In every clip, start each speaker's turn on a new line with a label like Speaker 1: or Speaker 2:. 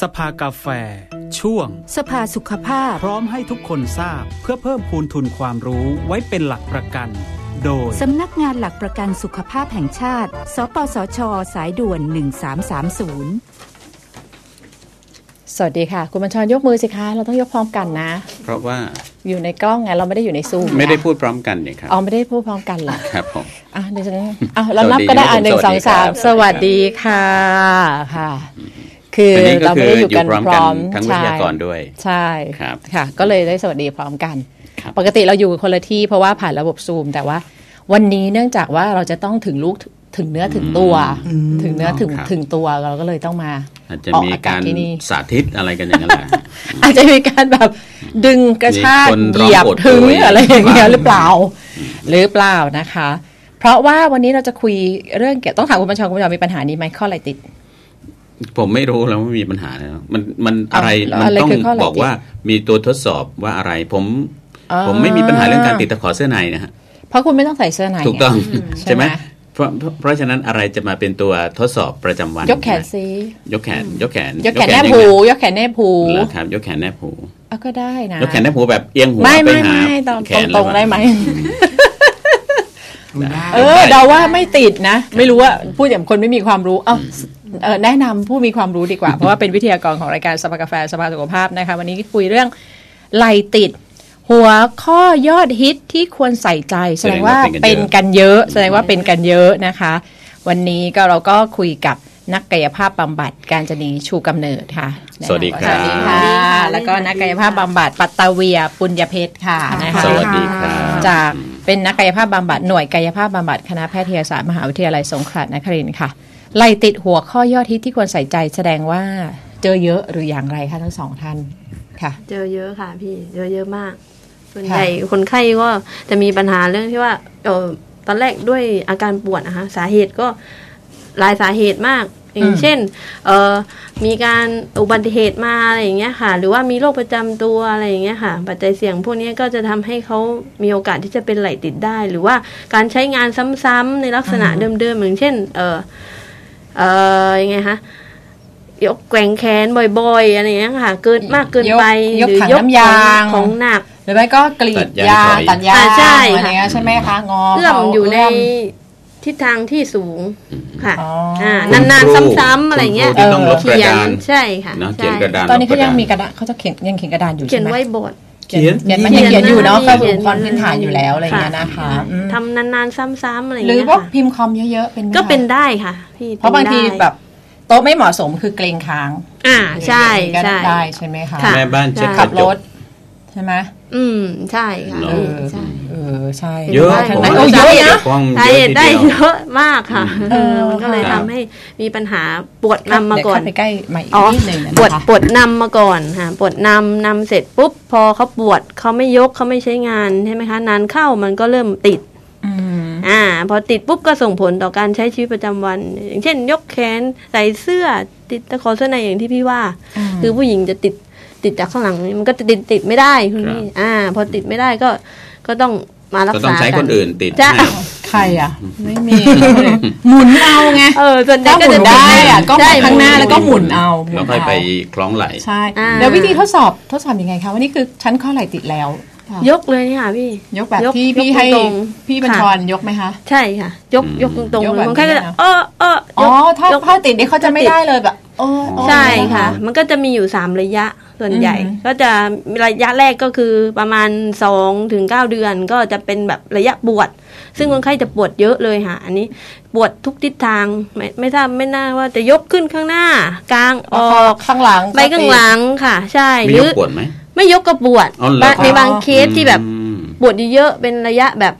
Speaker 1: สภากาแฟ ช่วง
Speaker 2: สภาสุขภาพ
Speaker 1: พร้อมให้ทุกคนทราบเพื่อเพิ่มพูนทุนความรู้ไว้เป็นหลักประกัน โดย
Speaker 2: สำนักงานหลักประกันสุขภาพแห่งชาติ สปสช สายด่วน 1330
Speaker 3: สวัสดีค่ะ คุณบัญชรยกมือสิคะ เราต้องยกพร้อมกันนะ
Speaker 4: เพราะว่า
Speaker 3: อยู่ในกล้องไงเราไม่ได้อยู่ในซูมนะ
Speaker 4: ไม่ได้พูดพร้อมกันเนี่ยครับ
Speaker 3: อ๋อไม่ได้พูดพร้อมกัน เหรอ
Speaker 4: ครับผม
Speaker 3: อ่ะเดี๋ยวฉันอ่ะเรานับก็ได้อ่ะ
Speaker 4: สวั
Speaker 3: ห
Speaker 4: สดี
Speaker 3: นึ่งส
Speaker 4: ครับ
Speaker 3: องสามส
Speaker 4: สวั
Speaker 3: วัส
Speaker 4: สดี
Speaker 3: ดี
Speaker 4: ครั
Speaker 3: ค่ะค่ะ คือ
Speaker 4: อันนี้ก็
Speaker 3: เรา
Speaker 4: คื
Speaker 3: ไม่
Speaker 4: อ
Speaker 3: ได้
Speaker 4: อ
Speaker 3: อยู่
Speaker 4: ยู่
Speaker 3: กัน
Speaker 4: พร้อม
Speaker 3: พร้อม
Speaker 4: กันทั้งวิทยากรด้วย
Speaker 3: ใช่
Speaker 4: ครั
Speaker 3: ใช่
Speaker 4: บ
Speaker 3: ค่ะ ก็เลยได้สวัสดีพร้อมกัน
Speaker 4: ครับ
Speaker 3: ปกติเราอยู่คนละที่เพราะว่าผ่านระบบซูม แต่ว่าวันนี้เนื่องจากว่าเราจะต้องถึงลูกถึงเนื้อถึงตัว ถึงเนื้อถึง
Speaker 4: ครับ
Speaker 3: ถึงตัวเราก็เลยต้องมา
Speaker 4: อาจจะ
Speaker 3: ออก
Speaker 4: มี
Speaker 3: อากา
Speaker 4: การ ร
Speaker 3: ที่นี่
Speaker 4: สาธิตอะไรกันอย่างนั้น แหละ
Speaker 3: อาจจะมีการแบบดึงกระชาก
Speaker 4: มีคน
Speaker 3: เหยียบ
Speaker 4: ร้องโอด
Speaker 3: ถึง
Speaker 4: โอย
Speaker 3: อะไรอย่างเงี้ยห
Speaker 4: หรื
Speaker 3: รือ
Speaker 4: อ
Speaker 3: เป
Speaker 4: เป
Speaker 3: ล่า
Speaker 4: ล่า
Speaker 3: หรือเปล่านะคะ เพราะว่าวันนี้เราจะคุยเรื่องเกี่ยวต้องถามคุณบัญชรคุณบัญชรมีปัญหานี้ไหมข้ออะไรติด
Speaker 4: ผมไม่รู้แล้วว่ามีปัญหาอะไรแล้วมันมัน
Speaker 3: อ้าว
Speaker 4: อะไร
Speaker 3: แล้ว
Speaker 4: มัน
Speaker 3: อะไร
Speaker 4: ต้อง
Speaker 3: คือข้อหลัก
Speaker 4: บอกว่ามีตัวทดสอบว่าอะไร ผมผมไม่มีปัญหาเรื่องการติดตะขอเสื้อในนะฮะ
Speaker 3: เพราะคุณไม่ต้องใส่เสื้อใน
Speaker 4: ถูกต้อง
Speaker 3: ใช่
Speaker 4: ใช่
Speaker 3: ไห
Speaker 4: ไห
Speaker 3: ม
Speaker 4: มเพราะเพราะฉะนั้นอะไรจะมาเป็นตัวทดสอบประจำวัน
Speaker 3: ยกแขน
Speaker 4: ใช่ไหม
Speaker 3: ซิ
Speaker 4: ยกแขน ยกแขน
Speaker 3: ยกแขนแนบหูยกแขนแนบหู
Speaker 4: แล้ครับยกแขนแนบหู
Speaker 3: เอาก็ได้นะ
Speaker 4: ยกแขนแนบหูแบบเอียงหัว
Speaker 3: ไม่
Speaker 4: ไป
Speaker 3: ไม่
Speaker 4: หา
Speaker 3: ไม่ตรง
Speaker 4: แขน
Speaker 3: ตรงๆได้ไหม
Speaker 4: ได้
Speaker 3: เออเราว่าไม่ติดนะ ไม่รู้ว่าพูดอย่างคนไม่มีความรู้เอ้าเออแนะนำผู้มีความรู้ดีกว่า เพราะว่าเป็นวิทยากรของรายการสภากาแฟสภาสุขภาพนะคะ วันนี้คุยเรื่อง ไหลติด หัวข้อยอดฮิตที่ควรใส่ใจ แสดงว่าเป็นกันเยอะ แสดงว่าเป็นกันเยอะนะคะ วันนี้ก็เราก็คุยกับนักกายภาพบำบัดการจนีชูกำเนิดค่ะ
Speaker 4: สวัสดีค
Speaker 3: ส
Speaker 4: รั
Speaker 3: วัสดี
Speaker 4: บ
Speaker 3: ค่ะ แล้วก็นักกายภาพบำบัดปัตตาเวียปุญญเพชรค่ะนะคะ
Speaker 4: สวัสดีครับ
Speaker 3: จากเป็นนักกายภาพบำบัดหน่วยกายภาพบำบัดคณะแพทยศาสตร์มหาวิทยาลัยสงขลานครินทร์ค่ะไล่ติดหัวข้อยอดฮิตที่ควรใส่ใจ แสดงว่าเจอเยอะหรืออย่างไรคะทั้งสองท่านค่ะ
Speaker 5: เจอเยอะค่ะพี่เจอเยอะมาก ส่วน
Speaker 3: ค่ะ
Speaker 5: ใหญ่คนไข้ก็จะมีปัญหาเรื่องที่ว่าเออตอนแรกด้วยอาการปวดนะคะสาเหตุก็หลายสาเหตุมาก อย่างเช่นเออมีการอุบัติเหตุมาอะไรอย่างเงี้ยค่ะ หรือว่ามีโรคประจำตัวอะไรอย่างเงี้ยค่ะ ปัจจัยเสี่ยงพวกนี้ก็จะทำให้เขามีโอกาสที่จะเป็นไหลติดได้ หรือว่าการใช้งานซ้ำๆในลักษณะเดิมๆอย่างเช่น เออเออยังไงคะ ยกแกว่งแขนบ่อย ๆ อะไรอย่างเงี้ยค่ะ เกินมากเกินไป
Speaker 3: ยก
Speaker 5: หรื
Speaker 3: ถัง
Speaker 5: ย
Speaker 3: น้ำยาง
Speaker 5: ของของหนัก
Speaker 3: หรือไม่ก็กรีดยาง
Speaker 4: ตั
Speaker 3: ตัด
Speaker 4: ด
Speaker 3: ยาย
Speaker 5: างงถอยอ่าใช่ค่ะ
Speaker 3: อะไรเงี้ยใช่ไหมคะงอ
Speaker 5: เอื้อมอยู่ใน
Speaker 3: เ
Speaker 5: ทิศทางที่สูงค่ะ
Speaker 3: อ๋ออ่
Speaker 5: ่า
Speaker 4: คุณ
Speaker 5: นาน
Speaker 4: ครู
Speaker 5: ๆซ้ำๆอะไรเงี้ย
Speaker 4: คุณคที่ต้องลบกระ
Speaker 5: เขีย
Speaker 4: ดาน น
Speaker 5: ใช่ค่ะ
Speaker 4: เนอะ
Speaker 5: ใช่
Speaker 4: เขียนกระดาน
Speaker 3: ตอนนี้เขายังมี
Speaker 4: ลบ
Speaker 3: ก
Speaker 4: ก
Speaker 3: ระ
Speaker 4: ระดา
Speaker 3: ดาษเขาจะเขียนยังเขียนกระดานอยู่
Speaker 5: เขี
Speaker 3: ใช่
Speaker 5: ยน
Speaker 3: ไหม
Speaker 5: ไว้บท
Speaker 3: เขียนเขีย
Speaker 5: เขี
Speaker 3: น
Speaker 5: ยน
Speaker 3: มันยังเขียนอยู่เนาะ
Speaker 5: เขี
Speaker 3: ก็
Speaker 5: ยน
Speaker 3: ถูกความ
Speaker 5: เขี
Speaker 3: พื้
Speaker 5: ย
Speaker 3: น
Speaker 5: น
Speaker 3: ฐานอยู่แล้วอะไรเงี้ยนะคะอืม
Speaker 5: ทำนานๆซ้ำๆอะไร
Speaker 3: หรือ
Speaker 5: เงี้ย
Speaker 3: พวก
Speaker 5: ค่ะ
Speaker 3: พิมพ์คอมเยอะๆเป็นไหมคะ
Speaker 5: ก็เป็นได้ค่ะ พี่
Speaker 3: เพราะบางที
Speaker 5: ป็นได้
Speaker 3: แบบโต๊ะไม่เหมาะสมคือเกรงค้าง
Speaker 5: อ่าใช่
Speaker 3: ก็
Speaker 5: ใช่
Speaker 3: ได้ใช่ไหมคะ
Speaker 5: ค่ะ
Speaker 4: แม่บ้านเช็ดก
Speaker 5: ใช่
Speaker 3: ขั
Speaker 4: ระ
Speaker 3: บ
Speaker 4: จ
Speaker 3: ร
Speaker 4: ก
Speaker 3: ถใช่ไหม
Speaker 5: อืมใช่ค่ะ
Speaker 4: เนอะ
Speaker 5: พี่ใช่
Speaker 3: เออใช่
Speaker 5: เยอะ
Speaker 3: ทั้งนั้น
Speaker 5: ผม
Speaker 3: โอ้
Speaker 5: ว่า
Speaker 3: เยอะนะ
Speaker 4: เกี่ยวข้อง
Speaker 5: สา
Speaker 4: เย
Speaker 5: เห
Speaker 4: อะ
Speaker 5: ตุ
Speaker 4: ที
Speaker 5: ได้
Speaker 4: เดียว
Speaker 5: เยอะมากค่ะ
Speaker 3: เออ
Speaker 5: เออมันก็เลย
Speaker 4: ครั
Speaker 5: ทำ
Speaker 4: บ
Speaker 5: ให้มีปัญหาปวดนำมา
Speaker 3: เดี๋ยว
Speaker 5: ก่อ
Speaker 3: เข้
Speaker 5: น
Speaker 3: ไปใกล้มาอีก
Speaker 5: อ๋อ
Speaker 3: นิดหนึ่งนะ
Speaker 5: ปวด
Speaker 3: คะ
Speaker 5: ปวดนำมาก่อนค่ะปวดนำนำเสร็จปุ๊บพอเขาปวดเขาไม่ยกเขาไม่ใช้งานใช่ไหมคะนานเข้ามันก็เริ่มติด
Speaker 3: อืม
Speaker 5: อ่า พอติดปุ๊บก็ส่งผลต่อการใช้ชีวิตประจำวัน อย่างเช่น ยกแขนใส่เสื้อติดตะขอเสื้อในอย่างที่พี่ว่า คือผู้หญิงจะติดติดจากข้างหลังมันก็จะติดติดไม่ได้คุณพี่
Speaker 4: ครับ
Speaker 5: อ่า พอติดไม่ได้ก็ก็ต้องมารัก
Speaker 4: ก็ต้อง
Speaker 5: ษา
Speaker 4: ใช้
Speaker 5: กั
Speaker 4: คนอื่นติด
Speaker 5: จ้ะ
Speaker 4: ให้
Speaker 3: ใครอ่ะ ไม่มีหมุนเอาไง
Speaker 5: เออส่วนใหญ่
Speaker 3: ก็
Speaker 5: ก็
Speaker 3: หมุ
Speaker 5: จะ
Speaker 3: นได้อ่ะก็
Speaker 5: ใช่
Speaker 3: ข้างหน้าแล้วก็หมุนเอาหมุ
Speaker 4: แล้
Speaker 3: น
Speaker 4: ว
Speaker 3: เา
Speaker 4: ค่อยไปคล้องไหล
Speaker 3: ใช่
Speaker 5: อ่า
Speaker 3: แล้ววิธีทดสอบทดสอบยังไงคะว่านี่คือชั้นข้อไหลติดแล้ว
Speaker 5: ยกเลยเนี่ยค่ะพี่
Speaker 3: ยกแบบ
Speaker 5: ยก
Speaker 3: ที่พี่
Speaker 5: ยก
Speaker 3: ให้
Speaker 5: ตรง
Speaker 3: พี่บัญช
Speaker 5: ค่ะ
Speaker 3: รยกไหมคะ
Speaker 5: ใช่ค่ะ ยกยกตรง
Speaker 3: ยก
Speaker 5: ๆ
Speaker 3: แบบ
Speaker 5: บางครั้ง
Speaker 3: นี้
Speaker 5: ก็
Speaker 3: นะ
Speaker 5: เออเออ
Speaker 3: อ๋
Speaker 5: ย
Speaker 3: อก ถ้าย
Speaker 5: ก
Speaker 3: ผ้าติดเนี่ยเขาจะไม่ได้เลยแบบเออเออ
Speaker 5: ใช่ค่ะ มันก็จะมีอยู่ 3 ระยะส่วนใหญ่
Speaker 3: อือหือ
Speaker 5: ก็จะระยะแรกก็คือประมาณ2ถึง9เดือนก็จะเป็นแบบระยะปวด ซึ่งคนไข้จะปวดเยอะเลยค่ะ อันนี้ปวดทุกทิศทางไม่ไม่ทราบไม่น่าว่าจะยกขึ้นข้างหน้ากลาง
Speaker 3: อ
Speaker 5: ออ
Speaker 3: อก กข้างหลัง
Speaker 5: ไปข้างหลังค่ะ ใช่ห
Speaker 4: มี
Speaker 5: รื
Speaker 4: ย
Speaker 5: อก
Speaker 4: ปวดไหม
Speaker 5: ไม่ยกก็ปวด
Speaker 4: อ๋อเหรอ
Speaker 5: ในบางเคสที่แบบ
Speaker 4: อืม
Speaker 5: ปวดเยอะๆเป็นระยะแบบ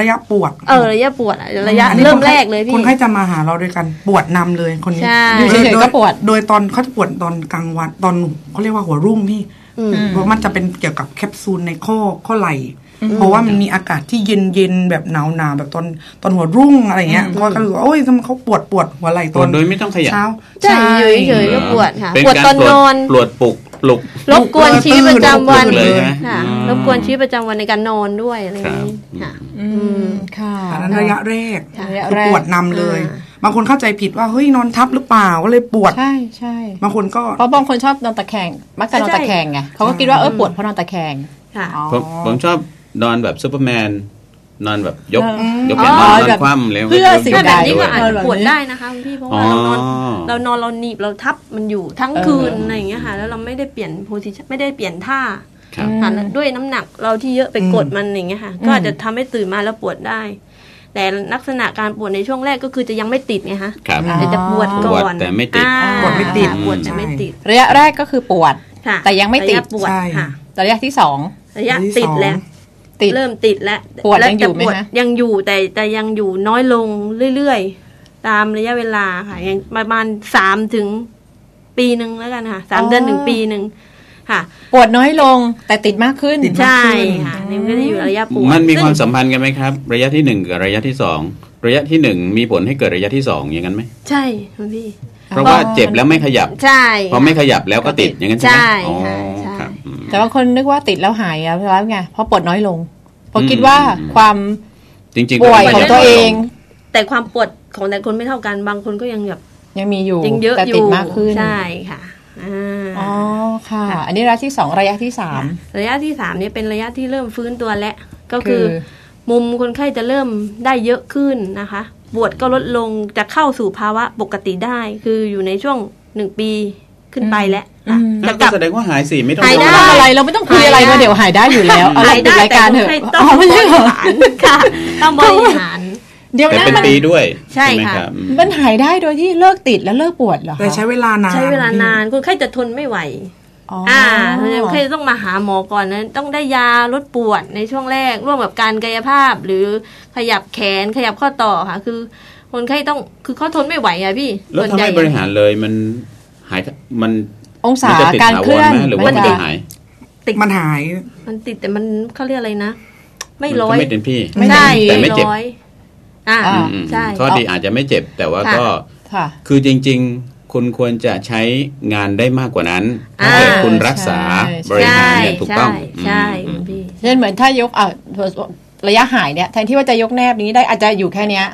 Speaker 6: ระยะปวด
Speaker 5: เออระยะปวดอะระยะ
Speaker 6: อันนี้
Speaker 5: เริ่
Speaker 6: ค
Speaker 5: ม
Speaker 6: นไข้
Speaker 5: แรกเลยพี่
Speaker 6: คนไข้จะมาหาเราด้วยกันปวดนำเลยคนนี้
Speaker 5: ใช่
Speaker 3: อยู่เฉยๆก็ปวด
Speaker 6: โดยตอนเขาจะปวดตอนกลางวันตอนเขาเรียกว่าหัวรุ่งพี่
Speaker 5: อืม
Speaker 6: เพราะมันจะเป็นเกี่ยวกับแคปซูลในข้อข้อไหล่เพราะว่ามันมีอากาศที่เย็นเย็นๆแบบหนาวหนาวๆแบบตอนตอนหัวรุ่งอะไรเงี้ยก็ก็รู้ว่าโอ้ยทำไมเขาปวดปวดหัวไหล่ต
Speaker 4: ป
Speaker 6: อ
Speaker 4: วน ดโดยไม่ต้องขยับ
Speaker 6: เช้า
Speaker 5: ใช่อยู่เฉยๆก็ปวดค่ะ
Speaker 4: เป็น
Speaker 5: ปวด
Speaker 4: การ
Speaker 5: ตอนนอน
Speaker 4: ปวดปลุกปลุก
Speaker 5: รบกวนชีวิตประจำวัน
Speaker 4: รบกวนเลยใช่ไหม
Speaker 5: ค่ะ
Speaker 4: อืม
Speaker 5: รบกวนชีวิตประจำวันในการนอนด้วยอะไรอย่างนี้
Speaker 4: ครับ
Speaker 5: ค่ะ
Speaker 3: อืมค่ะ
Speaker 6: อันนั้นระยะแรก
Speaker 5: ค่ะ
Speaker 6: คือปวดนำเลย
Speaker 5: อ่
Speaker 6: บางคนเข้าใจผิดว่าเฮ้ยนอนทับหรือเปล่าก็เลยปวด
Speaker 3: ใช่ใช่
Speaker 6: บางคนก็
Speaker 3: เพราะบางคนชอบนอนตะแคงมักจะนอนตะแคงไงเขาก็คิดว่าเออปวดเพราะนอนตะแคง
Speaker 5: ค่ะ
Speaker 4: ผมผมชอบนอนแบบซูเปอร์แมน นอนแบบยก ยกแขน
Speaker 3: อ๋
Speaker 4: น
Speaker 3: อ
Speaker 4: อนนอ
Speaker 3: แบ
Speaker 4: น
Speaker 3: บ
Speaker 4: คว่ำเลย
Speaker 3: เพื่อสิ่ง
Speaker 5: ถ้า
Speaker 3: ได้
Speaker 5: แบบนี้
Speaker 4: ด้ว
Speaker 5: ก็
Speaker 4: ย
Speaker 5: อาจ
Speaker 3: เออแบบ
Speaker 5: จะ
Speaker 3: นี้
Speaker 5: ปวดได้นะคะคุณพี่เพราะว่า
Speaker 4: อ๋อ
Speaker 5: เรานอนเรานอนเราหนีบเราทับมันอยู่ทั้งคืนอะไรอย่างเงี้ยค่ะ แล้วเราไม่ได้เปลี่ยนโพสิชันไม่ได้เปลี่ยนท่า
Speaker 4: ครับ
Speaker 5: ค่ะแล้วด้วยน้ำหนักเราที่เยอะไปกดมันอย่างเงี้ยค่ะ ก็อาจจะทำให้ตื่นมาแล้วปวดได้ แต่ลักษณะการปวดในช่วงแรกก็คือจะยังไม่ติดไงคะ
Speaker 4: ครับ
Speaker 3: อ๋อ
Speaker 5: แต่จะปวดก่
Speaker 4: ปวด
Speaker 5: อน
Speaker 4: แต่ไม่ติด
Speaker 5: อ่า
Speaker 6: ปวดไม่ติด
Speaker 5: ปวดแต่ไม่ติด
Speaker 3: ระยะแรกก็คือปวด
Speaker 5: ค่ะ
Speaker 3: แต่ยังไม่ติด
Speaker 5: ระะปวด
Speaker 6: ใช่
Speaker 5: ค่ะ
Speaker 3: ระยะที่สอง
Speaker 5: ระยะ
Speaker 6: อันที่
Speaker 5: ติด
Speaker 6: สอง
Speaker 5: แล้ว
Speaker 3: ติด
Speaker 5: เริ่มติดแล้ว
Speaker 3: ปวด
Speaker 5: แล้
Speaker 3: ยังอยู่ไหม
Speaker 5: แต่ปวด
Speaker 3: คะ
Speaker 5: ยังอยู่แต่แต่ยังอยู่น้อยลงเรื่อยๆ ตามระยะเวลาค่ะยังประมาณสามถึงปีหนึ่งแล้วกันค่ะสามเดือนถึงปีหนึ่งค่ะ
Speaker 3: ปวดน้อยลงแต่ติดมากขึ้น
Speaker 6: ติด มาก
Speaker 5: ใช่
Speaker 6: ขึ้น
Speaker 5: ค่ะนี่มันก็จะอยู่ระยะปวด
Speaker 4: มันมี
Speaker 5: ซึ่
Speaker 4: ค
Speaker 5: ง
Speaker 4: วามสัมพันธ์กันไหมครับ ระยะที่หนึ่งกับระยะที่สองระยะที่หนึ่งมีผลให้เกิดระยะที่สองอย่างนั้นไหม
Speaker 5: ใช่คุณพี่
Speaker 4: เพราะว่าเจ็บแล้วไม่ขยับ
Speaker 5: ใช่
Speaker 4: พอไม่ข
Speaker 5: ค่ะ
Speaker 4: ยับแล้วก็ติดอย่างนั้นใช่ไหม
Speaker 5: ใช่
Speaker 4: อ๋อ
Speaker 5: ค่ะใช่
Speaker 4: ครับอืม
Speaker 3: แต่บางคนนึกว่าติดแล้วหายแล้วไงเพราะปวดน้อยลงเพราะคิด
Speaker 4: อืม
Speaker 3: ว่าความ
Speaker 4: จริงๆ
Speaker 3: ป่วย
Speaker 4: ก็
Speaker 3: ข
Speaker 4: ป็
Speaker 3: อนง
Speaker 4: ไปได้
Speaker 3: ตัวเอง
Speaker 5: แต่ความปวดของแต่ละคนไม่เท่ากันบางคนก็ยังแบบ
Speaker 3: ยังมีอยู่
Speaker 5: ยังเยอะ
Speaker 3: แต่
Speaker 5: อ
Speaker 3: ติด
Speaker 5: ยู่
Speaker 3: มากขึ้น
Speaker 5: ใช่ค่ะอ่า
Speaker 3: อ๋อค่ะ
Speaker 5: ค่ะ
Speaker 3: อันนี้ระยะที่สองระยะที่สาม
Speaker 5: ระยะที่สามเนี่ยเป็นระยะที่เริ่มฟื้นตัวแล้วก็
Speaker 3: คื
Speaker 5: คือ อ มุมคนไข้จะเริ่มได้เยอะขึ้นนะคะ ปวดก็ลดลงจะเข้าสู่ภาวะปกติได้ คืออยู่ในช่วงหนึ่งปีขึ้นไปแล้วค่ะ
Speaker 3: อืม
Speaker 5: จะ
Speaker 4: นั่น
Speaker 5: ก
Speaker 4: ก็
Speaker 5: ลับ
Speaker 4: แสดงว่าหายสิไม่ต้อง
Speaker 5: หาย
Speaker 4: กังวล
Speaker 5: ได้
Speaker 3: ทำอะไรเราไม่ต้องคุยอะไรมาเดี๋ยวหายได้อยู่แล้วเอา
Speaker 5: ไป
Speaker 3: ละปิด
Speaker 5: ได้
Speaker 3: ราย
Speaker 5: แต่
Speaker 3: การเถ
Speaker 5: คน
Speaker 3: อะ
Speaker 5: ไข้
Speaker 3: อ๋
Speaker 5: ต้อง
Speaker 3: อไม่
Speaker 5: บ
Speaker 3: ใช่เหร
Speaker 5: ริ
Speaker 3: อ
Speaker 5: หารค่ะต้องบ ริหาร
Speaker 3: เดี๋ยว
Speaker 4: แต่
Speaker 3: นะ
Speaker 4: เป็น
Speaker 3: มัน
Speaker 4: ปีด้วย
Speaker 5: ใช่
Speaker 4: ไหม
Speaker 5: ค่ะ
Speaker 4: รับอืม
Speaker 3: มันหายได้โดยที่เลิกติดแล้วเลิกปวดเหรอ
Speaker 6: แต่
Speaker 3: คะ
Speaker 6: ใช้เวลานาน
Speaker 5: ใช้เวลานานคนไข้จะทนไม่ไหว
Speaker 3: อ๋ออ
Speaker 5: อ่าคนไข้จะต้องมาหาหมอก่อนนะต้องได้ยาลดปวดในช่วงแรก ร่วมกับการกายภาพ หรือขยับแขนขยับข้อต่อค่ะ คือคนไข้ต้องคือเขาทนไม่ไหวอะพี่
Speaker 4: แล้ว
Speaker 5: ส่น
Speaker 4: ทำ
Speaker 5: ใหญ่
Speaker 4: ให้บริหารเลยมันหายมัน
Speaker 3: องศา
Speaker 4: มัจะติด
Speaker 3: การ
Speaker 4: ถา
Speaker 3: เคว ลื่
Speaker 4: ร
Speaker 3: อน
Speaker 4: ไหมหรือว่ามันจะหาย
Speaker 6: พี่มันหาย
Speaker 5: มันติดแต่มันเขาเรียกอะไรนะ ไม่
Speaker 4: น
Speaker 5: ร้
Speaker 4: ก็
Speaker 5: อย
Speaker 4: ไม่เต็มที่
Speaker 5: ใช่
Speaker 4: แต่ไม่เจ็บ
Speaker 5: ร้อยอ่า
Speaker 3: า
Speaker 4: อืมอืม
Speaker 5: ใช่
Speaker 4: ข้อดีอาจจะไม่เจ็บแต่ว่า
Speaker 5: ค่ะ
Speaker 4: ก็
Speaker 3: ค่ะ
Speaker 4: คือจริง ๆ คุณควรจะใช้งานได้มากกว่านั้น
Speaker 5: อ่า
Speaker 4: ถ้าเกิดคุณรักษา
Speaker 3: ใช่
Speaker 4: บริหารอย่างถูกต้อง
Speaker 5: ใช่
Speaker 4: อืม
Speaker 5: คุณพี่
Speaker 3: เช่นเหมือนถ้ายกอ่ะระยะหายเนี่ยแทนที่ว่าจะยกแนบนี้ได้อาจจะอยู่แค่เนี้ย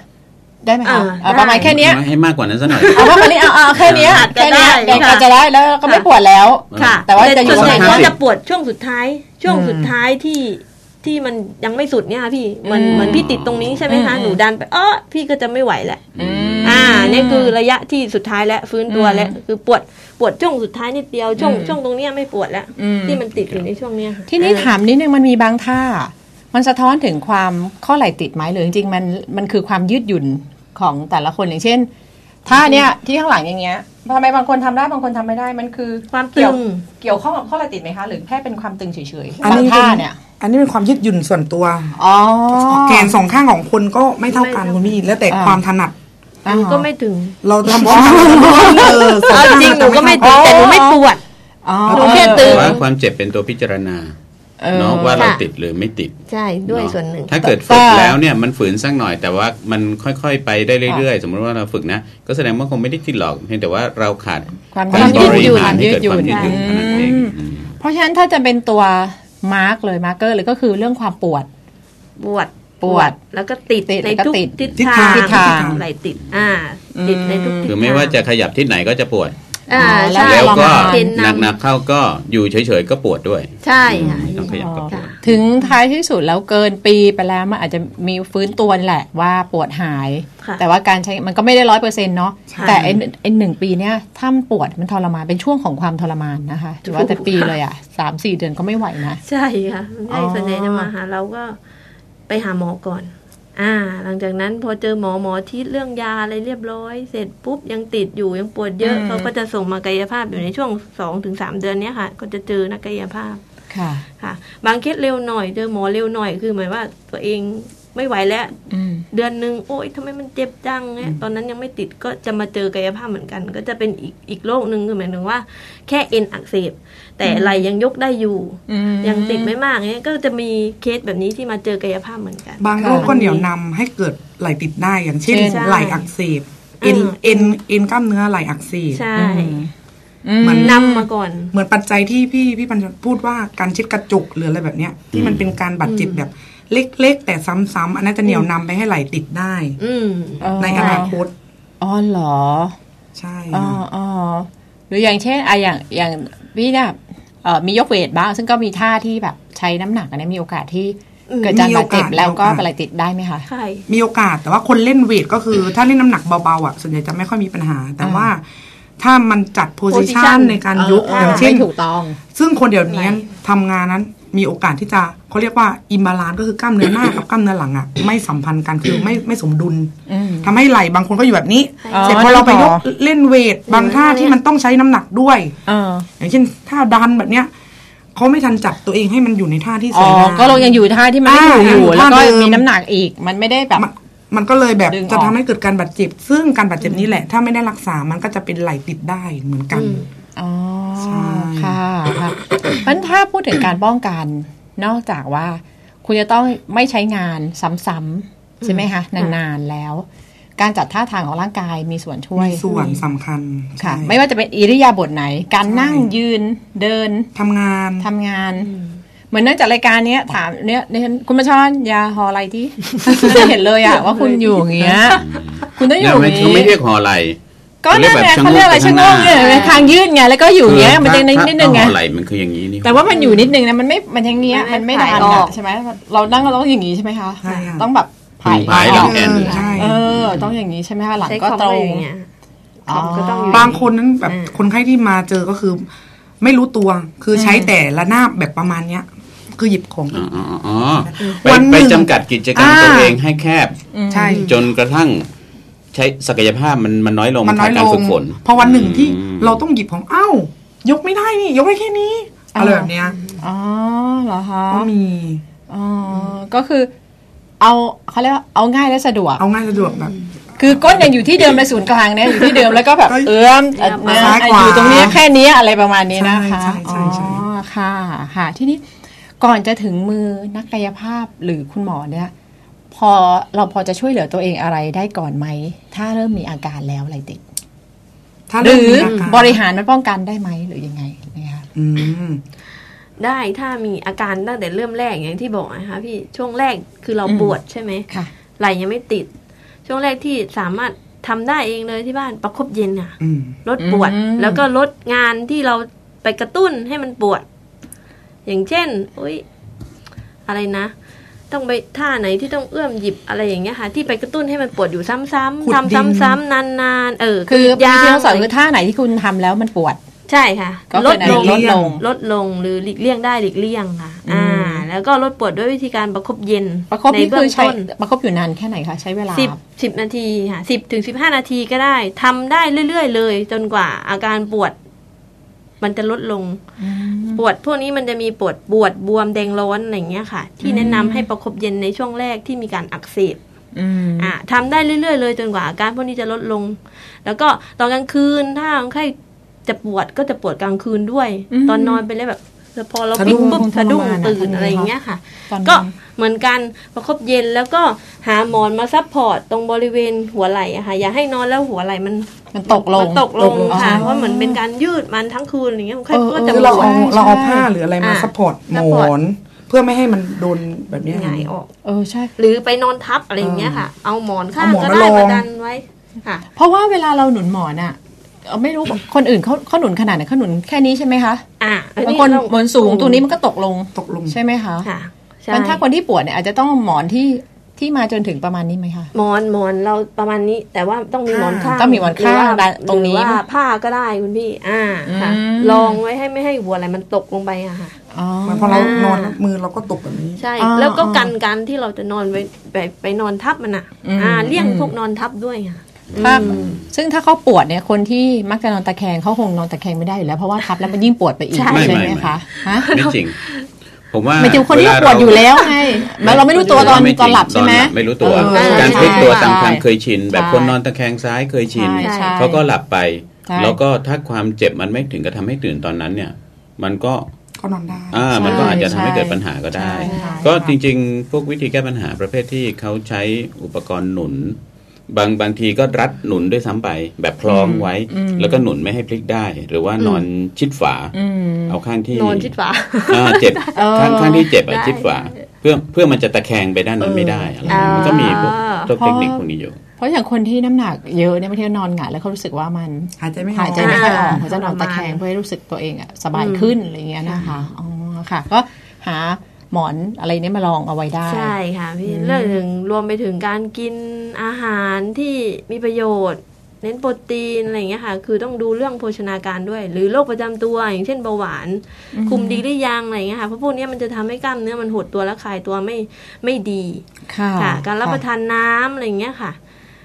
Speaker 3: ได้ไหมคะ
Speaker 5: อ่า
Speaker 3: อ่ะประมาณ
Speaker 5: ได้
Speaker 3: แค่เนี้ย
Speaker 4: ให้มากกว่านั้นซะหน่อย
Speaker 3: เอาว่าคนนี้เอาเอาแค่เนี้ย
Speaker 5: อาจจะ
Speaker 3: แค่เนี้ย
Speaker 5: ได้
Speaker 3: เด็ก
Speaker 5: ค่ะ
Speaker 3: อาจจะได้แล้วก็ไม่ปวดแล้ว
Speaker 5: ค่ะ
Speaker 3: แต่ว่าจะอยู่
Speaker 5: ส่วนใหญ่
Speaker 3: ประมาณ
Speaker 4: 50
Speaker 5: เขาจะปวดช่วงสุดท้าย ช่วง
Speaker 6: อืม
Speaker 5: สุดท้ายที่ที่มันยังไม่สุดเนี่ยค่ะพี่เหมือน
Speaker 3: อืม
Speaker 5: เหมือนพี่ติดตรงนี้ใช่ไหมคะ
Speaker 3: อืม
Speaker 5: หนูดันไปเออพี่ก็จะไม่ไหวแหละ
Speaker 3: อืม
Speaker 5: อ่านี่คือระยะที่สุดท้ายแล้วฟื้นตัวแล้ว
Speaker 3: อืม
Speaker 5: คือปวดปวดช่วงสุดท้ายนิดเดียวช่วง
Speaker 3: อืม
Speaker 5: ช่วงตรงเนี้ยไม่ปวดแล้ว
Speaker 3: อืม
Speaker 5: ที่มันติดอยู่ในช่วงเนี้ยค่ะ
Speaker 3: ทีนี้
Speaker 5: เออ
Speaker 3: ถามนิดนึงมันมีบางท่า มันสะท้อนถึงความข้อไหล่ติดไหมหรือจริงๆมันมันคือความยืดหยุ่นของแต่ละคนอย่างเช่นท่าเนี้ยที่ข้างหลังอย่างเงี้ยทำไมบางคนทำได้บางคนทำไม่ได้มันคือ
Speaker 5: ความตึง
Speaker 3: เกี่ยเกี่ยวข้องกับข้อไหล่ติดไหมคะหรือแค่เป็นความตึงเฉย
Speaker 6: อั
Speaker 3: ๆบาง
Speaker 6: ป็
Speaker 3: ท่าเนี่ย
Speaker 6: อันนี้เป็นความยืดหยุ่นส่วนตัว
Speaker 3: อ๋อ
Speaker 6: แขนสองข้างของคนก็ไม่เท่ากันคุณพี่แล้วแต่
Speaker 3: อ่า
Speaker 6: ความถนัด
Speaker 5: หนูก็ไม่ถึง
Speaker 6: เราทำเออสอง
Speaker 5: เอาจ
Speaker 6: ข้า
Speaker 5: ริง
Speaker 6: อา
Speaker 5: หนูก็ไม่
Speaker 6: เท่า
Speaker 5: ถึงแต่หนูไม่ปวด
Speaker 3: อ๋อ
Speaker 5: หนูแค่ตึง
Speaker 4: แต่ว่าความเจ็บเป็นตัวพิจารณา
Speaker 3: ออ
Speaker 4: เนาะว่าเรา
Speaker 5: ค่ะ
Speaker 4: ติดหรือไม่ติด
Speaker 5: ใช่ด้วย
Speaker 4: เอะ
Speaker 5: ส่วนหนึ่ง
Speaker 4: ถ้าเกิดฝึกแล้วเนี่ยมันฝืนสักหน่อยแต่ว่ามันค่อยๆไปได้เรื่อยๆ สมมติว่าเราฝึกนะ ก็แสดงว่าคงไม่ได้ติดหรอกเพียงแต่ว่าเราขาด
Speaker 3: ความ
Speaker 4: การ
Speaker 3: ยื
Speaker 4: บ
Speaker 3: ด
Speaker 4: ริ
Speaker 3: หยุ่น
Speaker 4: หารให้เกิดความยืดหยุ่น
Speaker 3: ยืดหยุ่น
Speaker 4: เท่านั้นเองอืม
Speaker 3: เพราะฉะนั้นถ้าจะเป็นตัวมาร์กเลยมาร์เกอร์เลยก็คือเรื่องความปวด
Speaker 5: ปวด
Speaker 3: ปวด
Speaker 5: แล้วก็ติด
Speaker 3: ติด
Speaker 5: ใน
Speaker 3: แล้วก็
Speaker 5: ทุก
Speaker 3: ติด
Speaker 5: ทิศ
Speaker 6: ทิศ
Speaker 5: ทา
Speaker 6: ทาง ง
Speaker 3: ทิศทาง
Speaker 5: ไหลติดอ่า
Speaker 3: อืม
Speaker 5: ติดในทุกทิศ
Speaker 4: คือไม่ว่าจะขยับที่ไหนก็จะปวด
Speaker 5: อ่า
Speaker 3: แล้
Speaker 5: ใช่
Speaker 4: แล้วก็
Speaker 5: เป็ำ
Speaker 4: หนักๆเข้าก็อยู่เฉยๆก็ปวดด้วย
Speaker 5: ใช่ค่ะ
Speaker 4: ต้องขยับก็ปวด
Speaker 3: ถึงท้ายที่สุดแล้วเกินปีไปแล้วมันอาจจะมีฟื้นตัวแหละว่าปวดหาย
Speaker 5: ค่ะ
Speaker 3: แต่ว่าการใช้มันก็ไม่ได้ร้อยเปอร์เซ็นต์เนาะ
Speaker 5: ใช่
Speaker 3: แต่ไอ้ไอ้หนึ่งปีเนี่ยถ้ามันปวดมันทรมานเป็นช่วงของความทรมานนะคะถือว่าแต่
Speaker 5: ถูก
Speaker 3: ปีเลยอ่ะสามสี่เดือนก็ไม่ไหวนะ
Speaker 5: ใช่ค่ะใช่
Speaker 3: อ๋อ
Speaker 5: ส่วนใหญ่จะมาหาเราก็ไปหาหมอก่อน อ่า หลังจากนั้นพอเจอหมอหมอที่เรื่องยาอะไรเรียบร้อย เสร็จปุ๊บยังติดอยู่ยังปวดเยอะเขาก็จะส่งมากายภาพอยู่ในช่วงสองถึงสามเดือนเนี้ยค่ะ ก็จะเจอนักกายภาพ
Speaker 3: ค่ะ
Speaker 5: ค่ะบางเคสเร็วหน่อยเจอหมอเร็วหน่อยคือหมายว่าตัวเองไม่ไหวแล้ว
Speaker 3: อืม
Speaker 5: เดือนหนึ่งโอ๊ยทำไมมันเจ็บจังเนี่ยตอนนั้นยังไม่ติดก็จะมาเจอกายภาพเหมือนกัน ก็จะเป็นอีกอีกโรคหนึ่งคือหมายถึงว่าแค่เอ็นอักเสบ แต่ไหลยังยกได้อยู่
Speaker 3: อืม
Speaker 5: ยังติดไม่มากเนี่ยก็จะมีเคสแบบนี้ที่มาเจอกายภาพเหมือนกัน
Speaker 6: บางโรคก็เหนี่ยวนำให้เกิดไหลติดได้อย่างเช่น
Speaker 3: เช่น
Speaker 6: ไหลอักเสบเอ็น
Speaker 5: อ่า
Speaker 6: เอ็นเอ็นกล้ามเนื้อไหลอักเสบ
Speaker 5: ใช่
Speaker 6: เหมือน
Speaker 5: นำมาก่อน
Speaker 6: เหมือนปัจจัยที่พี่พี่ปัญญาพูดว่าการเช็ดกระจกหรืออะไรแบบเนี้ยที่มันเป็นการบาดเจ็บแบบเล็กๆ แต่ซ้ำๆอันนั้นจะเหนี่ยวนำไปให้ไหลติดได้
Speaker 5: อืม
Speaker 3: เออ
Speaker 6: ในอนาคต
Speaker 3: อ๋อเหรอ
Speaker 6: ใช่
Speaker 3: อ๋ออ๋อหรืออย่างเช่นอะอย่างอย่างพี่ดาบเอ่อมียกเวทบ้าง ซึ่งก็มีท่าที่แบบใช้น้ำหนักอันนี้มีโอกาสที่เกิดจากบาดเจ็บแล้วก็อะไรติดได้ไหมคะ
Speaker 5: ใช่
Speaker 6: มีโอกาสแต่ว่าคนเล่นเวทก็คือ ถ้าเล่นน้ำหนักเบาๆอ่ะส่วนใหญ่จะไม่ค่อยมีปัญหา แต่ว่า ถ้ามันจัดโพสิชัน
Speaker 5: position
Speaker 6: ในการยกอย่างเช่น
Speaker 3: ไม่ถูกต้อง
Speaker 6: ซึ่งคนเดี๋ยวนี้ทำงานนั้นมีโอกาสที่จะเขาเรียกว่าอิมบาลานก็คือกล้ามเนื้อหน้า กับกล้ามเนื้อหลังอ่ะไม่สัมพันธ์กันคือไม่ไม่สมดุล
Speaker 3: อืม
Speaker 6: ทำให้ไหล่บางคนก็อยู่แบบนี้
Speaker 3: อ๋อ
Speaker 6: เสร็จพอเราไป
Speaker 3: นี่
Speaker 6: ยก
Speaker 3: หรอ
Speaker 6: เล่นเวทบางท่าที่มันต้องใช้น้ำหนักด้วย
Speaker 3: เออ
Speaker 6: อย่างเช่นท่าดันแบบเนี้ยเขาไม่ทันจับตัวเองให้มันอยู่ในท่าที่ส
Speaker 3: อ๋
Speaker 6: ว
Speaker 3: อย
Speaker 6: งาม
Speaker 3: ก็เรายังอยู่ท่าที่มันไม่ถูก
Speaker 6: อ่า
Speaker 3: อยู่ แล้วก็
Speaker 6: ท่าเดิม
Speaker 3: มีน้ำหนักอีก มันไม่ได้แบบ
Speaker 6: มันมันก็เลยแบบ
Speaker 3: ดึงออก
Speaker 6: จะทำให้เกิดการบาดเจ็บ ซึ่งการบาดเจ็บนี้แหละ ถ้าไม่ได้รักษามันก็จะเป็นไหลติดได้เหมือนกัน
Speaker 3: อ๋อ
Speaker 6: ใช่
Speaker 3: ค่ะค่ะเพราะฉะนั้นถ้าพูดถึงการป้องกัน นอกจากว่า คุณจะต้องไม่ใช้งานซ้ำๆใช่ไหมคะนานๆแล้ว การจัดท่าทางของร่างกายมีส่วนช่วย
Speaker 6: มีส่วนสำคัญ
Speaker 3: ค่ะ
Speaker 6: ใช่
Speaker 3: ไม่ว่าจะเป็นอิริยาบถไหน การนั่ง
Speaker 6: ใช่
Speaker 3: ยืนเดิน
Speaker 6: ทำงาน
Speaker 3: ทำงาน เหมือนเนื่องจากรายการเนี้ย ถามเนี้ยเนี่ยคุณมาชอนยาหออะไรที่ ไม่เห็นเลยอะว่าคุณอยู่อย่างเงี้ย คุณต้องอ
Speaker 4: แล้
Speaker 3: ยู่อย่า
Speaker 4: วไม่
Speaker 3: ง
Speaker 4: เขาไม่เรี
Speaker 3: งี้
Speaker 4: ยกหอไหล
Speaker 3: ก็นั่นแหละ
Speaker 4: เขา
Speaker 3: เขา
Speaker 4: เรี
Speaker 3: เรีย
Speaker 4: ย
Speaker 3: ก
Speaker 4: ก
Speaker 3: อะ
Speaker 4: อะไร ไร
Speaker 3: ชะ
Speaker 4: ชะ
Speaker 3: โง
Speaker 4: โง
Speaker 3: ก
Speaker 4: ก
Speaker 3: เนี่ยทางยืดไงแล้วก็อยู่อย่างเงี้ยมันจะนิดนิดนึงไง
Speaker 4: ถ้าหอไหลมันคืออย่างนี้นี่
Speaker 3: แต่ว่ามันอยู่นิดนึงนะมันไม่มันอย่างเงี้ย
Speaker 5: มั
Speaker 3: มัน
Speaker 5: นไม่
Speaker 3: ไม่ได้
Speaker 5: ผาย
Speaker 3: น
Speaker 5: ออ
Speaker 3: อะ
Speaker 5: ก
Speaker 3: ใช่ไหมเรานั่งเราต้องอย่างงี้ใช่ไหมคะ
Speaker 6: ใช่ค่ะ
Speaker 3: ต้องแบบผ
Speaker 4: ผายหลัง
Speaker 3: อ
Speaker 4: แอ
Speaker 3: อก
Speaker 4: น
Speaker 6: ใช่
Speaker 3: เออ ต้องอย่างนี้ใช่ไหมคะหลัง
Speaker 5: ใช้
Speaker 3: ก็
Speaker 5: คอม
Speaker 3: ตร
Speaker 5: อะ
Speaker 3: ง
Speaker 5: ไรอย่างเงี้ยคอมก็ต้องอยู่
Speaker 6: บางคนนั้นแบบ
Speaker 5: อืม
Speaker 6: คนไข้ที่มาเจอก็คือ ไม่รู้ตัวคือใช้แต่ละนาบแบบประมาณเนี้ย คือหยิบของ
Speaker 4: อ๋ออ๋ออ๋อไป
Speaker 6: วันหนึ่ง
Speaker 4: ไปจำกัดกิจกรรม
Speaker 6: อ่า
Speaker 4: ตัวเองให้แคบ
Speaker 6: ใช่
Speaker 4: จนกระทั่งใช้ศักยภาพมันมันน้อยลง
Speaker 6: มันน้อย
Speaker 4: ขาด
Speaker 6: ล
Speaker 4: การ
Speaker 6: ง
Speaker 4: ฝึกฝน
Speaker 6: พอวันหนึ่งที่
Speaker 4: อืม
Speaker 6: เราต้องหยิบของเอ้า ยกไม่ได้นี่ ยกได้แค่นี้
Speaker 3: อ่า
Speaker 6: อะไรแบบเนี้ย
Speaker 3: อ๋อเหรอคะ
Speaker 6: ก็มี
Speaker 3: อ๋ออก็คือเอาเขาเรียกว่าเอาง่ายและสะดวก
Speaker 6: เอาง่ายสะดวกแบบ
Speaker 3: คือก้นยังอยู่ที่เดิมในศูนย์กลางเนี่ยอยู่ที่เดิมแล้วก็แบบ
Speaker 6: ก็
Speaker 3: เอื้อมเอ่อ
Speaker 6: เอื้อม
Speaker 3: เอ่
Speaker 6: ซ้าย
Speaker 3: อ
Speaker 6: ขวา
Speaker 3: อยู่ตรงเนี้ยแค่เนี้ยอะไรประมาณนี้นะคะ
Speaker 6: ใช่ใช่ใช่
Speaker 3: อ๋
Speaker 6: ใช่
Speaker 3: อค่ะค่ะ ที่นี้ก่อนจะถึงมือนักกายภาพหรือคุณหมอเนี่ยพอเราพอจะช่วยเหลือตัวเองอะไรได้ก่อนไหม ถ้าเริ่มมีอาการแล้วอะไรติด
Speaker 6: ถ้า
Speaker 3: หรือ
Speaker 6: เมมีาการ
Speaker 3: บริหารมันป้องกันได้ไหมหรือยังไงนะคะ
Speaker 6: อืม
Speaker 5: ได้ถ้ามีอาการตั้งแต่เริ่มแรกอย่างที่บอกนะคะพี่ช่วงแรกคือเราปวดใช่ไหม
Speaker 3: ค่ะ
Speaker 5: ไหล่ยังไม่ติด ช่วงแรกที่สามารถทำได้เองเลยที่บ้านประคบเย็นอ่ะ
Speaker 6: อืม
Speaker 5: ลดปวด
Speaker 3: อืม
Speaker 5: แล้วก็ลดงานที่เราไปกระตุ้นให้มันปวด อย่างเช่นอุ้ยอะไรนะ ต้องไปท่าไหนที่ต้องเอื้อมหยิบอะไรอย่างเงี้ยค่ะ ที่ไปกระตุ้นให้มันปวดอยู่ซ้ำ
Speaker 6: ขุด
Speaker 5: ๆทำ
Speaker 6: ดิน
Speaker 5: ซ้ำๆนานๆเออ
Speaker 3: คือ
Speaker 5: ด
Speaker 3: ยาที่เราสอน
Speaker 5: เล
Speaker 3: คื
Speaker 5: ย
Speaker 3: อท่าไหนที่คุณทำแล้วมันปวด
Speaker 5: ใช่ค่ะ
Speaker 3: ก็
Speaker 5: ล
Speaker 3: คือ
Speaker 5: ด
Speaker 3: นั้น
Speaker 5: ลง
Speaker 3: ลดลง
Speaker 5: ลดลงหรือหลีกเลี่ยงได้หลีกเลี่ยงค่ะ อ่า
Speaker 3: อืม
Speaker 5: แล้วก็ลดปวดด้วยวิธีการประคบเย็น
Speaker 3: ประคบ
Speaker 5: ใน
Speaker 3: นี่
Speaker 5: เบื้
Speaker 3: คือ องใช้
Speaker 5: ต้น
Speaker 3: ประคบอยู่นานแค่ไหนคะใช้เวลา
Speaker 5: สิบสิบนาทีค่ะสิบถึงสิบห้านาทีก็ได้ทำได้เรื่อยๆ เลย จนกว่าอาการปวด มันจะลดลง ปวดพวกนี้มันจะมีปวดปวดบวมแดงร้อนอะไรอย่างเงี้ยค่ะ ที่แนะนำให้ประคบเย็นในช่วงแรกที่มีการอักเสบ
Speaker 3: อืม
Speaker 5: อ่ะทำได้เรื่อยๆเลยจนกว่าอาการพวกนี้จะลดลง แล้วก็ตอนกลางคืนถ้าคนไข้จะปวดก็จะปวดกลางคืนด้วย
Speaker 3: อืม
Speaker 5: ตอนนอนไปเลยแบบแล้วพอเรา
Speaker 6: สะดุ้
Speaker 5: ปิ๊ก
Speaker 6: ง
Speaker 5: ปุ๊บสะดุ้ง
Speaker 3: ทรมานอะ
Speaker 5: ตื่น
Speaker 3: ทำไง
Speaker 5: อะไรอย่าง
Speaker 3: คะ
Speaker 5: เงี้ยค่ะ
Speaker 3: ตอน
Speaker 5: ก็
Speaker 3: นั้น
Speaker 5: เหมือนกันประคบเย็นแล้วก็หาหมอนมาซับพอร์ตตรงบริเวณหัวไหล่อะค่ะ อย่าให้นอนแล้วหัวไหล่มัน
Speaker 3: มันตกลง
Speaker 5: มันตกลง
Speaker 3: ตกลง
Speaker 5: ค่ะ
Speaker 3: อ๋อ
Speaker 5: เพราะเหมือนเป็นการยืดมันทั้งคืนอย่างเงี้ยมัน
Speaker 6: เออ
Speaker 5: ก็
Speaker 6: เอ
Speaker 5: จะ
Speaker 6: อ
Speaker 5: ป
Speaker 6: เรา
Speaker 5: วด
Speaker 3: ใช่
Speaker 6: เอาเราเอา
Speaker 3: ใช่
Speaker 6: ผ้าหรืออะไรมา
Speaker 5: อ่ะ
Speaker 6: ซัพพอร์ตหม
Speaker 5: support
Speaker 6: อน เพื่อไม่ให้มันโดนแบบเนี้ย
Speaker 5: หงายออก
Speaker 3: เออใช่
Speaker 5: หรือไปนอนทับอะไรอย่างเงี้ยค่ะ เอาหมอนข้าง
Speaker 6: เอาหมอน
Speaker 5: ก็
Speaker 6: มา
Speaker 5: ได้
Speaker 6: รอง
Speaker 5: มาดันไว้ค่ะ
Speaker 3: เพราะว่าเวลาเราหนุนหมอนอะเอ่อไม่รู้คนอื่นเขาเขาหนุนขนาดไหนเขาหนุนแค่นี้ใช่ไหมคะ
Speaker 5: อ่ะอั
Speaker 3: บางคน
Speaker 5: เร
Speaker 3: หมอนสูงตัวนี้มันก็ตกลง
Speaker 6: ตกลง
Speaker 3: ใช่ไหมคะ
Speaker 5: ค่ะใช่
Speaker 3: มันถ้าคนที่ปวดเนี่ยอาจจะต้องหมอนที่ที่มาจนถึงประมาณนี้ไหมคะ
Speaker 5: หมอนหมอนเราประมาณนี้ แต่ว่าต้องมีหมอนข้าง
Speaker 3: ต้องมีหมอนข้าง
Speaker 5: รืว่
Speaker 3: ดันตรงนี้
Speaker 5: หอว่าผ้าก็ได้คุณพี่ อ่าค่ะ
Speaker 3: อืม
Speaker 5: รองไว้ให้ไม่ให้หัวอะไรมันตกลงไปอะค่ะ
Speaker 3: อ๋อ
Speaker 6: มันพอเรา
Speaker 5: อ่าน น
Speaker 6: อนแล้วมือเราก็ตกแบบนี้
Speaker 5: ใช่
Speaker 3: อ่า
Speaker 5: แล้วก็
Speaker 3: อ่ากั
Speaker 5: กันการที่เราจะนอนไปไปไปนอนทับมันอ่ะ
Speaker 3: อืม
Speaker 5: อ่าเลี่ยง
Speaker 3: อืม
Speaker 5: พวกนอนทับด้วยค่ะ
Speaker 3: ถ้าซึ่งถ้าเขาปวดเนี่ยคนที่มักจะนอนตะแคงเขาคงนอนตะแคงไม่ได้อยู่แล้วเพราะว่าทับแล้วมันยิ่งปวดไปอีก
Speaker 5: ใช่
Speaker 3: ใช่ไห
Speaker 4: ไม่
Speaker 3: ม
Speaker 4: ไม่
Speaker 3: คะฮะ
Speaker 4: ไม่จริง ผมว่า
Speaker 3: ไม่ถึงคนที่
Speaker 4: เา
Speaker 3: ปวดอยู่แล้วไงแล้วเราไม่รู้ตัวตอน
Speaker 4: ไม่จริง
Speaker 3: ตอนหลับใช่ไหม
Speaker 4: ตอนลับไม่รู้ตัว
Speaker 3: เออ
Speaker 4: การพ
Speaker 5: ใช่
Speaker 4: ลิกตัวตาม
Speaker 3: ใช่
Speaker 4: ความเคยชิน แบบ
Speaker 3: ใช่
Speaker 4: คนนอนตะแคงซ้ายเคยชิน
Speaker 3: ใช่ใช่
Speaker 4: เขาก็หลับไป
Speaker 3: ใช่
Speaker 4: แล้วก็ถ้าความเจ็บมันไม่ถึงกระทำให้ตื่นตอนนั้นเนี่ย มันก็
Speaker 6: ก็นอนได้
Speaker 4: อ่า
Speaker 3: ใช่
Speaker 4: มันก็อาจจะทำให้เกิดปัญหาก็ได้
Speaker 3: ใช่ค่ะ
Speaker 4: ก็จริงๆ พวกวิธีแก้ปัญหาประเภทที่เขาใช้อุปกรณ์หนุน บางบางทีก็รัดหนุนด้วยซ้ำไป แบบคล้องไว้
Speaker 3: อืม
Speaker 4: แล้วก็หนุนไม่ให้พลิกได้ หรือว่านอนชิดฝา
Speaker 3: อืม
Speaker 4: เอาข้างที่
Speaker 5: นอนชิดฝา
Speaker 4: อ่าเจ็บ
Speaker 3: เออ
Speaker 4: ข้างข้างที่เจ็บอะ
Speaker 5: ได้
Speaker 4: ชิดกว่า เพื่อเพื่อมันจะตะแคงไปด้านนั้นไม่ได้อะไร
Speaker 5: เออ
Speaker 4: มันก็มีพวกพวกเทคนิคพวกนี้อยู่
Speaker 3: พอ ราะอย่างคนที่น้ำหนักเยอะเนี่ยบางทีนอนหงายแล้วเขารู้สึกว่ามัน
Speaker 6: หายใจไม่ออก
Speaker 3: หายใจไม่ค่อยออก
Speaker 5: อ่า
Speaker 3: เขาจะนอนตะแคง
Speaker 5: ประมาณ
Speaker 3: เพื่อให้รู้สึกตัวเองอะสบายขึ้นอะไรเงี้ยนะคะอ๋อค่ะ ก็หาหมอนอะไรเนี้มาลองเอาไว้ได้
Speaker 5: ใช่ค่ะพี่
Speaker 3: อืม
Speaker 5: เรื่องถึงรวมไปถึงการกินอาหารที่มีประโยชน์ เน้นโปรตีนอะไรอย่างเงี้ยค่ะ คือต้องดูเรื่องโภชนาการด้วย หรือโรคประจำตัวอย่างเช่นเบาหวาน คุมดีหรือยังอะไรอย่างเงี้ยค่ะเพราะพวกเนี้ยมันจะทำให้กล้ามเนื้อมันหดตัวและคลายตัวไม่ไม่ดี
Speaker 3: ค่ะ
Speaker 5: ค่ะ การรับประทานน้ำอะไรอย่างเงี้ยค่ะ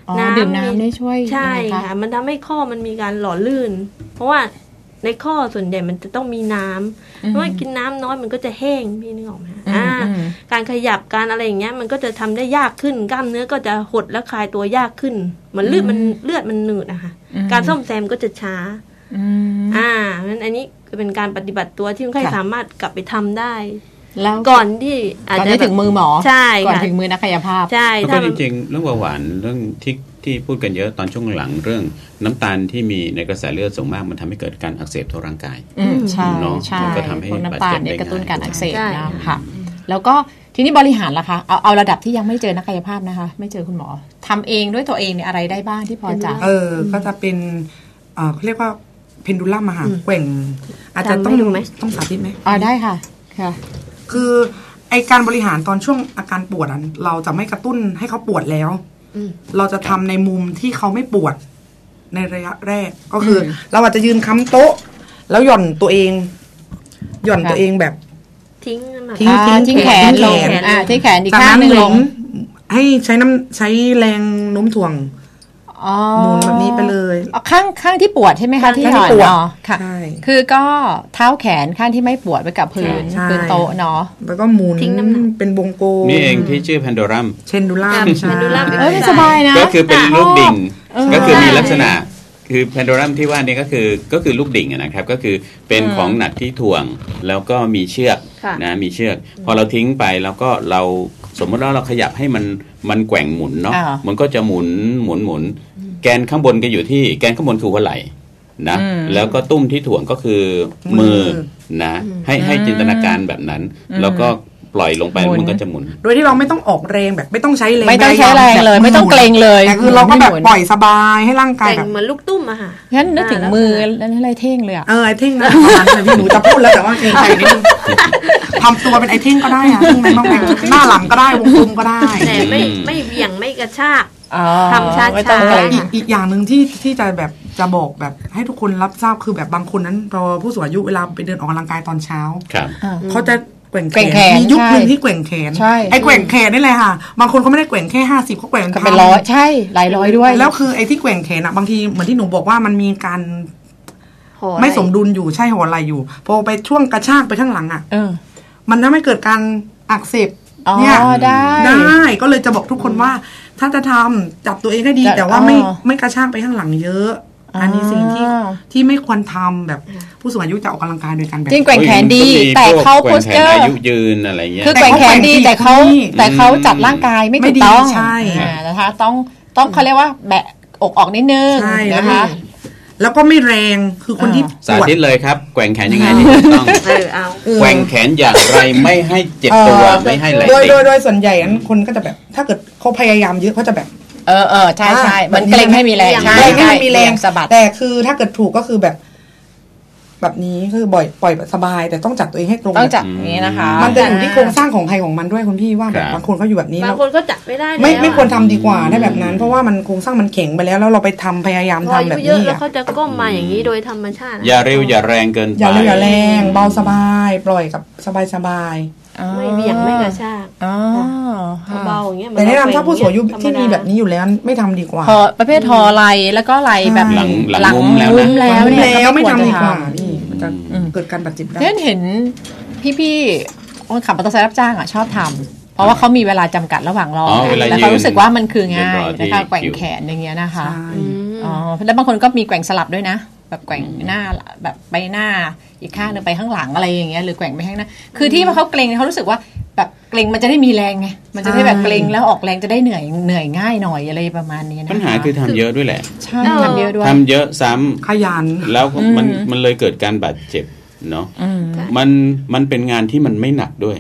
Speaker 3: อ๋อ
Speaker 5: น้ำ
Speaker 3: ดื่มน้ำได้ช่วย
Speaker 5: ใช่
Speaker 3: ยังไง
Speaker 5: ค่ะ มันทำให้ข้อมันมีการหล่อลื่น เพราะว่าในข้อส่วนใหญ่มันจะต้องมีน้ำเพราะว่ากินน้ำน้อยมันก็จะแห้งพี่นึกออกไหมคะอ่า การขยับการอะไรอย่างเงี้ยมันก็จะทำได้ยากขึ้น กล้ามเนื้อก็จะหดและคลายตัวยากขึ้นเหมือนเลือดมันเลือดมันหนืดนะคะ
Speaker 3: อืม
Speaker 5: การซ่อมแซมก็จะช้า
Speaker 3: อืม
Speaker 5: อ่างั้นอันนี้ก็เป็นการปฏิบัติตัวที่คนไข้
Speaker 3: ค่ะ
Speaker 5: สามารถกลับไปทำได้
Speaker 3: แล้ว
Speaker 5: ก่อนที่อาจ
Speaker 3: ก่อน
Speaker 5: จะ
Speaker 3: ที่ถึงมือหมอ
Speaker 5: ใช่
Speaker 3: ก่อน
Speaker 5: ค่ะ
Speaker 3: ถึงมือนักกายภาพ
Speaker 5: ใช่
Speaker 4: แล้ว
Speaker 5: ถ้า
Speaker 4: ก็
Speaker 5: มั
Speaker 4: จ
Speaker 5: น
Speaker 4: ริงๆเรื่องเบาหวานเรื่องที่ที่พูดกันเยอะตอนช่วงหลังเรื่องน้ำตาลที่มีในกระแสเลือดสูงมากมันทำให้เกิดการอักเสบทั่วร่างกาย
Speaker 3: อืมใช่
Speaker 4: เนอะ
Speaker 3: ใช่
Speaker 4: มันก็ทำให้
Speaker 3: พวกน้ำตาล
Speaker 4: บาดเจ็บ
Speaker 3: เนี่ย
Speaker 4: ได้
Speaker 3: กระตุ้นการ
Speaker 4: ง่าย
Speaker 3: อักเสบ
Speaker 5: ใช่
Speaker 3: นะคะ แล้วก็ทีนี้บริหารล่ะคะ เอาเอาระดับที่ยังไม่เจอนักกายภาพนะคะ ไม่เจอคุณหมอทำเองด้วยตัวเองเนี่ยอะไรได้บ้างที่พอจะ
Speaker 6: เออ ก็จะเป็นเอ่อเขาเรียกว่าเพนดูลัมมาหาแกว่ง อาจจะ
Speaker 5: จำ
Speaker 6: ต้อง
Speaker 5: ให้ดูไหม
Speaker 6: ต้องสาธิตไหม
Speaker 3: อ๋อได้ค่ะ ค่ะ
Speaker 6: คือไอการบริหารตอนช่วงอาการปวดอะเราจะไม่กระตุ้นให้เขาปวดแล้ว
Speaker 5: อืม
Speaker 6: เราจะทำในมุมที่เขาไม่ปวดในระยะแรกก็คืออเราอาจจะยืนค้ำโต๊ะ แล้วหย่อนตัวเอง หย่อนตัวเองแบบ
Speaker 5: ทิ้งมัน
Speaker 6: ทิ้ง
Speaker 3: อ่าทิ้งแขนลง
Speaker 5: ทิ้งแขน
Speaker 3: อ่าทิ้งแขนอีก
Speaker 6: จาก
Speaker 3: ข้าง
Speaker 6: นั้น
Speaker 3: หนึ่ง
Speaker 6: ห
Speaker 3: ล
Speaker 6: มุ
Speaker 3: ง
Speaker 6: นให้ใช้น้ำใช้แรงโน้มถ่วง
Speaker 3: อ๋อ
Speaker 6: หมุนแบบนี้ไปเลย
Speaker 3: อ๋อข้างข้างที่ปวดใช่ไหมคะ
Speaker 5: ข้างที่
Speaker 3: ที่หย่อน
Speaker 6: ปวด
Speaker 3: อ๋อค่ะ
Speaker 6: ใช่
Speaker 3: คือก็เท้าแขนข้างที่ไม่ปวดไปกับพื้น
Speaker 6: ใช่
Speaker 3: พื้นโต๊ะเนาะ
Speaker 6: แล้วก็หมุน
Speaker 5: ทิ้งน้ำหนัก
Speaker 6: เป็นวงกลม
Speaker 4: นี่เองที่ชื่อแพนโดรัม
Speaker 6: เชนดูล่า
Speaker 5: ครับ
Speaker 6: ใช่
Speaker 5: pendulum
Speaker 3: เออ
Speaker 5: ใช่
Speaker 3: มันสบายนะ
Speaker 4: ก็คือเป็นลูกดิ่ง
Speaker 3: เออ
Speaker 4: ก็คือมีลักษณะคือแพนโดรัมที่ว่านี่ก็คือก็คือลูกดิ่งอะนะครับก็คือเป็นของหนักที่ถ่วงแล้วก็มีเชือก
Speaker 5: ค่ะ
Speaker 4: นะมีเชือก พอเราทิ้งไปแล้วก็เราสมมติว่าเราขยับให้มันมันแกว่งหมุนเนาะ
Speaker 3: อ่ามั
Speaker 4: มันก็จะหมุนหมุนหมุน แกนข้างบนก็อยู่ที่แกนข้างบนคือหัวไหล่นะ
Speaker 3: อืม
Speaker 4: แล้วก็ตุ้มที่ถ่วงก็คือมือ
Speaker 6: มือ
Speaker 4: นะให้ให้จินตนาการแบบนั้น แล้วก็ปล่อยลงไปแล้วมันก็จะหมุน
Speaker 6: โดยที่เราไม่ต้องออกแรงแบบ ไม่ต้องใช้แรง
Speaker 3: ไม่ต้องใช้แรงเลย
Speaker 6: บบ
Speaker 3: ไม่ต้อง
Speaker 6: หน
Speaker 3: เกรงเลย
Speaker 6: แต่คือเราก็แบบ
Speaker 3: หมุน
Speaker 6: ปล่อยสบายให้ร่างกาย
Speaker 5: แต่ง
Speaker 6: แบบ
Speaker 5: เหมือนลูกตุ้มอะค่ะ
Speaker 3: งั้นนึกถึง
Speaker 5: อ่า
Speaker 3: มือนั่นอะไรเท่งเลยอ่ะ
Speaker 6: เออไอเท่ง นะประมาณนั้นพี่หนูจะพูดแล้วแต่ว่าเองใจนิดนึงทำตัวเป็นไอเท่งก็ได้อะตรงไหนบ้างไหนหน้าหลังก็ได้วงกลมก็ได้
Speaker 5: แต่ไม่
Speaker 4: อืม
Speaker 5: ไม่เหวี่ยงไม่กระชาก
Speaker 3: อ๋อ
Speaker 5: ทำช้าๆ
Speaker 3: ไม่ต้องเกรง
Speaker 6: อีกอีกอย่างหนึ่งที่ที่จะแบบจะบอกแบบให้ทุกคนรับทราบคือแบบบางคนนั้นรอผู้สูงอายุเวลาไปเดินออกกำลังกายตอนเช้า
Speaker 4: ครับ
Speaker 6: เขาจะแกว่งแข
Speaker 3: แกว่ง
Speaker 6: น
Speaker 3: แขน
Speaker 6: มียุคหนึ่ง
Speaker 3: ใช่
Speaker 6: ที่แกว่งแขน
Speaker 3: ใช่
Speaker 6: ไอ้แกว่งแขนนี่แหละค่ะ บางคนเขาไม่ได้แกว่งแค่ห้าสิบเขาแกว่ง
Speaker 3: ก็เป็น
Speaker 6: พั
Speaker 3: ร้อยใช่ หลายร้อยด้วย
Speaker 6: แล้วคือไอ้ที่แกว่งแขนอะบางทีเหมือนที่หนูบอกว่ามันมีการ
Speaker 5: ห่ออะร
Speaker 6: ไม่สมดุลอยู่ใช่หัวไหลอยู่ พอไปช่วงกระชากไปข้างหลังอะ
Speaker 3: เออ
Speaker 6: มันทำให้เกิดการอักเสบ
Speaker 3: อ๋อ
Speaker 6: เนี่ย
Speaker 3: ได้
Speaker 6: ได้ก็เลยจะบอกทุกคนว่า ถ้าจะทำจับตัวเองให้ดี
Speaker 3: จับ
Speaker 6: แต่ว่าไม่
Speaker 3: อ๋อ
Speaker 6: ไม่กระชากไปข้างหลังเยอะ อันนี้สิ่งที่
Speaker 3: อ่า
Speaker 6: ที่ไม่ควรทำแบบผู้สูงอายุจะออกกำลังกายโดยการแบบ
Speaker 3: จริงแกว่งแขนดี แต่เขาโพสเจอ
Speaker 4: แขน
Speaker 3: ร์
Speaker 4: อายุยืนอะไรเงี้ย
Speaker 3: คือแกว่งแขนดีแต่เขา
Speaker 6: อืม
Speaker 3: แต่เขาจัดร่างกายไม่
Speaker 6: ไม่
Speaker 3: ถูก
Speaker 6: ดี
Speaker 3: ต้อง
Speaker 6: ใช่
Speaker 3: อ่านะคะ ต้องต้องเขาเรียกว่าแบะอกออกนิดนึง
Speaker 6: ใช่แล้ว
Speaker 3: นะ
Speaker 6: ไม่
Speaker 3: คะ
Speaker 6: แล้วก็ไม่แรงคือคนที่ป
Speaker 4: สาว
Speaker 6: ด
Speaker 4: ธิตเลยครับ แกว่งแขนยังไงที่ถูกต้อง
Speaker 5: เออเอา
Speaker 4: แกว่งแขนอย่างไรไม่ให้เจ็บตัว
Speaker 6: เออ
Speaker 4: ไม่ให้ไหล
Speaker 6: โดย
Speaker 4: ติด
Speaker 6: โดยโดยส่วนใหญ่นั้นคนก็จะแบบ ถ้าเกิดเขาพยายามเยอะเขาจะแบบ
Speaker 3: เออเออใช่ใช่
Speaker 6: อ่ะ
Speaker 3: มันเกรงให้มีแรง
Speaker 5: อย่าง
Speaker 3: ใช่
Speaker 6: เกรงให้
Speaker 3: ใช่
Speaker 6: มีแรง
Speaker 3: สะบัด
Speaker 6: แต่คือถ้าเกิดถูกก็คือแบบ แบบนี้คือบ่อยปล่อยแบบสบาย แต่ต้องจับตัวเองให้ตรง
Speaker 3: ต้องจับอย่างนี้นะคะ
Speaker 6: มันจะอยู่ที่โครงสร้างของใครของมันด้วยคุณพี่ว่าแบบบางคนเขาอยู่แบบนี้
Speaker 5: บาง
Speaker 6: แล้ว
Speaker 5: คนก็จับไม่ได้
Speaker 6: ไม่
Speaker 5: แล้ว
Speaker 6: ไม่ควรทำดีกว่าถ้าแบบนั้น เพราะว่ามันโครงสร้างมันแข็งไปแล้วแล้วเราไปทำพยายาม
Speaker 5: พอ
Speaker 6: ทำ
Speaker 5: อา
Speaker 6: แบ
Speaker 5: ยุ
Speaker 6: บ
Speaker 5: เยอะ
Speaker 6: นี้
Speaker 5: แล้ว
Speaker 6: อะ
Speaker 5: เขาจะก้มมาอย่างนี้โดยธรรมชาติอะ
Speaker 4: อย่าเร็วอย่าแรงเกินไป
Speaker 6: อย่าเร็วอย่าแรงเบาสบาย ปล่อยกับสบายสบาย
Speaker 5: ไม่เบี่ยงไม่กระชาก
Speaker 3: อ๋อค่ะ
Speaker 5: เบาๆอย่างเงี้ย
Speaker 6: แต่แนะนำถ้าผู้สูงอายุ
Speaker 5: ธรรดา
Speaker 6: ที่มีแบบนี้อยู่แล้วไม่ทำดีกว่า
Speaker 3: พอประเภททอไหลแล้วก็ไหลแบบ
Speaker 6: ใช่
Speaker 4: หลังหลังมุ้มแล้ว
Speaker 3: มุ้
Speaker 4: นะ
Speaker 3: มแล้วเนี่ย
Speaker 6: แล้
Speaker 3: ก็
Speaker 6: วไม่
Speaker 3: ควร
Speaker 6: ทำดี
Speaker 3: จะ
Speaker 6: กว่าพี่มันจะเกิดการบาดเจ็บได้
Speaker 3: เพื่อนเห็นพี่ๆคนขับมอเตอร์ไซค์รับจ้างอ่ะชอบทำเพราะว่าเขามีเวลาจำกัดระหว่างรอ
Speaker 4: อ๋อเวลายืน
Speaker 3: แล้วเขารู้สึกว่ามันคือง่า
Speaker 4: ยืนร
Speaker 3: ย
Speaker 4: อที่
Speaker 3: นะคะแกว่ง
Speaker 4: คิว
Speaker 3: แขนอย่างเงี้ยนะคะ
Speaker 6: ใช่
Speaker 5: อืม
Speaker 3: อ๋อแล้วบางคนก็มีแกว่งสลับด้วยนะ แบบแกว่งหน้าแบบใบหน้าอีกข้างหนึงไปข้างหลังอะไรอย่างเงี้ยหรือแกว่งไปข้างหน้าคือที่ว่าเขาเกรงเขารู้สึกว่าแบบเกรงมันจะได้มีแรงไงมันจะได้แบบเกรงแล้วออกแรงจะได้เหนื่อยเหนื่อยง่ายหน่อยอะไรประมาณนี้นะคะ
Speaker 4: ปัญหาคือทำเยอะด้วยแหละ
Speaker 3: ใช่ทำเยอะด้วย
Speaker 4: ทำเยอะซ้ำ
Speaker 6: ขยัน
Speaker 4: แล้วก็มันมันเลยเกิดการบาดเจ็บเนาะมันมันเป็นงานที่มันไม่หนักด้วย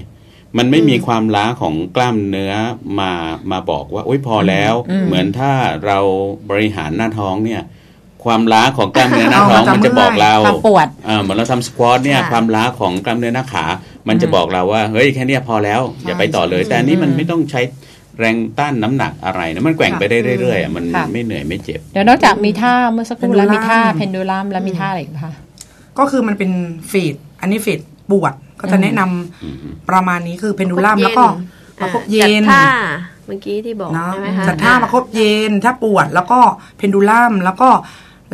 Speaker 4: มันไม่มีความล้าของกล้ามเนื้อมามาบอกว่าโอ้ยพอแล้ว เหมือนถ้าเราบริหารหน้าท้องเนี่ย ความล้าของกล้ามเนื้อหน้าท้อง
Speaker 6: เอามาจำ
Speaker 4: มันจะบอกเรา
Speaker 3: ความปวด
Speaker 4: อ่าเหมือนเราทำสควอตเนี่ย
Speaker 5: ค่ะ
Speaker 4: ความล้าของกล้ามเนื้อหน้าขา มันจะบอกเราว่าเฮ้ยแค่เนี้ยพอแล้ว อย่าไปต่อเลย แต่อันนี้มันไม่ต้องใช้แรงต้านน้ำหนักอะไรนะมันแกว่งไปได้เรื่อยๆอ่ะมัน
Speaker 3: ค่ะ
Speaker 4: ไม่เหนื่อยไม่เจ็บ
Speaker 3: เดี๋ยวนอกจากมีท่าเมื่อสักครู่แล้วมีท่า
Speaker 6: Pendulum
Speaker 3: เพนดูลัมแล้วมีท่าอะไรอีกคะ
Speaker 6: ก็คือมันเป็นเฟดอันนี้เฟดปวดก็จะแนะนำประมาณนี้คือเพนดูลัมแล้วก็ป
Speaker 5: อ่ะ
Speaker 6: ระคบเย็
Speaker 5: จั
Speaker 6: น
Speaker 5: ดท่าเมื่อกี้ที่บอก
Speaker 6: เนาะ
Speaker 5: ใช่ไหมคะ
Speaker 6: จัดท่าประคบเย็น ถ้าปวดแล้วก็เพนดูลัมแล้วก็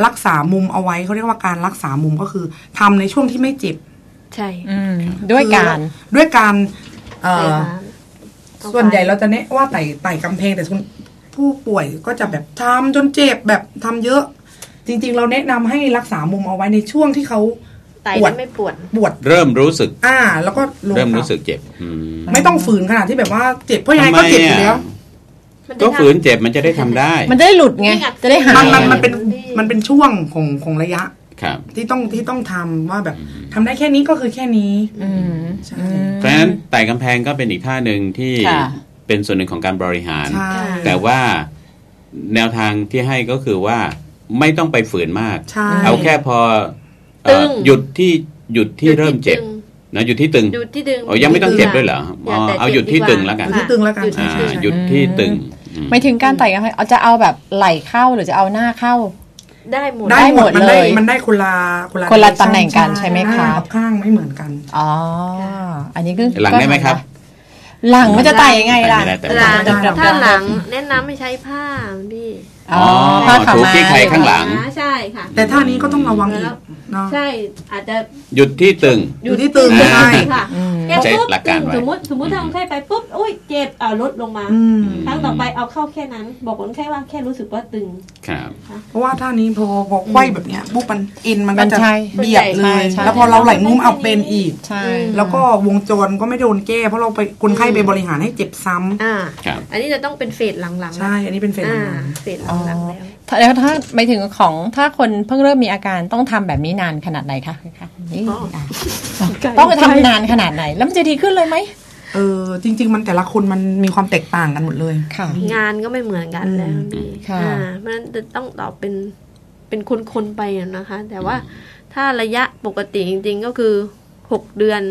Speaker 6: รักษามุมเอาไว้เขาเรียกว่าการรักษามุมก็คือทำในช่วงที่ไม่เจ็บ
Speaker 5: ใช่
Speaker 3: อืม ด้วยการ
Speaker 6: คือด้วยการเอ่
Speaker 5: ไฟ
Speaker 6: อ
Speaker 5: ฟ้าต้อง
Speaker 6: ส่วนใหญ่
Speaker 5: ไฟ
Speaker 6: เราจะเนะว่าไต่ไต่กำแพงแต่ส่วนผู้ป่วยก็จะแบบทำจนเจ็บแบบทำเยอะ จริง ๆ เราแนะนำให้รักษามุมเอาไว้ในช่วงที่เขา
Speaker 5: ไตเนี่ยไม่ปวด
Speaker 6: ปวด
Speaker 4: เริ่มรู้สึก
Speaker 6: อ่า แล้วก็ลง
Speaker 4: เริ่มรู้สึกเจ็บอืม
Speaker 6: ไม่ต้องฝืนขนาดที่แบบว่าเจ็บเพราะยังไงก็เจ็บอยู่แล้ว
Speaker 5: มัน
Speaker 4: ก็
Speaker 5: จะทำ
Speaker 4: ฝืนเจ็บมันจะได้ทำได้
Speaker 3: มันจะได้หลุดไง
Speaker 5: ไม่อยาก
Speaker 3: จะได้หา
Speaker 6: มั
Speaker 3: ย
Speaker 6: นมันมัน
Speaker 5: ไง
Speaker 6: เป็นมันเป็นช่วงของของระยะ
Speaker 4: ครับ
Speaker 6: ที่ต้องที่ต้องทำว่าแบบทำได้แค่นี้ก็คือแค่นี้
Speaker 3: อืม
Speaker 6: ใช่
Speaker 3: อืม
Speaker 4: เพราะฉะนั้นไต่กำแพงก็เป็นอีกท่าหนึ่งที่
Speaker 3: ค่ะ
Speaker 4: เป็นส่วนหนึ่งของการบริหาร
Speaker 6: ใช่
Speaker 4: แต่ว่าแนวทางที่ให้ก็คือว่าไม่ต้องไปฝืนมาก
Speaker 6: ใช่
Speaker 4: เอาแค่พอเอ่อ
Speaker 5: ตึง
Speaker 4: หยุดที่หยุดที่เริ่มเจ็บนะหยุดที่ตึง
Speaker 5: หยุดที่ดึง
Speaker 4: อ๋อยังไม่ต้องเจ็บด้วยเหรออ๋อเอาหยุดที่ตึงแล้วกัน
Speaker 6: อยู่ที่ตึงแล้วกัน
Speaker 4: อ่า
Speaker 6: ใช่ใช่
Speaker 4: หยุดที่ตึงอืม
Speaker 3: ไม่ถึงการไต่กำแพงเอาจะเอาแบบไหลเข้าหรือจะเอาหน้าเข้า
Speaker 5: ได้หมด
Speaker 6: ได้หมด
Speaker 3: ได้หมด
Speaker 6: มันได้
Speaker 3: เลย
Speaker 6: มันได้คนละ
Speaker 3: คนละตำแหน่งกันใช่ไหมคะ
Speaker 6: น้ากับข้างไม่เหมือนกัน
Speaker 3: อ๋อ อันนี้ก็
Speaker 4: หลังได้ไหมครับ
Speaker 3: หลังมันจะไต่ยังไงล่ะ
Speaker 4: ม่ด้แต่
Speaker 5: หลัง
Speaker 6: ได้ได้
Speaker 5: ถ้าหลังแนะนำไม่ใช้ผ้าพี่
Speaker 4: อ๋อถูกที่ไขข้างหลัง
Speaker 5: ใช่ค่ะ
Speaker 6: แต่ท่านี้ก็ต้องระวังอีกเนาะ
Speaker 5: ใช่ อาจจะ
Speaker 4: หยุดที่ตึง
Speaker 6: อยู่ที่ตึง
Speaker 4: อ่า
Speaker 6: ใช่
Speaker 7: ค่ะ
Speaker 3: อืม
Speaker 7: แกปุ๊บ
Speaker 4: ใช้หลักการไว้
Speaker 7: สมมติสมมติถ้าคนไข้ไปปุ๊บอุ้ยเจ็บอ่าลดลงมา
Speaker 6: อืม
Speaker 7: ครั้งต่อไปเอาเข้าแค่นั้น บอกคนไข้ว่าแค่รู้สึกว่าตึง
Speaker 4: ครับ
Speaker 6: เพราะว่าท่านี้พอพอไขว้แบบเนี้ยปุ๊บมันเอ็นมัน
Speaker 3: มั
Speaker 6: ก็
Speaker 3: น
Speaker 6: จะ
Speaker 3: ใช่
Speaker 6: เบียดเลย
Speaker 3: ใช่
Speaker 6: แล้วพอเราไหลมุมเอาเป็นอีก
Speaker 3: ใช่
Speaker 6: แล้วก็วงจรก็ไม่โดนแก้เพราะเราไปคนไข้ไปบริหารให้เจ็บซ้ำ
Speaker 5: อ่า
Speaker 4: ครับ
Speaker 5: อันนี้จะต้องเป็นเฟสหลังๆ
Speaker 6: ใช่ อันนี้เป็นเฟส
Speaker 5: อ่า
Speaker 6: หลัง
Speaker 5: เฟสหลังๆแล้ว
Speaker 3: ถ้าแล้วถ้าไปถึงของถ้าคนเพิ่งเริ่มมีอาการต้องทำแบบนี้นานขนาดไหนคะคะนี่
Speaker 5: อ๋อ
Speaker 3: อ่ะต้องทำนานขนาดไหน แล้วมันจะดีขึ้นเลยไหม
Speaker 6: ๆเออจริง ๆ มันแต่ละคนมันมีความแตกต่างกันหมดเลย
Speaker 3: ค่ะ
Speaker 5: งานก็ไม่เหมือนกันแล้วพี่
Speaker 3: ค่ะ
Speaker 5: อ่าเพราะฉะนั้นจะต้องตอบเป็นเป็นคนๆไปอะนะคะ แต่ว่าถ้าระยะปกติจริงๆก็คือหกเดือน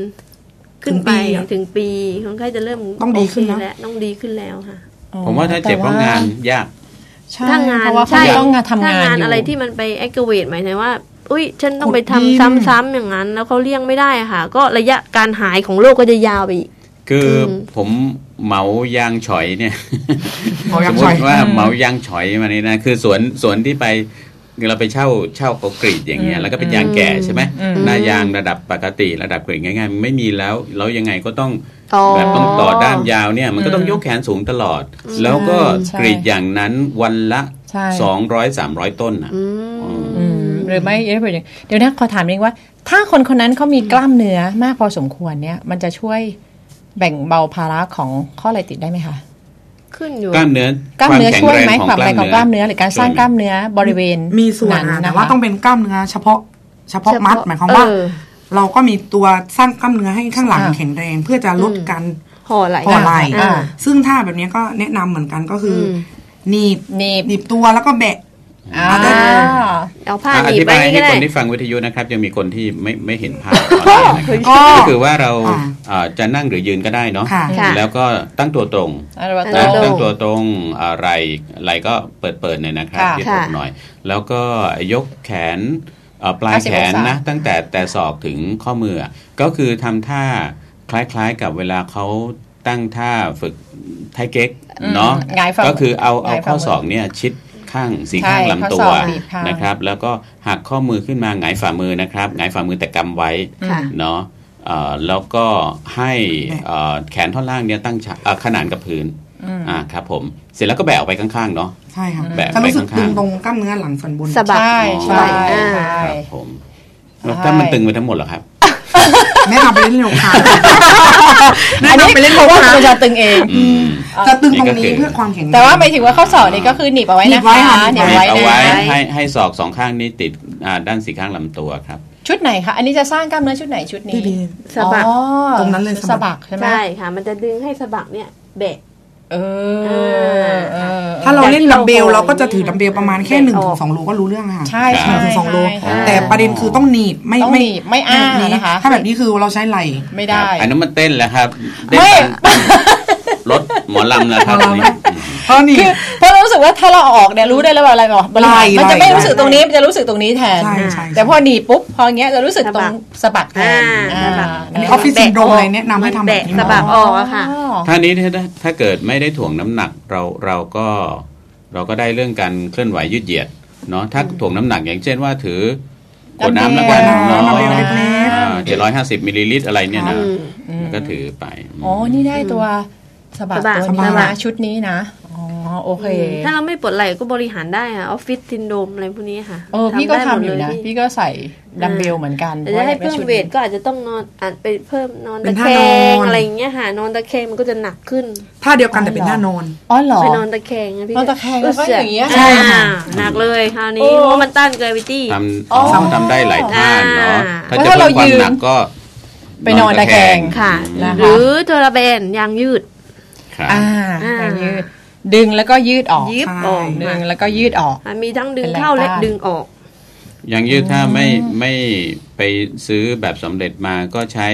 Speaker 5: ขึ้นไป
Speaker 6: ถึงปีอะ
Speaker 5: ถึงปีคนไข้จะเริ่ม
Speaker 6: ต้องดี
Speaker 5: โเค
Speaker 6: ขึ้นนะ
Speaker 5: แล้ว ต้องดีขึ้นแล้วค่ะ
Speaker 4: ผมว่าถ้าเจ็บเพราะงานยาก
Speaker 3: ใช่
Speaker 5: ถ้างาน
Speaker 3: เพราะว่าเขา
Speaker 5: ใช่
Speaker 3: ต้องงานทำ
Speaker 5: ถ้าง
Speaker 3: าน
Speaker 5: น
Speaker 3: ยู่
Speaker 5: อะไรที่มันไปแอคเวทหมายถึงว่า อุ้ยฉันต้องไปทำ
Speaker 6: ขุดดิน
Speaker 5: ซ้ำๆอย่างนั้น แล้วเขาเลี่ยงไม่ได้อะค่ะ ก็ระยะการหายของโรคก็จะยาวไปอีก
Speaker 4: คืออ
Speaker 5: ม
Speaker 4: ผมเหมายางฉอยเนี่ย
Speaker 6: หมอ
Speaker 4: ส
Speaker 6: ยั
Speaker 4: ม
Speaker 6: ก
Speaker 4: ม
Speaker 6: ษ์ชอย
Speaker 4: ติว่าเหมายางฉอยมานี่นะคือสวนสวนที่ไปเราไปเช่าเช่าเขากรีดอย่างเงี้ยแล้วก็เป็นยางแก่ใช่ไหมหน้ายางระดับปกติระดับกรีดง่ายๆมันไม่มีแล้วแล้วยังไงก็ต้อง
Speaker 5: ต่อ
Speaker 4: แบบต้องต่อด้ามยาวเนี่ยมันก็ต้อง
Speaker 3: อืม
Speaker 4: ยกแขนสูงตลอด แล้วก็
Speaker 3: ใช่
Speaker 4: กรีดอย่างนั้นวันละ
Speaker 3: ใช่
Speaker 4: 200 300 ต้นอ่ะอืม
Speaker 3: อืมหรือไม่เอ๊ะเดี๋ยวนะขอถามนิดนึงว่า ถ้าคนคนนั้นเขามีกล้ามเนื้อมากพอสมควรเนี่ย มันจะช่วยแบ่งเบาภาระของข้ออะไรติดได้ไหมคะ
Speaker 5: ขึ้นอยู่
Speaker 4: กล้ามเนื้อก
Speaker 3: ล้ามเนื้อ
Speaker 4: แข็ง
Speaker 3: ช่วย
Speaker 4: แรง
Speaker 3: ไหม
Speaker 4: ของ
Speaker 3: ความ
Speaker 4: ก
Speaker 3: แรงของกล้ามเนื้อหรือการสร้างกล้ามเนื้อบริเวณ
Speaker 6: มีส่วน
Speaker 3: นั้
Speaker 6: นะ
Speaker 3: น
Speaker 6: แต่
Speaker 3: นะคะ
Speaker 6: ว่าต้องเป็นกล้ามเนื้อเฉพาะเฉพาะมัดหมายความว่า
Speaker 5: เออ
Speaker 6: เราก็มีตัวสร้างกล้ามเนื้อให้ข้างหลังแข็งแรงเพื่อจะลดการ
Speaker 5: ห่อไหล
Speaker 6: ห่อไหล่
Speaker 5: อ่า
Speaker 6: ซึ่งท่าแบบนี้ก็แนะนำเหมือนกันก็คืออ
Speaker 5: ม
Speaker 6: หนีบ
Speaker 3: หนีบ
Speaker 6: หนีบตัวแล้วก็แบะ
Speaker 3: อ่า
Speaker 5: เอาผ้า
Speaker 4: อ่ะ
Speaker 5: ห
Speaker 4: อ
Speaker 5: นี
Speaker 4: ธิ
Speaker 5: บไป
Speaker 4: บายให้
Speaker 5: ก็
Speaker 4: ค
Speaker 5: ได้
Speaker 4: นที่ฟังวิทยุนะครับยังมีคนที่ไม่ไม่เห็น ภาพตอนนี้นะครับ
Speaker 6: ก็
Speaker 4: ก็คือว่าเรา
Speaker 6: อ่า
Speaker 4: เอ่อจะนั่งหรือยืนก็ได้เนาะ
Speaker 6: ค่ะ
Speaker 5: ค่ะ
Speaker 4: แล้วก็ตั้งตัวตรง
Speaker 3: อันว่า
Speaker 5: ตั้
Speaker 3: ตรง ง
Speaker 4: นะตั้งตัวตรงอะไรอะไรก็เปิดเปิดๆหน่อยนะครับ
Speaker 3: ค่ะ
Speaker 4: ยืดอกหน่อย แล้วก็ยกแขนเอ่อปลาย
Speaker 3: 90
Speaker 4: แขนนะ
Speaker 3: องศา
Speaker 4: ตั้งแต่แต่ศอกถึงข้อมือ ก็คือทำท่าคล้ายๆกับเวลาเขาตั้งท่าฝึกไทเก๊กเนาะ
Speaker 3: หงายฝ่ามื
Speaker 4: ก็คือเอาเอา
Speaker 3: หงายฝ่า
Speaker 4: ข้อ
Speaker 3: มือ
Speaker 4: ศอกเนี่ยชิดข้างสี
Speaker 3: ใช่
Speaker 4: ข้างลำ
Speaker 3: ข้
Speaker 4: ตั
Speaker 3: อศ
Speaker 4: ว
Speaker 3: อกบีบข้าง
Speaker 4: นะครับ แล้วก็หักข้อมือขึ้นมาหงายฝ่ามือนะครับหงายฝ่ามือแต่กำไว้
Speaker 5: ค่ะ
Speaker 4: เนาะเอ่อแล้วก็ให้เอ่อแขนท่อนล่างเนี่ยตั้งฉากเอ่อขนานกับพื้นอ่าครับผมเสร็จแล้วก็แบะออกไปข้างๆเนาะ
Speaker 6: ใช่ค่ะ
Speaker 4: แบะ
Speaker 6: จะรู้สึก
Speaker 4: ไปข้างๆ
Speaker 6: ตึงตรงกล้ามเนื้อหลังส่วนบน
Speaker 5: สะบัด
Speaker 3: ใช่ใช่
Speaker 5: อ่า
Speaker 3: ใช่
Speaker 4: ครับผมแล้วถ้ามันตึงไปทั้งหมดเหรอครับ
Speaker 6: แนะนำไปเล่นโยคะ
Speaker 3: อันนี้เป็นเล่นเพราะว่ามันจะตึงเอง
Speaker 4: อืม
Speaker 6: จะตึงตรง
Speaker 4: นี่ก็คื
Speaker 6: นี้
Speaker 4: อ
Speaker 6: เพื่อความแข็งแรง
Speaker 3: แต่ว่าไปถึงว่าข้อศอกนี่ก็คือหนีบเอาไว้
Speaker 6: หนี
Speaker 3: นะ
Speaker 6: บไว้
Speaker 3: คะ
Speaker 6: ค่ะ
Speaker 3: หนี
Speaker 4: ห
Speaker 3: บ
Speaker 4: นีบ
Speaker 3: ไว้
Speaker 4: เอา
Speaker 3: นะ
Speaker 4: ไว้ให้ให้ศอกสองข้างนี้ติดอ่าด้านสีข้างลำตัวครับ
Speaker 3: ชุดไหนคะ อันนี้จะสร้างกล้ามเนื้อชุดไหนชุดนี้
Speaker 6: พี่บี
Speaker 5: สะบัก
Speaker 3: อ๋อ
Speaker 6: ตรงนั้นเลย
Speaker 3: สะ
Speaker 6: สะบั
Speaker 3: บัก
Speaker 6: ก
Speaker 3: ใช่ไหม
Speaker 5: ใช่ค่ะ มันจะดึงให้สะบักเนี่ยแบะ
Speaker 3: เออ
Speaker 5: เออ
Speaker 3: เออ
Speaker 6: ถ้าเราเล่นดัมเบล
Speaker 5: อย่างที่เรา
Speaker 6: เราก็จะถือดัมเบลประมาณแค่หนึ่ง
Speaker 5: อ
Speaker 6: ถึ
Speaker 5: อก
Speaker 6: งสองโลก็รู้เรื่องอะค่ะ
Speaker 3: ใช่ใช่
Speaker 6: หนึ่งถึงสองโล
Speaker 3: ใช่ใช่
Speaker 6: แต่ประเด็นคือต้องหนีบไม่
Speaker 3: ต้อง
Speaker 6: ไม่
Speaker 3: หนีบไม่อ้า
Speaker 6: แบบ
Speaker 3: นะคะ
Speaker 6: ถ้าแบบนี้คือเราใช้ไหล่
Speaker 3: ไม่ได้
Speaker 4: อันนั้นมันเต้นแล้วครับเต้น
Speaker 3: ไม่
Speaker 4: ตามรถหมอลำแล้วครับ
Speaker 6: หมอลำ
Speaker 4: อันนี้อืม
Speaker 6: เพ
Speaker 3: คือเพ
Speaker 6: ราะหนี่
Speaker 3: ราะเรารู้สึกว่าถ้าเราออกเนี่ยรู้ได้แล้วว่าอะไรหรอบริหาร
Speaker 6: ไหล่
Speaker 3: มันจะไม่
Speaker 6: ไหล่
Speaker 3: รู้สึกตรงนี้มันจะรู้สึกตรงนี้แทน
Speaker 6: ใช่ใช่
Speaker 3: แต่พอหนีบปุ๊บพออย่างเงี้ยจะรู้สึกตรงสะบักแทน
Speaker 5: อ่าสะบัก
Speaker 6: อันนี้ออฟฟิศซินโดรมเลยแนะนำให้ทำแบบนี้
Speaker 5: มันแบะสะบัก ออกอะค่ะ
Speaker 4: ท่านี้ถ้าถ้าเกิดไม่ได้ถ่วงน้ำหนักเราเราก็เราก็ได้เรื่องการเคลื่อนไหวยืดเหยียดเนาะถ้าถ่วงน้ำหนักอย่างเช่นว่าถือกดน้ำแล้วก็น้ำน้อย
Speaker 6: ำเล็ก
Speaker 4: เจ็ดร้อยห้าสิบมิลลิลิตรอะไรเนี่ยนะแล้วก็ถือไป
Speaker 3: อ๋อนี่ได้ตัวสะบัก
Speaker 5: สะบัก
Speaker 3: ตัวนี้
Speaker 5: สะบั
Speaker 3: นะ
Speaker 5: ก
Speaker 3: ชุดนี้นะอ๋อโอเค
Speaker 5: ถ้าเราไม่ปวดไหล่ก็บริหารได้ค่ะออฟฟิศซินโดรมอะไรพวกนี้ค่ะ
Speaker 3: เออพี่ก็
Speaker 5: ได้
Speaker 3: ทำ
Speaker 5: หมด
Speaker 3: อยู่
Speaker 5: เล
Speaker 3: นะ
Speaker 5: พี่
Speaker 3: พี่ก็ใส่ดัมเบลเหมือนกัน
Speaker 5: แต่จะให้เพิ่ม
Speaker 3: ชุด
Speaker 5: เว
Speaker 3: นี้
Speaker 5: ทก็อาจจะต้องนอนอาจไปเพิ่มนอน
Speaker 6: เป็
Speaker 5: ตะ
Speaker 6: น
Speaker 5: แค
Speaker 6: ท่านอน
Speaker 5: งอะไรอย่างเงี้ยค่ะนอนตะแคงมันก็จะหนักขึ้น
Speaker 6: ท่าเดียวกันแต่เป็นท่านอน
Speaker 3: อ๋อเหรอ
Speaker 5: ไปนอนตะแคงนะพี่
Speaker 3: นอนตะแคงแล้วก็อย่างเงี้ย
Speaker 5: ใช่ค่ะหนักเลยคราว
Speaker 3: โอ้
Speaker 5: นี้เพราะมันต้าน gravity
Speaker 4: ทำ
Speaker 3: อ๋อ
Speaker 4: ทำทำได้หลายท่าเนาะ
Speaker 5: อ่า
Speaker 4: ถ้าจะเพิ่มความหนักก็
Speaker 3: ไปนอนตะแคง
Speaker 5: ค่ะ
Speaker 3: นะคะ
Speaker 5: หรือโทราแบนยางยืด
Speaker 4: ครับ
Speaker 3: อ่า
Speaker 5: อ่า
Speaker 3: อย่างยืดดึงแล้วก็ยืดออก
Speaker 5: ยิบ
Speaker 6: ใช่
Speaker 5: ออก
Speaker 3: ดึ
Speaker 5: มาง
Speaker 3: แล้วก็ยืดออก
Speaker 5: อ่ะมีทั้งดึง
Speaker 3: เป็นแรง
Speaker 5: เข้าและ
Speaker 3: ต้าน
Speaker 5: ดึงออก
Speaker 4: ยังยืดถ้าไม่ไม่ไปซื้อแบบสำเร็จมาก็ใช้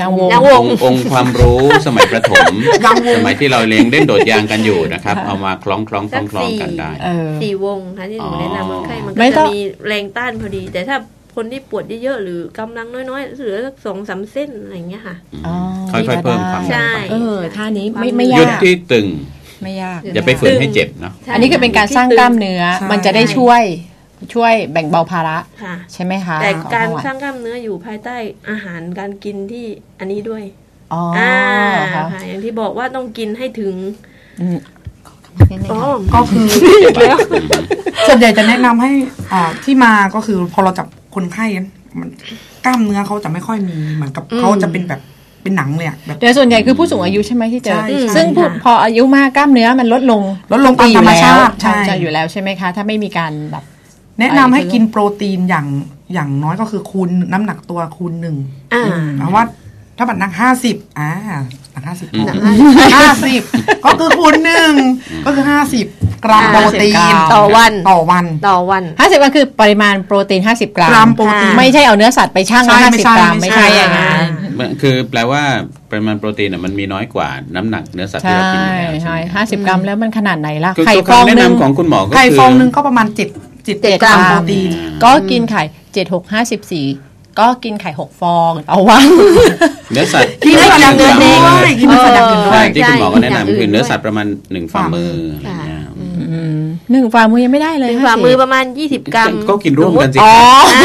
Speaker 3: นางวง
Speaker 5: ยางว
Speaker 4: อง งค์องค์ความรู้ สมัยประถม
Speaker 6: ยังวง
Speaker 4: สมัยที่เราเลี้ยงเล่นโดดยางกันอยู่นะครับ เอามาคล้องคล้องคล้องคล้องกันได้
Speaker 3: เออ
Speaker 5: สี่วงค่ะที่หนูแนะ
Speaker 4: อ๋อ
Speaker 5: นำคนไข้มัน
Speaker 3: ไม่ต้
Speaker 5: ก็จะ
Speaker 3: อง
Speaker 5: มีแรงต้านพอดี แต่ถ้าคนที่ปวดเยอะๆหรือกำลังน้อยๆเหลือสักสองสามเส้นอะไรอย่างเงี้ยค่ะ
Speaker 3: อ๋อ
Speaker 4: ค่อยๆเพิ่มความหนัก
Speaker 5: ใช่
Speaker 3: เออท่านี้ไม่ไม่
Speaker 4: ยุ
Speaker 3: ยา
Speaker 4: ด
Speaker 3: ก
Speaker 4: ที่ตึง
Speaker 3: ไม่ยาก
Speaker 4: อย่าไปฝืนให้เจ็บเนาะ
Speaker 5: ใช่
Speaker 3: อันนี้คือเป็นการสร้างกล้ามเนื้อ
Speaker 6: ใช่
Speaker 3: มันจะได้ช่วยช่วยแบ่งเบาภาระ
Speaker 5: ค่ะ
Speaker 3: ใช่ไหมคะ
Speaker 5: แต่การ
Speaker 3: ของเบหวน
Speaker 5: สร้างกล้ามเนื้ออยู่ภายใต้อาหารการกินที่อันนี้ด้วย
Speaker 3: อ๋ออค่ะ
Speaker 5: ค่ะอย่างที่บอกว่าต้องกินให้ถึง
Speaker 3: อืมนิดนึง
Speaker 5: อ๋อ
Speaker 3: ค่ะ
Speaker 6: ก็คือ
Speaker 5: แล้ว
Speaker 6: ส่วนใหญ่จะแนะนำให้อ่าที่มาก็คือพอเราจับคนไข้มันกล้ามเนื้อเขาจะไม่ค่อยมีเหมือนกับเขาจะเป็นแบบเป็นหนังเลยอะแบบ
Speaker 3: เดี๋ยวส่วนใหญ่คือผู้สูงอายุใช่ไหมที่เจอ
Speaker 6: ใช่ใช่
Speaker 3: ซึ่งผู้พออายุมากกล้ามเนื้อมันลดลง
Speaker 6: ลดลงตามธรรมชาติ
Speaker 3: ใช่
Speaker 6: ใช่
Speaker 3: จะอยู่แล้วใช่ไหมคะ ถ้าไม่มีการแบบ
Speaker 6: แนะนำให้กินโปรตีนอย่างอย่างน้อยก็คือคูณน้ำหนักตัวคูณหนึ่ง
Speaker 5: อ่า
Speaker 6: เพราะว่าถ้าบัตรหนักห้าสิบอ่าหนักห้าสิบ
Speaker 5: หนัก
Speaker 6: ห้าสิบก็คือคูณหนึ่งก็คือห้าสิบกรัมโปรตีน
Speaker 3: 50
Speaker 5: ต่อวัน
Speaker 6: ต่อวัน
Speaker 5: ต่อวัน
Speaker 3: 50วันคือปริมาณโปรตีน 50 กรัม
Speaker 6: กรัมโปรตีน
Speaker 3: ไม่ใช่เอาเนื้อสัตว์ไปชั่งแล้ว
Speaker 6: ใช่
Speaker 3: 50 กรัม
Speaker 6: ไม่
Speaker 3: ไม่
Speaker 6: ใช่
Speaker 3: ใช่อย่างนั้น
Speaker 4: คือแปลว่าปริมาณโปรตีนน่ะมันมีน้อยกว่าน้ำหนักเนื้อสัตว์ที่
Speaker 3: ใช่
Speaker 4: เรากินอยู่แล้วใช่
Speaker 3: ใช่
Speaker 4: ไหม
Speaker 3: ห้าสิบกรัมแล้วมันขนาดไหนล่ะ
Speaker 4: คือ
Speaker 3: ไข่ฟ
Speaker 4: คือ
Speaker 3: อง
Speaker 4: คำ
Speaker 3: ห
Speaker 4: แนะ
Speaker 3: นึ่ง
Speaker 4: นำของคุณหมอก็คือ
Speaker 6: ไข่ฟองหนึ่งก็ประมาณเจ็ดเจ็ด
Speaker 3: เจ็ด
Speaker 6: กรั
Speaker 3: กรั
Speaker 6: ม
Speaker 3: ม
Speaker 6: โปรตีน
Speaker 3: ก็กินไข่เจ็ดหกห้าสิบสี่ก็กินไข่หกฟอง เอาวะ
Speaker 4: เนื้อสัตว์
Speaker 6: กินได้อย่างเดียวด้วยกินได้อย่างเดียวด้
Speaker 4: ใช่
Speaker 6: วย
Speaker 4: ที่คุณหมอก็แนะ
Speaker 5: อย่างอื่
Speaker 4: นำ
Speaker 5: น
Speaker 4: คือเนื้อสัตว์ประมาณหนึ่งฝ่ามืออะไร
Speaker 5: ค่ะ
Speaker 4: เงี้ย
Speaker 3: หนึ่งฝ่ามือยังไม่ได้เลย
Speaker 5: ถึง
Speaker 3: 50
Speaker 5: ฝ่ามือประมาณ 20 กรัม
Speaker 4: ก็กินร่วมกันสิ
Speaker 3: อ๋อ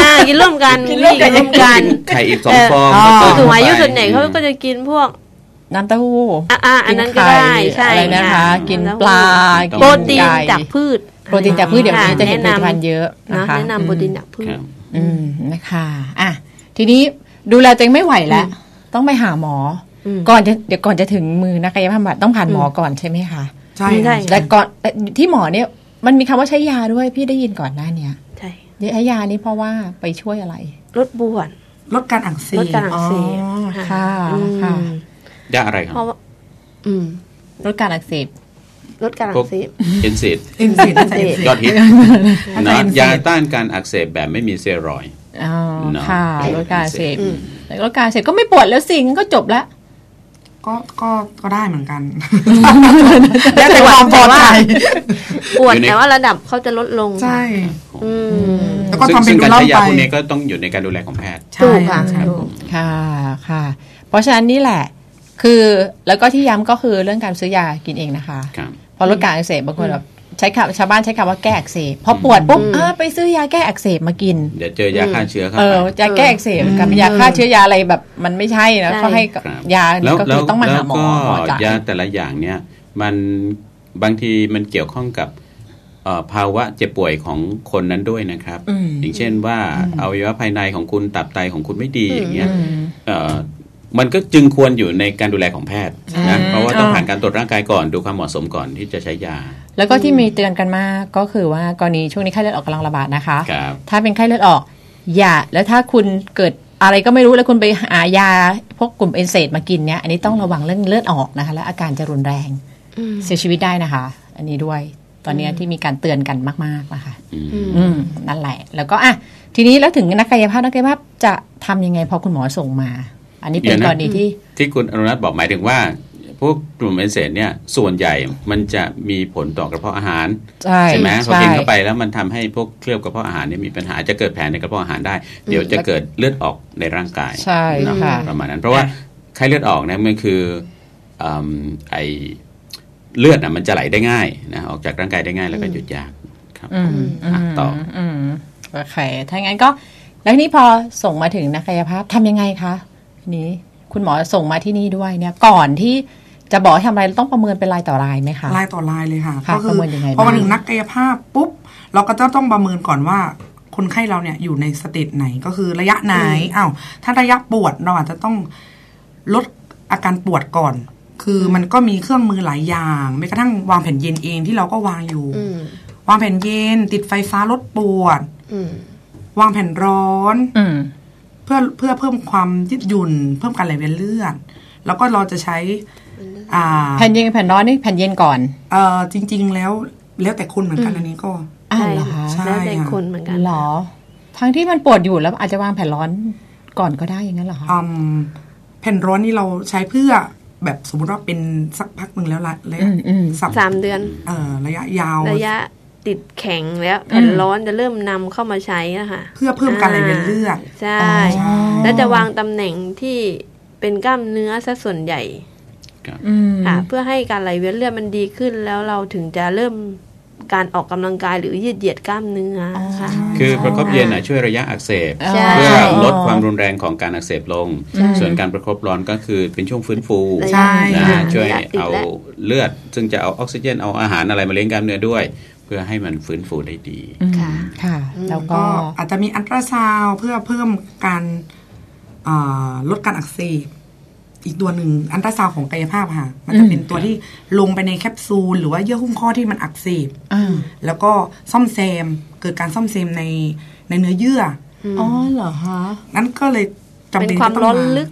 Speaker 5: อ่ากินร่วมกัน
Speaker 3: กินร่วมกัน
Speaker 5: กินร่วมกัน
Speaker 4: ไข่อีกสองฟอง
Speaker 6: เออ
Speaker 4: แล้วก็
Speaker 5: สูงอายุ
Speaker 4: ไป
Speaker 5: ส่วนใหญ่เขาก็จะกินพวก
Speaker 3: น้ำเต้าหู้
Speaker 5: อ่ะอ่ะอันนั้นก็
Speaker 3: ข่
Speaker 5: ได้ใช่
Speaker 3: อะไรนะคะ
Speaker 5: ค่ะ
Speaker 3: กินปลากิน
Speaker 5: โปรตีน
Speaker 3: ไ
Speaker 5: จากพืช
Speaker 3: โปรตีนจากพืชเดี๋ยวนี้จะเห็นผลิ
Speaker 5: แำ
Speaker 3: ตภัณฑ์เยอะนะ
Speaker 5: นะคะ แนะนำโปรตีนจากพื
Speaker 4: ค
Speaker 5: ช
Speaker 4: รับ
Speaker 3: อืมนะคะอ่ะทีนี้ดูแลตัวเองไม่ไหวแล้ว ต้องไปหาหมออ
Speaker 5: ม
Speaker 3: ก่อนจะเดี๋ยวก่อนจะถึงมือนักกายภาพบำบัดต้องผ่านหมอก่อนใช่ไหมคะ
Speaker 6: ใช่
Speaker 5: ไม่ได้
Speaker 3: แต่ก่อนแต่ที่หมอเนี่ยมันมีคำว่าใช้ยาด้วยพี่ได้ยินก่อนหน้าเนี้ย
Speaker 5: ใช่
Speaker 3: ใช้ยานี้เพราะว่าไปช่วยอะไร
Speaker 5: ลดบวช
Speaker 6: ลดการอักเส
Speaker 5: ล
Speaker 6: บ
Speaker 5: ดการอักเสบ
Speaker 3: ค่ะ
Speaker 5: อืม
Speaker 3: ค่ะ
Speaker 4: ยาอะไรครับ
Speaker 5: เพราะว่าอืม
Speaker 3: ลดการอักเสบ
Speaker 5: ลดการอั
Speaker 4: พว
Speaker 5: ก
Speaker 4: ก
Speaker 5: เสบ
Speaker 4: เอนเซด
Speaker 6: เอ็นเซนเอ็นเซ
Speaker 4: ยอน ดฮิต
Speaker 6: น
Speaker 4: นะ
Speaker 6: เอ็นเซด
Speaker 4: ยาต้านการอักเสบแบบไม่มีสเตียรอยด์
Speaker 3: อ๋อ
Speaker 4: เนอะ
Speaker 3: ค่ะลดการอักเสพ
Speaker 5: อืม
Speaker 3: แต่ลดการอักเสพก็ไม่ปวดแล้วสิงั้นก็จบละ
Speaker 6: ก็ก็ก็ได้เหมือนกัน แล้วแต่ความพอใจ
Speaker 5: ปวด
Speaker 4: อยู่ใน
Speaker 5: แต่ว่าระดับเขาจะลดลง
Speaker 6: ใช่
Speaker 5: อืม
Speaker 6: แล้วก็
Speaker 4: ซึ่ง
Speaker 6: ทำเป็
Speaker 4: ซึ่
Speaker 6: น
Speaker 4: ง
Speaker 6: ดู
Speaker 4: การ
Speaker 6: เล่า
Speaker 4: ใช้ยา
Speaker 6: ไป
Speaker 4: พวกนี้ก็ต้องอยู่ในการดูแลของแพทย์
Speaker 5: ถูก
Speaker 6: ใช่
Speaker 5: ค่ะ
Speaker 6: ใช่
Speaker 3: ค่ะค่ะ เพราะฉะนั้นนี่แหละ คือแล้วก็ที่ย้ำก็คือเรื่องการซื้อยากินเองนะคะ
Speaker 4: ครับ
Speaker 3: พอลดการอักเสบบางคนแบบใช้คำชาวบ้านใช้คำว่าแก้อักเสบพอปวดปุ๊บอ่าไปซื้อยาแก้อักเสบมากิน
Speaker 4: เดี๋ยวเจอยาฆ่าเชื้อเข้า
Speaker 3: เอ
Speaker 4: ไป
Speaker 3: อจะแก้อักเสบกับยาฆ่าเชื้อยาอะไรแบบมันไม่ใช่นะ
Speaker 5: ใช่
Speaker 3: เขาให้กับ
Speaker 4: ครับ
Speaker 3: ยานี่ก็คือต้องมาหาหมอ
Speaker 4: แล้ว
Speaker 3: หมอ
Speaker 4: ก็
Speaker 3: จ่าย
Speaker 4: ยาแต่ละอย่างเนี่ยมันบางทีมันเกี่ยวข้องกับเอ่อภาวะเจ็บป่วยของคนนั้นด้วยนะครับ
Speaker 3: อืม
Speaker 4: อย่างเช่นว่าอวัยวะภายในของคุณตับไตของคุณไม่ดีอย่างเงี้ยเอ่อมันก็จึงควรอยู่ในการดูแลของแพทย์นะเพราะว่าต้องผ่านการตรวจร่างกายก่อนดูความเหมาะสมก่อนที่จะใช้ยา
Speaker 3: แล้วก็ที่มีเตือนกันมากก็คือว่ากรณีช่วงนี้ไข้เลือดออกกำลังระบาดนะคะ
Speaker 4: ครับ
Speaker 3: ถ้าเป็นไข้เลือดออก อย่าแล้วถ้าคุณเกิดอะไรก็ไม่รู้แล้วคุณไปหายาพวกกลุ่มเอนเซดมากินเนี่ยอันนี้ต้องระวังเรื่องเลือดออกนะคะ และอาการจะรุนแรง
Speaker 5: อืม
Speaker 3: เสียชีวิตได้นะคะ อันนี้ด้วยตอนเนี้ยที่มีการเตือนกันมากๆนะคะ
Speaker 4: อืม
Speaker 5: อืม
Speaker 3: อืมนั่นแหละ แล้วก็อ่ะทีนี้แล้วถึงนักกายภาพนักกายภาพจะทำยังไงพอคุณหมอส่งมา อันนี้เป็น
Speaker 4: เดี๋ยวนะ
Speaker 3: กรณีที่
Speaker 4: ที่คุณอนุรัตน์บอกหมายถึงว่า พวกกลุ่มเอนเซนเนี่ยส่วนใหญ่มันจะมีผลต่อกระเพาะอาหาร
Speaker 3: ใช่
Speaker 4: ใช่ไหมพอ
Speaker 3: ใช่
Speaker 4: กินเข้าไปแล้วมันทำให้พวกเคลือบกระเพาะอาหารเนี่ยมีปัญหาจะเกิดแผลในกระเพาะอาหารได้ เดี๋ยวจะเกิดเลือดออกในร่างกาย
Speaker 3: ใช่
Speaker 4: เนา
Speaker 3: ค่ะ
Speaker 4: ประมาณนั้น เพราะว่าไข้เลือดออกเนี่ยมันคืออืมไอเลือดอ่ะมันจะไหลได้ง่ายนะออกจากร่างกายได้ง่ายแล้วก็หยุดยากครับ
Speaker 3: อืมอืม
Speaker 4: อ่ะต่อ
Speaker 3: มโอเคถ้างั้นก็ แล้วทีนี้พอส่งมาถึงนักกายภาพทำยังไงคะทีนี้คุณหมอส่งมาที่นี่ด้วยเนี่ย ก่อนที่จะบอกให้ทำอะไรต้องประเมินเป็นรายต่อรายไหมคะ
Speaker 6: ลายต่อลายเลยค่ะ
Speaker 3: ค่ะ
Speaker 6: ก็คื
Speaker 3: ประ
Speaker 6: อ
Speaker 3: เมินยังไงบ้าง
Speaker 6: พอมาถึงนักกายภาพปุ๊บ เราก็จะต้องประเมินก่อนว่า คนไข้เราเนี่ยอยู่ในสเตจไหนก็คือระยะไหนอ้าวถ้าระยะปวดเราอาจจะต้องลดอาการปวดก่อน คือมันก็มีเครื่องมือหลายอย่างแม้กระทั่งวางแผ่นเย็นเองที่เราก็วางอยู่
Speaker 5: อืม
Speaker 6: วางแผ่นเย็น ติดไฟฟ้าลดปวด
Speaker 5: อืม
Speaker 6: วางแผ่นร้อน
Speaker 3: อืม
Speaker 6: เพื่อเพื่อเพิ่มความยืดหยุ่น เพิ่มการไหลเวียนเลือดแล้วก็เราจะใช้อ่า
Speaker 3: แผ่นเย็นกับแผ่นร้อนนี่แผ่นเย็นก่อน
Speaker 6: เอ่อจริง ๆ แล้วแล้วแต่คนเหมือนกัน
Speaker 5: อืม
Speaker 6: อันนี้ก็
Speaker 3: อ้าว
Speaker 5: ใช่
Speaker 3: เหรอ
Speaker 5: ค่ะ
Speaker 3: คะ
Speaker 6: ใช่
Speaker 5: แล้วแต่คนเหมือนกัน
Speaker 3: เหรอทั้งที่มันปวดอยู่แล้วอาจจะวางแผ่นร้อนก่อนก็ได้อย่างนั้นเหรอคะ
Speaker 6: อืมแผ่นร้อนนี่เราใช้เพื่อแบบสมมติว่าเป็นสักพักหนึ่งแล้วละระยะ
Speaker 3: อืมอืม
Speaker 6: สับ
Speaker 5: สามเดือน
Speaker 6: เอ่อระยะยาว
Speaker 5: ระยะติดแข็งแล้วแผ่นร้อนจะเริ่มนำเข้ามาใช้นะคะ
Speaker 6: เพื่อเพิ่มการไหลเวียนเลือด
Speaker 5: ใช่
Speaker 3: อ๋อ
Speaker 5: และจะวางตำแหน่งที่เป็นกล้ามเนื้อซะส่วนใหญ่
Speaker 3: อืม
Speaker 5: ค่ะเพื่อให้การไหลเวียนเลือดมันดีขึ้น แล้วเราถึงจะเริ่มการออกกำลังกายหรือยืดเหยียดกล้ามเนื้ออค่ะ
Speaker 4: คือประคบเย็นอ่ะช่วยระยะอักเสบ
Speaker 5: ใช่
Speaker 4: เพื่อลดความรุนแรงของการอักเสบลง ส่วนการประคบร้อนก็คือเป็นช่วงฟื้นฟู
Speaker 6: ใช่
Speaker 4: นะ
Speaker 5: ระะ
Speaker 4: ฮะช่วย
Speaker 5: ระะติด
Speaker 4: เอา
Speaker 5: แล้ว
Speaker 4: เลือด ซึ่งจะเอาออกซิเจนเอาอาหารอะไรมาเลี้ยงกล้ามเนื้อด้วย เพื่อให้มันฟื้นฟูได้ดี
Speaker 5: ค่ะ
Speaker 3: ค่ะ แล้วก็
Speaker 6: ก็อาจจะมีอันตราซาวด์เพื่อเพิ่มการอ่าลดการอักเสบอีกตัวหนึ่งอันตราซาวด์ของกายภาพค่ะ มันจะเป็นตัวที่ลงไปในแคปซูลหรือว่าเยื่อหุ้มข้อที่มันอักเสบ
Speaker 3: อ่า
Speaker 6: แล้วก็ซ่อมแซมเกิดการซ่อมแซมในในเนื้อเยื่อ
Speaker 3: อ๋อเหรอฮะ
Speaker 6: นั้นก็เลยจำเป็น
Speaker 5: เป็นความ
Speaker 6: ที่
Speaker 5: ร้
Speaker 6: ต้
Speaker 5: อ
Speaker 6: อง
Speaker 5: น
Speaker 6: มา
Speaker 5: ลึก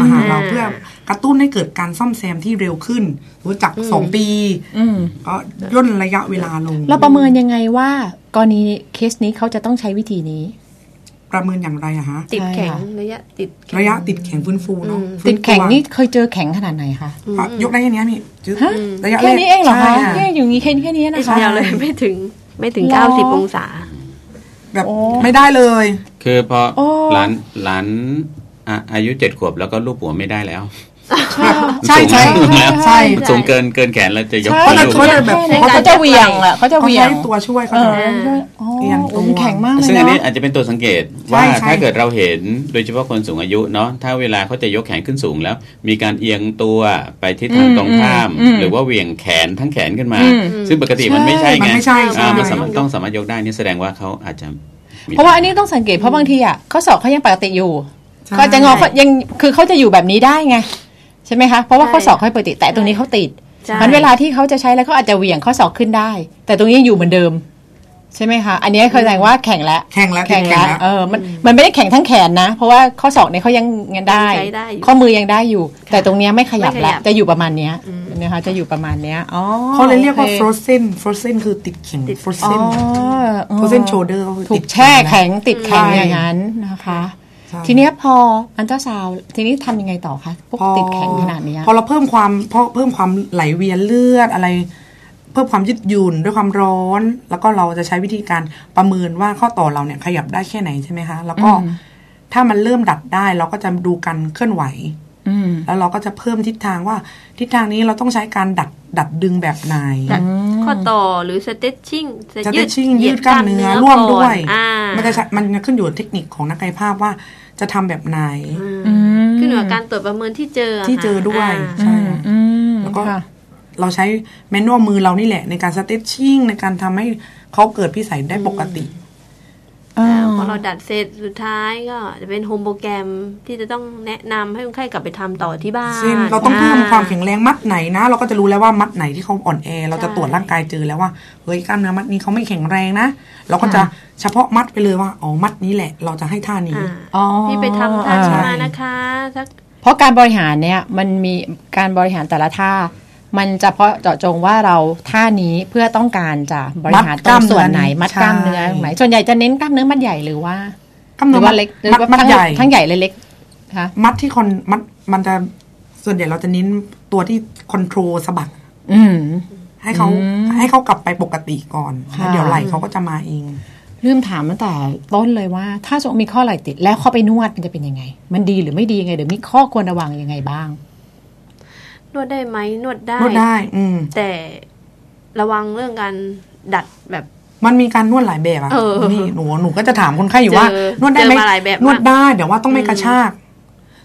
Speaker 6: มาหาเรา
Speaker 5: อ่า
Speaker 6: เพื่อกระตุ้นให้เกิดการซ่อมแซมที่เร็วขึ้นรู้จักสองปี
Speaker 3: อืม
Speaker 6: ก็ย่นระยะเวลาลง
Speaker 3: เราประเมินยังไงว่ากรณีเคสนี้เขาจะต้องใช้วิธีนี้
Speaker 6: ประเมินอย่างไรอะฮะ
Speaker 5: ติดแข็ง
Speaker 3: ใช่ค่ะ
Speaker 5: ระยะติดแข็ง
Speaker 6: ระยะติดแข็งฟื้นฟูเนาะ
Speaker 5: อืม
Speaker 6: ฟื้
Speaker 3: ติดแข็ง
Speaker 6: ตัว
Speaker 3: นี่เคยเจอแข็งขนาดไหนคะ
Speaker 6: อ่ะยกได้แค่เนี้ยนี่จืด
Speaker 3: ฮะ
Speaker 6: ระยะ
Speaker 3: แค่นี้เองเหรอคะ
Speaker 6: ใช่ค่ะ
Speaker 3: แค่อยู่นี้แค่แค่นี้
Speaker 5: นิ
Speaker 3: นะ
Speaker 5: ด
Speaker 3: คะ
Speaker 5: เดียวเลย ไม่ถึงไม่ถึง
Speaker 3: หรอ
Speaker 5: 90 องศา
Speaker 6: แบบ
Speaker 3: โอ้
Speaker 6: ไม่ได้เลย
Speaker 4: คือพอ
Speaker 3: โอ้
Speaker 4: หลานหลานอ่ะอายุเจ็ดขวบแล้วก็ลูบหัวไม่ได้แล้ว
Speaker 6: ใช่
Speaker 4: สูงแล้วสูง
Speaker 6: ใช่
Speaker 4: แล้ว
Speaker 6: ใช่
Speaker 4: สูงเกินเกินแขนแล้วจะยก
Speaker 3: ใช่
Speaker 4: ขึ้น
Speaker 3: เขา
Speaker 4: ลูก
Speaker 6: ใช่
Speaker 3: จะแบบเขาจะเหวี่ยงอะเขาจะเห
Speaker 6: เขา
Speaker 3: วี่ย
Speaker 6: ใช้
Speaker 3: ง
Speaker 6: ตัวช่วย
Speaker 3: เอ
Speaker 6: เขาจะ
Speaker 3: อโอ้โหแข็งมากเลย
Speaker 4: ซึ่งอันนี้
Speaker 3: เนาะ
Speaker 4: อาจจะเป็นตัวสังเกต
Speaker 6: ใช่
Speaker 4: ว่า
Speaker 6: ใช่
Speaker 4: ถ้าเกิดเราเห็นโดยเฉพาะคนสูงอายุเนาะถ้าเวลาเขาจะยกแขนขึ้นสูงแล้ว มีการเอียงตัวไปทิศทางตรงข้าม
Speaker 3: อืมอืม
Speaker 4: หรือว่าเหวี่ยงแขนทั้งแขนขึ้นมา
Speaker 3: อืม
Speaker 4: ซึ่งปกติมันไม่ใช่
Speaker 6: มัน
Speaker 4: ไง
Speaker 6: ไม่ใช่
Speaker 4: อ่า
Speaker 6: ใช่
Speaker 4: มันสามารถต้องสามารถยกได้นี่แสดงว่าเขาอาจจะมี
Speaker 3: เพราะว่าอันนี้ต้องสังเกตเพราะบางทีอะข้อศอกเขายังปกติอยู่
Speaker 6: ใช่
Speaker 3: เขาจะงอเขายังคือเขาจะอยู่แบบนี้ได้ไงใช่ไหมคะเพราะว่าข้อศอกเขาปกติแต่ตรงนี้เขาติด
Speaker 5: ใช่
Speaker 3: มันเวลาที่เขาจะใช้แล้วเขาอาจจะเหวี่ยงข้อศอกขึ้นได้ แต่ตรงนี้ยังอยู่เหมือนเดิม ใช่ไหมคะ อันนี้คือแสดงว่าแข็งแล้ว
Speaker 6: แข็งแล้ว
Speaker 3: แข็งแล้
Speaker 6: แข็
Speaker 3: ว
Speaker 6: งแล้ว
Speaker 3: เออมันมันไม่ได้แข็งทั้งแขนนะ เพราะว่าข้อศอกเนี่ยเขายังยังได้
Speaker 5: ยังใช้ได้อยู่
Speaker 3: ข้อมือยังได้อยู่ แต่ตรงเนี้ยไม่ขยับ
Speaker 5: ไม่ขยั
Speaker 3: แล้ว
Speaker 5: บ
Speaker 3: จะอยู่ประมาณเนี้ยนะคะจะอยู่ประมาณเนี้ยอ๋อ
Speaker 6: เขาเลยเรียกว่า
Speaker 3: โอค
Speaker 6: frozen frozen คือติดแข็ง
Speaker 5: ติด
Speaker 6: frozen
Speaker 3: อ๋อเออ
Speaker 6: frozen shoulder ก็คือ
Speaker 3: ถู
Speaker 6: ติ
Speaker 3: ก
Speaker 6: ด
Speaker 3: แช่แข็งติดแข็ง
Speaker 6: ใช่
Speaker 3: อย่างนั้นนะคะ
Speaker 6: ใช่
Speaker 3: ทีเนี้ยพออันเจ้าสาวทีนี้ทำยังไงต่อคะพวกติดแข็งขนาดเนี้ย
Speaker 6: พอเราเพิ่มความพอเพิ่มความไหลเวียนเลือดอะไร เพิ่มความยืดหยุ่นด้วยความร้อน แล้วก็เราจะใช้วิธีการประเมินว่าข้อต่อเราเนี่ยขยับได้แค่ไหนใช่ไหมคะ แล้วก็
Speaker 3: อืม
Speaker 6: ถ้ามันเริ่มดัดได้ เราก็จะดูการเคลื่อนไหว
Speaker 3: อืม
Speaker 6: แล้วเราก็จะเพิ่มทิศทางว่า ทิศทางนี้เราต้องใช้การดัดดัดดึงแบบไหน
Speaker 5: ข้อต่อหรือ stretching
Speaker 6: จะได้ชิ่งยืดกล้ามเนื้อร่วมด้วย มันจะใช้มันจะขึ้นอยู่กับเทคนิคของนักกายภาพว่าจะทำแบบไหน
Speaker 5: ขึ้นอยู่กับการตรวจประเมินที่เจออะ
Speaker 6: ที่เจอด้วย
Speaker 5: ค่ะ
Speaker 6: ใช่ค่ะ
Speaker 3: อืม
Speaker 6: แล้วก็
Speaker 3: ค่ะ
Speaker 6: เราใช้แมนนวลมือเรานี่แหละในการสเต t ชิ่งในการทำให้เขาเกิดพิสัยได้ปกติ
Speaker 3: อ่า
Speaker 5: อ่าพอเราดัดเสร็จสุดท้ายก็จะเป็นโฮมโปรแกรมที่จะต้องแนะนำให้คนไข้กลับไปทำต่อที่บ้าน
Speaker 6: เช่นเราต้องเพิ่มความแข็งแรงมัดไหนนะ เราก็จะรู้แล้วว่ามัดไหนที่เขาอ่อนแอ เราจะตรวจร่างกายเจอแล้วว่าเฮ้ยกล้ามเนื้อมัดนี้เขาไม่แข็งแรงนะ เราก็จะเฉพาะมัดไปเลยว่าอ๋อมัดนี้แหละ เราจะให้ท่านี้
Speaker 5: อ่า
Speaker 3: อ๋อ
Speaker 5: ที่ไปทำท่า
Speaker 3: อ่
Speaker 5: นี้มานะคะสัก
Speaker 3: เพราะการบริหารเนี่ยมันมีการบริหารแต่ละท่า มันจะเพาะเจาะจงว่าเราท่านี้เพื่อต้องการจะบริหาร
Speaker 6: มัด
Speaker 3: ต
Speaker 6: ก
Speaker 3: ร
Speaker 6: ล้าง มเนื้อ
Speaker 3: ส่วนไหนมัดกล้ามเนื้อ
Speaker 6: ใช่
Speaker 3: ไหนส่วนใหญ่จะเน้นกล้ามเนื้อมัดใหญ่หรือว่าก
Speaker 6: ล้าม
Speaker 3: หรื
Speaker 6: เนื้อ
Speaker 3: อ
Speaker 6: มั
Speaker 3: ว่า
Speaker 6: ด
Speaker 3: เล็กหรือ
Speaker 6: มัด
Speaker 3: ว่า
Speaker 6: มัด
Speaker 3: ทั้ง
Speaker 6: ใหญ่
Speaker 3: ทั้งใหญ่เลยเล็กคะ
Speaker 6: มัดที่คนมัดมันจะส่วนใหญ่เราจะเน้นตัวที่คอนโทรลสะบัก
Speaker 3: อืม
Speaker 6: ให้เขา
Speaker 3: อืม
Speaker 6: ให้เขากลับไปปกติก่อน
Speaker 3: ค่ะ
Speaker 6: แล้วเดี๋ยวไหลเขาก็จะมาเอง
Speaker 3: ลืมถามตั้งแต่ต้นเลยว่า ถ้าสมมติมีข้อไหล่ติดแล้วเข้าไปนวดมันจะเป็นยังไง มันดีหรือไม่ดียังไงหรือมีข้อควรระวังยังไงบ้าง
Speaker 5: นวดได้ไหมนวดได้
Speaker 6: นวดได้ อืม
Speaker 5: แต่ระวังเรื่องการดัดแบบ
Speaker 6: มันมีการนวดหลายแบบอะ
Speaker 5: เออ
Speaker 6: นี่หนูหนูก็จะถามคนไข้อยู่
Speaker 5: เจอ
Speaker 6: ว่านวดได้ไหม
Speaker 5: เจอมาหลายแบบมาก
Speaker 6: นวดได้เดี๋ยวว่าต้องไม่กระชาก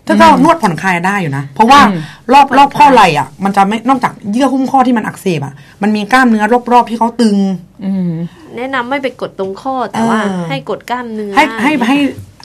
Speaker 6: ถ้าก็นวดผ่อนคลายได้อยู่นะ เพราะว่า
Speaker 3: อืม
Speaker 6: รอบรอบข้อไหล่อ่ะ มันจะไม่นอกจากเยื่อหุ้มข้อที่มันอักเสบอ่ะ มันมีกล้ามเนื้อรอบๆที่เขาตึง
Speaker 3: อืม
Speaker 5: แนะนำไม่ไปกดตรงข้อแต่
Speaker 6: เออ
Speaker 5: ว่าให้กดกล้ามเนื้อ
Speaker 6: ให้ให้ให้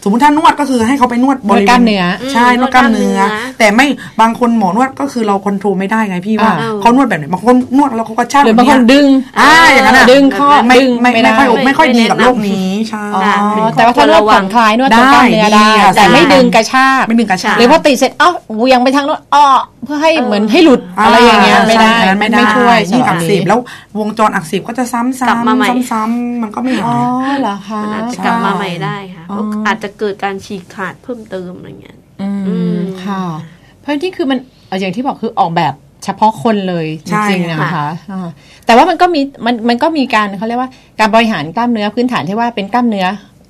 Speaker 6: สมมติถ้านวดก็คือให้เขาไปนวดบริ
Speaker 3: นว
Speaker 6: วณ
Speaker 3: ดกล้ามเนื้อ
Speaker 6: ใช่
Speaker 5: อืม
Speaker 6: นวดกล้ามเนื้อ
Speaker 5: นวดกล้ามเนื้อ
Speaker 6: แต่ไม่บางคนหมอนวดก็คือเราควบคุมไม่ได้ไงพี่ว่า
Speaker 3: อ่า
Speaker 6: เขานวดแบบไหนบางคนนวดแล้วเขาก็ชาก
Speaker 3: หรือบางคน
Speaker 6: แบบเย
Speaker 3: ดึง
Speaker 6: อ่าอย่างนั้นอะ
Speaker 3: ดึงข้อ
Speaker 6: ไม่
Speaker 3: ดึง
Speaker 6: ไม่ไม่ค่อย
Speaker 3: ด้
Speaker 6: ไม่ค่อยดี
Speaker 5: ไม่
Speaker 6: กับ
Speaker 5: แนะนำ
Speaker 6: โรคนี้ใช่
Speaker 3: อ๋อ
Speaker 5: เป็นข้อ
Speaker 3: แต่ว่าถ้านวด
Speaker 5: ควรระวั
Speaker 3: ผ่อง นคลายนวดตรงก
Speaker 6: ได้
Speaker 3: ล้ามเนื้อได้
Speaker 6: ดีอะ
Speaker 3: แต่ไม่
Speaker 6: ใช่
Speaker 3: ดึงกระชาก
Speaker 6: ไม่ดึงกระชาก
Speaker 3: หรือพอตีเสร็จเอ้าเหวียงไปทางโน้นอ้อเพื่อให้เหมือนให้หลุดอะไรอย่างเงี้ยไม่ได้
Speaker 6: ใช่อันนั้นไม่ได้
Speaker 3: ช่วย
Speaker 6: ยิ่งอักเสบ
Speaker 3: สำหรับ
Speaker 6: แล้ววงจรอักเสบก็จะซ้ำๆ
Speaker 5: กลับมาใหม่
Speaker 6: ซ้ำๆมันก็ไม่
Speaker 3: อ๋
Speaker 6: หา
Speaker 3: อย เหรอคะ
Speaker 5: มันอาจจะ
Speaker 6: ใช่
Speaker 5: กลับมาใหม่ได้ค่ะ
Speaker 3: อ๋อ
Speaker 5: ก็อาจจะเกิดการฉีกขาดเพิ่มเติมอะไรเงี้ย
Speaker 3: อื
Speaker 5: อื
Speaker 3: ม
Speaker 5: ม
Speaker 3: ค่ะ เพราะที่คือมันเอาอย่างที่บอกคือออกแบบเฉพาะคนเลยจ
Speaker 6: ใช่
Speaker 3: ริงๆนะ
Speaker 6: ค่ะ
Speaker 3: คะอ่าแต่ว่ามันก็มีมันมันก็มีการเขาเรียกว่าการบริหารกล้ามเนื้อพื้นฐานที่ว่าเป็นกล้ามเนื้อ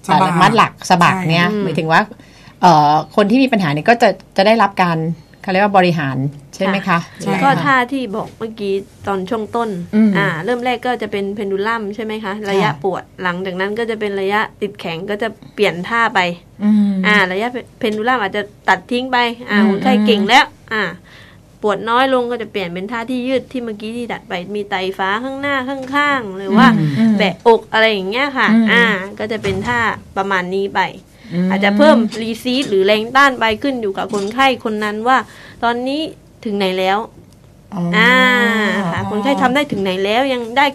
Speaker 6: สบาย
Speaker 3: มัดหลักสะบักเนี่ย
Speaker 5: ใช่อืม
Speaker 3: หมายถึงว่าเอ่อคนที่มีปัญหาเนี่ยก็จะจะได้รับการเขาเรียกว่าบริหารใช่ไหมคะ
Speaker 5: ค่ะ
Speaker 3: ห
Speaker 6: ใช่
Speaker 3: รือ
Speaker 5: ก็
Speaker 3: อะไรคะ
Speaker 5: ท่าที่บอกเมื่อกี้ตอนช่วงต้น
Speaker 3: อืม
Speaker 5: เริ่มแรกก็จะเป็นเพนดูลัมใช่ไหมคะ ระยะ
Speaker 3: ค่ะ
Speaker 5: ปวดหลังจากนั้นก็จะเป็นระยะติดแข็งก็จะเปลี่ยนท่าไป
Speaker 3: อืม
Speaker 5: อ่าระยะเพนดูลัมอาจจะตัดทิ้งไปอ่า
Speaker 3: อืม
Speaker 5: คนไข้
Speaker 3: อืม
Speaker 5: เก่งแล้ว อ่า ปวดน้อยลงก็จะเปลี่ยนเป็นท่าที่ยืดที่เมื่อกี้ที่ดัดไปมีไตฟ้าข้างหน้าข้างๆหรือว่า
Speaker 3: อืม
Speaker 5: แบะอกอะไรอย่างเงี้ยค่ะ
Speaker 3: อืม
Speaker 5: อ่า ก็จะเป็นท่าประมาณนี้ไป อาจจะเพิ่มรีซีดหรือแรงต้านไปขึ้นอยู่กับคนไข้คนนั้นว่า ตอนนี้ถึงไหนแล้วอ่าค่ะคนไข้ทำได้ถึงไหนแล้วยังได้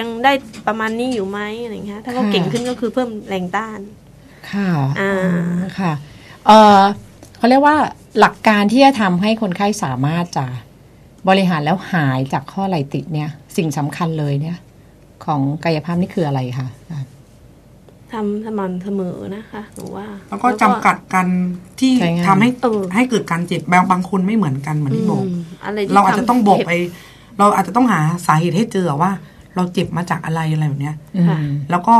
Speaker 5: ยังได้ประมาณนี้อยู่ไหมอะไรอย่างเงี้ยถ้าเขา
Speaker 3: ค่ะ
Speaker 5: เก่งขึ้นก็คือเพิ่มแรงต้าน
Speaker 3: ค่ะ
Speaker 5: อ่า
Speaker 3: ค่ะเออเขาเรียกว่าหลักการที่จะทำให้คนไข้สามารถจะบริหารแล้วหายจากข้อไหลติดเนี่ย สิ่งสำคัญเลยเนี่ย ของกายภาพนี่คืออะไรคะอ่า
Speaker 5: ทำสม่ำเสมอนะคะหนูว่า
Speaker 6: แล้วก็จำกัดกันที่
Speaker 3: ใช้งาน
Speaker 6: ทำให้
Speaker 5: เออ
Speaker 6: ให้เกิดการเจ็บบางบางคนไม่เหมือนกันเหมือนที่บอก
Speaker 5: มอะไรที่
Speaker 6: เราอาจจะต้องบอก
Speaker 5: ทำ
Speaker 6: ไป เราอาจจะต้องหาสาเหตุให้เจอว่า เราเจ็บมาจากอะไรอะไรแบบเนี้ย
Speaker 3: อืม
Speaker 6: แล้วก็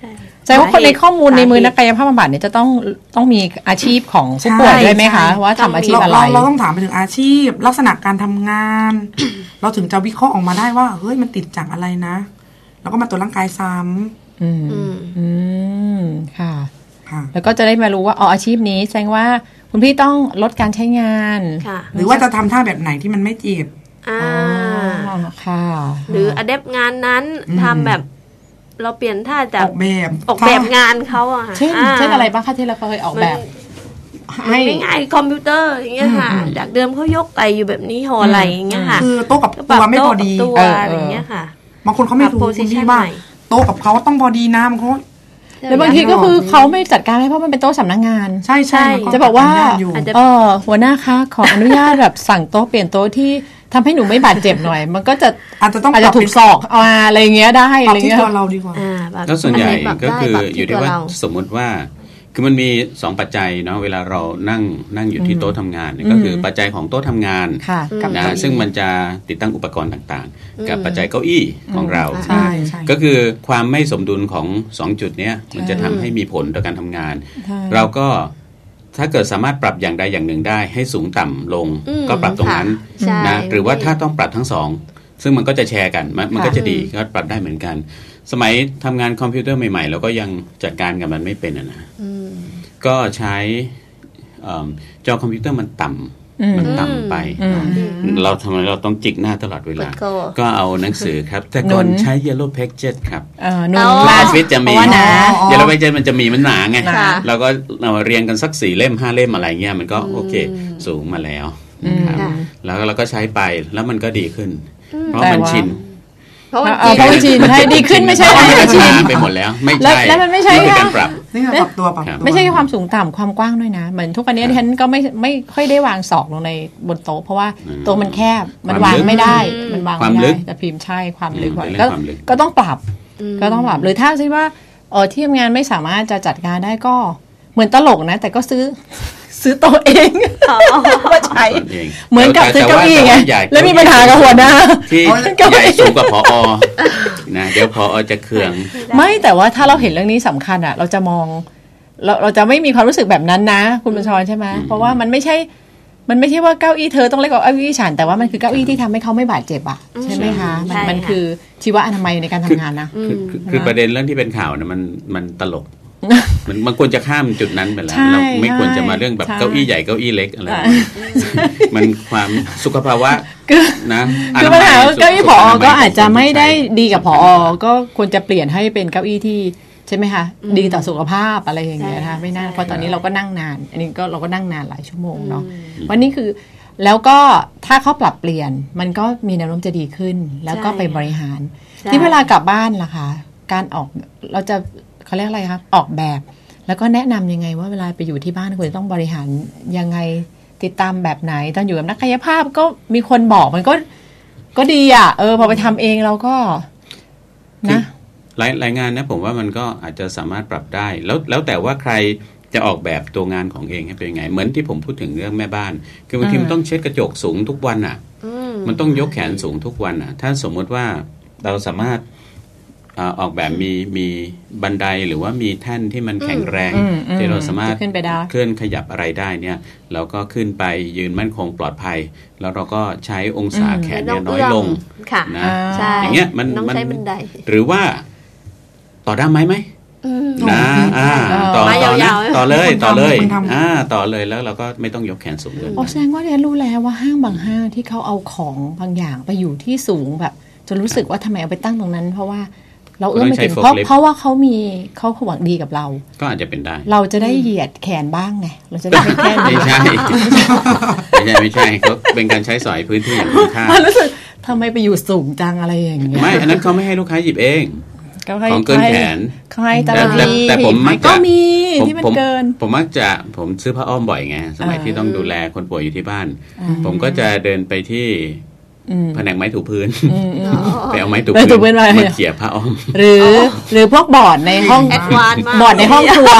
Speaker 5: ใช่
Speaker 3: แสดงว่าคนในข้อมูลในมือนักกายภาพบำบัดเนี่ยจะต้องต้องมีอาชีพของผู้ป่วย
Speaker 6: ใช่
Speaker 3: ด้วยไหมคะ
Speaker 5: ใช่
Speaker 3: ว่าทำอาชีพ
Speaker 6: เรา
Speaker 3: อะไร
Speaker 6: เราเราต้องถามไปถึงอาชีพ ลักษณะการทำงาน เราถึงจะวิเคราะห์ออกมาได้ว่าเฮ้ยมันติดจากอะไรนะ แล้วก็มาตรวจร่างกายซ้
Speaker 3: อืม
Speaker 5: อืม
Speaker 3: อืมค่ะ
Speaker 6: ำค่ะ
Speaker 3: แล้วก็จะได้มารู้ว่าอ๋ออาชีพนี้แสดงว่าคุณพี่ต้องลดการใช้งาน
Speaker 5: ค่ะ
Speaker 6: หรือว่าจะทำท่าแบบไหนที่มันไม่เจ็บ
Speaker 5: อ่า
Speaker 3: อ๋อค่ะ
Speaker 5: หรืออ d เด t งานนั้น
Speaker 6: อืม
Speaker 5: ทำแบบ เราเปลี่ยนท่าจา
Speaker 6: อก อกแบบ
Speaker 5: ออกแบบงานเขาอะค่ะ
Speaker 3: เช่น
Speaker 5: า
Speaker 3: เช่นอะไรบ้างคะที่เราเคยออกแบบ
Speaker 5: มัน
Speaker 6: ให้
Speaker 5: ง่ายๆคอมพิวเตอร์อย่างเงี้ยค่ะ
Speaker 6: อืม
Speaker 5: จากเดิมเขายกไตอยู่แบบนี้ห่อไหลอย่างเงี้ยค่ะ
Speaker 6: คือโต๊ะกับ
Speaker 5: ก็ป
Speaker 6: ตัวไม่พ
Speaker 5: โต๊ะ
Speaker 6: อ
Speaker 5: กับ
Speaker 6: ดี
Speaker 5: ตัว
Speaker 3: เออเอออ
Speaker 5: อะไรอย่างเงี้ยค่ะ
Speaker 6: บางคนเขาไม่รู้
Speaker 5: ปรับ
Speaker 6: คุณ
Speaker 5: position
Speaker 6: พี่ว่า
Speaker 5: ใหม่
Speaker 6: โต๊ะกับเขาต้องพอดีนะบางคน
Speaker 3: หรือบางทีก็คือเขาไม่จัดการให้เพราะมันเป็นโต๊ะสำนักงาน
Speaker 6: ใช่ใช่
Speaker 5: ใช่
Speaker 6: มัน
Speaker 3: จะบอกว่า
Speaker 6: ทำยอยู่
Speaker 5: อาจจะ
Speaker 3: เออหัวหน้าคะขออนุญาตแบบสั่งโต๊ะเปลี่ยนโต๊ะที่ทำให้หนูไม่บาดเจ็บหน่อย มันก็จะ
Speaker 6: อาจจะต้อง
Speaker 3: อาจจะถูกศอกเอามาอะไรอย่างเงี้ยได้
Speaker 6: ป
Speaker 3: อะ
Speaker 6: รับ
Speaker 3: ไร
Speaker 6: ที่
Speaker 3: เงี้ย
Speaker 6: ตัวเราดีกว่า
Speaker 5: อ่าแบบ
Speaker 4: แล้วส่วนใหญ่
Speaker 5: อัปรับ
Speaker 4: ก็
Speaker 5: ได้
Speaker 4: คือ
Speaker 5: ปรับ
Speaker 4: อยู่ที่
Speaker 5: ตั
Speaker 4: ว่า
Speaker 5: เรา
Speaker 4: สมมุติว่า คือมันมีสองปัจจัยเนาะเวลาเรานั่งนั่งอยู่ที่โต๊ะทำงานเนี่ยก็คืออ
Speaker 3: ม
Speaker 4: ปัจจัยของโต๊ะทำงาน
Speaker 3: ค่ะกับ
Speaker 4: นะ
Speaker 3: เก้าอี้
Speaker 4: ซึ่งมันจะติดตั้งอุปกรณ์ต่างๆ กับ
Speaker 5: อืม
Speaker 4: ปัจจัยเก้าอี้ของเรา
Speaker 5: อืม
Speaker 6: ใช่
Speaker 4: นะ
Speaker 6: ใช่
Speaker 4: ก็คือความไม่สมดุลของ 2 จุดเนี้ยมันจะทำ
Speaker 5: อืม
Speaker 4: ให้มีผลต่อการทำงาน
Speaker 3: ใช่
Speaker 4: เราก็ถ้าเกิดสามารถปรับอย่างใดอย่างหนึ่งได้ ให้สูงต่ำลง
Speaker 5: อืม
Speaker 4: ก็ปรับตรงนั้น
Speaker 5: ค่ะใช่
Speaker 4: นะหรือว่าถ้าต้องปรับทั้งสองซึ่งมันก็จะแชร์กันมันมันก็จะดีก็ปรับได้เหมือนกัน สมัยทำงานคอมพิวเตอร์ใหม่ๆเราก็ยังจัดการกับมันไม่เป็นอะนะ
Speaker 5: อืม
Speaker 4: ก็ใช้เอิ่มจอคอมพิวเตอร์มันต่ำ
Speaker 3: อืม
Speaker 4: มันต่ำไป
Speaker 3: อืม
Speaker 4: เราทำไมเราต้องจิกหน้าตลอดเวลา
Speaker 5: เปิดก่อน
Speaker 4: ก็เอาหนังสือครับ แต่ก่อนใช้ yellow pages ครับ
Speaker 3: เอ่อนุ่น
Speaker 5: เอา
Speaker 3: มา
Speaker 4: ออฟฟิศจะมี
Speaker 3: เพราะว่าหนา
Speaker 4: เดี๋ยวเราไปเจอมันจะมีมันหนาไง
Speaker 5: ค่ะ
Speaker 4: เราก็เอาเรียงกันสักสี่เล่มห้าเล่มอะไรเงี้ยมันก็โอเคสูงมาแล้วนะครับ
Speaker 5: ค่ะ
Speaker 4: แล้วเราก็ใช้ไปแล้วมันก็ดีขึ้น เพราะ
Speaker 3: แต่
Speaker 4: มัน
Speaker 3: ว่า
Speaker 4: ชิน
Speaker 5: เพราะว่า
Speaker 3: เอาเพราะมันชินใช่ดีขึ้นไม่ใช่อะไร
Speaker 4: มั
Speaker 3: ก็
Speaker 4: น
Speaker 3: ชิน
Speaker 4: ไปหมดแล้ว ไม่
Speaker 3: แล้ว
Speaker 4: ใช่
Speaker 3: แล้วมันไม่ใช่
Speaker 4: คือ
Speaker 3: ค่ะ
Speaker 4: การปรับ
Speaker 6: นี่คือปรับตัวปรับตัว
Speaker 3: ไม่ใช่แค่ความสูงต่ำความกว้างด้วยนะ เหมือนทุกวันนี้
Speaker 4: ครับ
Speaker 3: ฉันก็ไม่ไม่ค่อยได้วางศอกลงในบนโต๊ะเพราะว่า
Speaker 4: อืม
Speaker 3: โต๊ะมันแคบมัน
Speaker 4: ควา
Speaker 3: วา
Speaker 4: ม
Speaker 3: ง
Speaker 4: ลึก
Speaker 3: ไม่ได้ มันวาง
Speaker 4: ความ
Speaker 3: ไม่
Speaker 4: ลึ
Speaker 3: ได้
Speaker 4: ก
Speaker 3: แต่พิมพ์ใช่ความลึก
Speaker 4: อืม
Speaker 3: กว่า
Speaker 4: เป็นเรื่
Speaker 3: ก็
Speaker 4: องความลึก
Speaker 3: ก็ต้องปรับก็ต้องปรับหรือถ้าคิดว่าเออที่ทำงานไม่สามารถจะจัดการได้ก็เหมือนตลกนะ แต่ก็ซื้อ ซื้อโต๊ะเอง มาใช้
Speaker 4: ส่วนเอง
Speaker 3: เหมือนกับซื้อ
Speaker 4: แต่
Speaker 3: เก้า
Speaker 4: ว่
Speaker 3: อี้
Speaker 4: แต่
Speaker 3: ไง
Speaker 4: ว่าใหญ่
Speaker 3: แล้วมีปัญหากับหัวหน้า
Speaker 4: ที่
Speaker 6: เอาเก้าอี้
Speaker 4: ใหญ่สูงกว่าพอนะเดี๋ยวพอจะเคือง
Speaker 3: ไม่แต่ว่าถ้าเราเห็นเรื่องนี้สำคัญอะเราจะมองเราเราจะไม่มีความรู้สึกแบบนั้นนะ คุณบัญชรใช่ไหมเพราะว่ามันไม่ใช่ มันไม่ใช่ว่าเก้าอี้เธอต้องเล็กกว่าเก้าอี้ฉันแต่ว่ามันคือเก้าอี้ที่ทำให้เขาไม่บาดเจ็บอะใช่ไหมคะมัน
Speaker 5: ใช่ค่ะ
Speaker 3: มันคือชีวะอนามัยในการทำงานนะ
Speaker 4: คือคือคือประเด็นเรื่องที่เป็นข่าวนะมันมันต ลก มันมันควรจะข้ามจุดนั้นไปแล้ว
Speaker 3: ใช่
Speaker 4: เราไม่ควรจะมาเรื่องแบบ
Speaker 3: ใช่
Speaker 4: เก้าอี้ใหญ่เก้าอี้เล็กอะไร
Speaker 3: อ่า
Speaker 4: มันความสุขภาวะนะ
Speaker 3: คือปัญหา
Speaker 4: มัย
Speaker 3: เก้าอี้
Speaker 4: สุ
Speaker 3: ผ
Speaker 4: ข
Speaker 3: อ
Speaker 4: มัย
Speaker 3: ก็อาจจะไม่ได้ดีกับผอ
Speaker 4: สำคัญ
Speaker 3: ก็ควรจะเปลี่ยนให้เป็นเก้าอี้ที่ใช่ไหมคะดีต่อสุขภาพอะไรอย่างเงี้ยนะคะไม่น่าเพราะตอนนี้เราก็นั่งนาน อันนี้ก็เราก็นั่งนานหลายชั่วโมงเนาะวันนี้คือแล้วก็ถ้าเขาปรับเปลี่ยนมันก็มีแนวโน้มจะดีขึ้น แล้วก็ไปบริหาร ที่เวลากลับบ้านล่ะคะการออกเราจะเขาเรียกอะไรคะออกแบบ แล้วก็แนะนำยังไงว่าเวลาไปอยู่ที่บ้านควรจะต้องบริหารยังไงติดตามแบบไหน ตอนอยู่กับนักกายภาพก็มีคนบอกมันก็ ก็ดีอ่ะ เออ พอไปทำเองเราก็ นะ
Speaker 4: หลายหลายงานนะผมว่ามันก็อาจจะสามารถปรับได้ แล้วแล้วแต่ว่าใครจะออกแบบตัวงานของเองให้เป็นยังไง เหมือนที่ผมพูดถึงเรื่องแม่บ้าน คือบางทีมันต้องเช็ดกระจกสูงทุกวันอ่ะ มันต้องยกแขนสูงทุกวันอ่ะ ถ้าสมมุติว่าเราสามารถเอ่อออกแบบมีมีบันไดหรือว่ามีแท่นที่มันแข็งแรง
Speaker 3: อืมอืม
Speaker 4: ที่เราสามารถ
Speaker 3: จะขึ้นไปได้
Speaker 4: เคลื่อนขยับอะไรได้เนี่ยเราก็ขึ้นไปยืนมั่นคงปลอดภัย แล้วเราก็ใช้องศาแขนเนี่ยน้อยลง
Speaker 5: ค่ะ
Speaker 4: นะ
Speaker 3: อ่า
Speaker 5: ใช่
Speaker 4: อย่างเงี้ยมัน
Speaker 5: ต้อง
Speaker 4: มั
Speaker 5: ใช้บันได
Speaker 4: หรือว่าต่อด้ามไม้ไหม
Speaker 5: อืม
Speaker 4: นะอ่า
Speaker 3: เออ
Speaker 4: ต่อ
Speaker 5: ไม้
Speaker 4: ต่อนะ
Speaker 5: ยาวๆ
Speaker 4: ต่อเลยต่อเลย
Speaker 6: คุณทำ
Speaker 4: อ่าต่อเลยแล้วเราก็ไม่ต้องยกแขนสูงเกินไป
Speaker 3: โอ้แสดงว่าเรียนรู้แล้วว่าห้างบางห้างที่เขาเอาของบางอย่างไปอยู่ที่สูงแบบจนรู้สึกว่าทำไมเอาไปตั้งตรงนั้น เพราะว่าเราเอื้อมไม่ถึง
Speaker 4: ต้องใช้
Speaker 3: เพราะ
Speaker 4: forklift
Speaker 3: เพราะว่าเขามีเขาหวังดีกับเรา
Speaker 4: ก็อาจจะเป็นได้
Speaker 3: เราจะได้เหยียดแขนบ้างไงเราจะได้ไม่แค่
Speaker 4: ไม่
Speaker 3: นี้
Speaker 4: ใช่ ไม่ใช่ ไม่ใช่เขาเป็นการใช้สอยพื้นที่อย่างคุ้ม ค่า
Speaker 3: มันรู้สึกทำไมไปอยู่สูงจังอะไรอย่างเงี้ย
Speaker 4: ไม่ อันนั้นเขาไม่ให้ลูกค้าหยิบเอง
Speaker 3: ก็ให้
Speaker 4: ของเกินแขน
Speaker 3: ใครแต่
Speaker 4: แต่
Speaker 3: ละ
Speaker 4: แต่
Speaker 3: ที
Speaker 4: แต่ผมมักจะ
Speaker 3: ก็มี
Speaker 4: ผ
Speaker 3: ที่มัน
Speaker 4: ผม
Speaker 3: เกิน
Speaker 4: ผมมักจะผมซื้อผ้าอ้อมบ่อยไงสมัย
Speaker 3: อ่า
Speaker 4: ที่ต้องดูแลคนป่วยอยู่ที่บ้าน ผมก็จะเดินไปที่
Speaker 3: อืม
Speaker 4: แผนกไม้ถูพื้น
Speaker 5: อ๋อ
Speaker 4: ไปเอาไม้ถู
Speaker 3: ไม้ถูพื้นมา
Speaker 4: เขี่ยผ้าอ้อ ม
Speaker 3: หรือหรือพวกบอร์ดในห้อง
Speaker 5: แอดวานซ์มาก
Speaker 3: บอร์ดในห้องครัว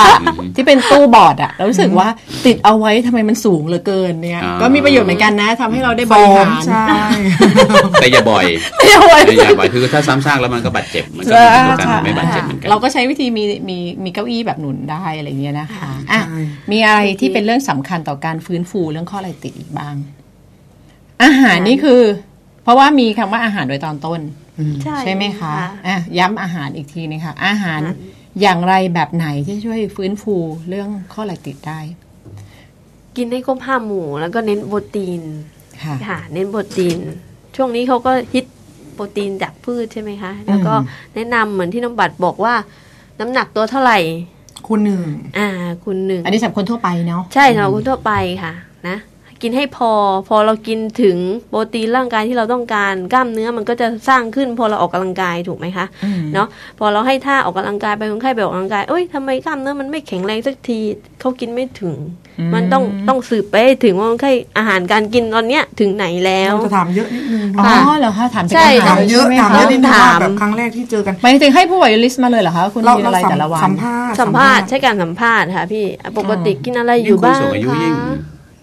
Speaker 3: ที่เป็นตู้บอร์ดอะเรารู้สึกว่าติดเอาไว้ทำไมมันสูงเหลือเกินเนี่ย
Speaker 4: อ่า
Speaker 3: ก็มีประโยชน์เหมือนกันนะทำให้เราได้บ
Speaker 6: โฟ
Speaker 3: ริ
Speaker 6: ม
Speaker 3: หาร
Speaker 6: ใช่
Speaker 4: แต่อย่าบ่อย
Speaker 3: ไม่เอาไว้
Speaker 4: แต่อย่าบ่อยคือถ้าซ้ำซากแล้วมันก็บาดเจ็บมันก็
Speaker 3: ใช่
Speaker 4: มีการไม่บาดเจ็บเหมือนกัน
Speaker 3: เราก็ใช้วิธีมีมีมีเก้าอี้แบบหนุนได้อะไรเงี้ยนะคะอ่ะมีอะไรที่เป็นเรื่องสำคัญต่อการฟื้นฟูเรื่องข้ออะไรติดอีกบ้าง อาหารนี่คือ เพราะว่ามีคำว่าอาหารโดยตอนต้น ใช่ไหมคะอ่ะย้ำอาหารอีกทีนะคะอาหารอย่างไรแบบไหนที่ช่วยฟื้นฟูเรื่องข้อไหลติดได้
Speaker 5: กินให้ครบห้าหมู่ แล้วก็เน้นโปรตีน
Speaker 3: ค่ะ
Speaker 5: ค่ะเน้นโปรตีน ช่วงนี้เขาก็ฮิตโปรตีนจากพืชใช่ไหมคะ แล้วก็แนะนำเหมือนที่น้องบัตรบอกว่า น้ำหนักตัวเท่าไหร่
Speaker 6: คุณหนึ่ง
Speaker 5: อ่า คุณหนึ่ง
Speaker 3: อันนี้สำหรับคนทั่วไปเนาะ
Speaker 5: ใช่สำหรับคนทั่วไปค่ะนะกินให้พอพอเรากินถึงโปรตีนร่างกายที่เราต้องการกล้ามเนื้อมันก็จะสร้างขึ้น พอเราออกกำลังกายถูกไหมคะ
Speaker 3: อืม
Speaker 5: เนาะพอเราให้ท่าออกกำลังกายไปคนไข้ไปออกกำลังกายเอ้ยทำไมกล้ามเนื้อมันไม่แข็งแรงสักทีเขากินไม่ถึง
Speaker 3: อืม
Speaker 5: มันต้องต้องสืบไปให้ถึงว่าคนไข้อาหารการกินตอนเนี้ยถึงไหนแล้ว
Speaker 6: เราจะถามเยอะนิดนึง
Speaker 3: อ๋
Speaker 6: เนาะ
Speaker 3: อ
Speaker 5: ค่ะ
Speaker 3: เหรอคะถามถึง
Speaker 5: ใช่
Speaker 3: อาหา
Speaker 6: ถาร มเยอะ
Speaker 3: ใช่ไหม
Speaker 6: ถาม
Speaker 3: คะ
Speaker 6: เยอะนิดนึง
Speaker 5: ถาม
Speaker 6: ว่าแบบครั้งแรกที่เจอกัน
Speaker 3: หมายถึงให้ผู้ป่วยลิสต์มาเลยเหรอคะคุณ
Speaker 6: เรา
Speaker 3: มี
Speaker 6: เรา
Speaker 3: อะไร
Speaker 6: สัม
Speaker 3: แต่ละวัน
Speaker 6: สัมภาษณ์
Speaker 5: สัมภาษณ์ใช้การสัมภาษณ์ค่ะพี่อ่ะปกติกินอะไรอยู่บ้าง
Speaker 4: ยิ่งคนสูงอายุ
Speaker 5: คะ
Speaker 4: ยิ่ง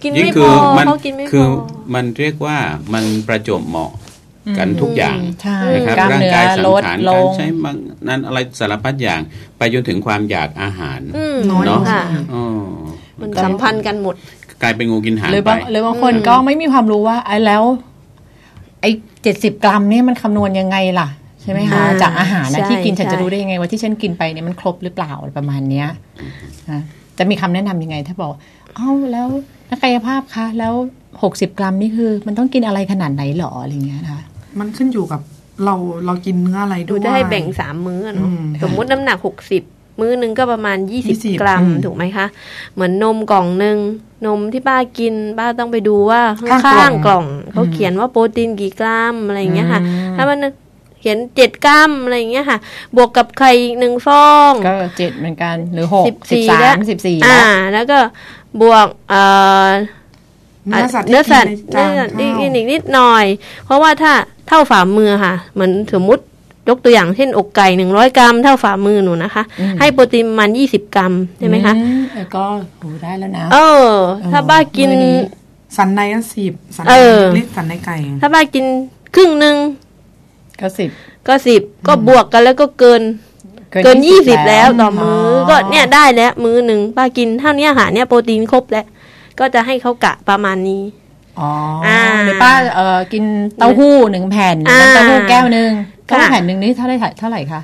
Speaker 5: กิน
Speaker 4: ยิ่ง
Speaker 5: ไม่พ
Speaker 4: คือ อมัน
Speaker 5: เขากินไม่พ
Speaker 4: คือ
Speaker 5: อ
Speaker 4: มันเรียกว่ามันประจวบเหมาะกันทุกอย่าง
Speaker 3: ใช่
Speaker 4: นะครับ
Speaker 3: กล้าม
Speaker 4: ร่า
Speaker 3: เนื้อก
Speaker 4: งายสั
Speaker 3: ล
Speaker 4: ง
Speaker 3: ด
Speaker 4: ขาร
Speaker 3: ล
Speaker 4: การ
Speaker 3: ง
Speaker 4: ใช้มังนั้นอะไรสารพัดอย่าง ไปจนถึงความอยากอาหาร
Speaker 5: อืม
Speaker 6: น้อยลง
Speaker 5: ค่ะ
Speaker 4: อ๋อ
Speaker 5: มันสัมพันธ์กันหมด
Speaker 4: กลายเป็นงูกินหาง
Speaker 3: หรือบาง
Speaker 4: ไป
Speaker 3: หรือบางคนก็ไม่มีความรู้ว่าไอ้แล้ว ไอ้เจ็ดสิบกรัมเนี่ยมันคำนวณยังไงล่ะ ใช่ไหมคะ
Speaker 5: อ่า
Speaker 3: จากอาหารนะ
Speaker 5: ใช่
Speaker 3: ที่กินฉัน
Speaker 5: ใช่
Speaker 3: จะรู้ได้ยังไงว่าที่ฉันกินไปเนี่ยมันครบหรือเปล่าอะไรประมาณเนี้ยนะ จะมีคำแนะนำยังไง ถ้าบอกว่าเอ้าแล้วนักกายภาพคะแล้วหกสิบกรัมนี่คือ มันต้องกินอะไรขนาดไหนหรออะไรอย่างเงี้ยนะคะ
Speaker 6: มันขึ้นอยู่กับเราเรากินเนื้ออะไร
Speaker 5: ดู
Speaker 6: ด้วย
Speaker 5: จะให้แบ่งสามมื้ออะเนาะ
Speaker 6: อืม
Speaker 5: สมมุติน้ำหนักหกสิบมื้อหนึงก็ประมาณยี่สิบ
Speaker 6: 20
Speaker 5: กรัม
Speaker 6: อืม
Speaker 5: ถูกไหมคะ เหมือนนมกล่องหนึ่งนมที่ป้ากินป้าต้องไปดูว่า
Speaker 6: ข้างกล่อง
Speaker 5: ข้างกล่องเขาเขียนว่าโปรตีนกี่กรัมอะไรอย่างเงี้ยค่ะ ถ้ามันเขียนเจ็ดกรัมอะไรอย่างเงี้ยค่ะ บวกกับไข่อีกหนึ่งฟอง
Speaker 3: ก็เจ็ดเหมือนกันหรือหก
Speaker 5: สิบสี่
Speaker 3: สิบสา
Speaker 5: แล้
Speaker 3: ม
Speaker 5: ว
Speaker 3: สิบสี่
Speaker 5: อ่า
Speaker 3: แล้ว
Speaker 5: แล้วก็บวกเอ่อ
Speaker 6: เนื้อสัตว์
Speaker 5: เนื้อสัตว์
Speaker 6: ที่กิ
Speaker 5: เนื้อสัตว์
Speaker 6: ใน
Speaker 5: ที่กิ
Speaker 6: จาน น
Speaker 5: อีกนิดหน่อย เพราะว่าถ้าเท่าฝ่ามือค่ะเหมือนสมมติยกตัวอย่างเช่นอกไก่หนึ่งร้อยกรัมเท่าฝ่ามือหนูนะคะ
Speaker 3: อืม
Speaker 5: ให้โปรตีนประมันยี่สิบกรัมใช่ไหมคะ
Speaker 3: อืเออก็โหได้แล้วนะ
Speaker 5: เออ ถ้าบ้ากิน
Speaker 3: มื้อนี้
Speaker 6: สันในอันสิบสัน
Speaker 5: เอ
Speaker 6: ใน
Speaker 5: อ
Speaker 6: ลิตรสันในไก่
Speaker 5: ถ้าบ้ากินครึ่งหนึ่ง
Speaker 3: ก็สิบ
Speaker 5: ก็สิบก็บวกกันแล้วก็เกินเกินยี่สิบแล้วต่อมื้ออก็เนี่ยได้แล้วมื้อหนึ่งป้ากินเท่านี้อาหารเนี่ยโปรตีนครบแล้วก็จะให้เขากะประมาณนี้
Speaker 3: อ๋ออา หรือป้าเอ่อกินเต้าหู้หนึ่งแผ่น
Speaker 5: อ่า
Speaker 3: น้ำเต้าหู้แก้วหนึ่ง
Speaker 5: ค่ะ
Speaker 3: เต้าหู้แผ่นหนึ่งนี่เท่าไหร่เท่าไหร่คะ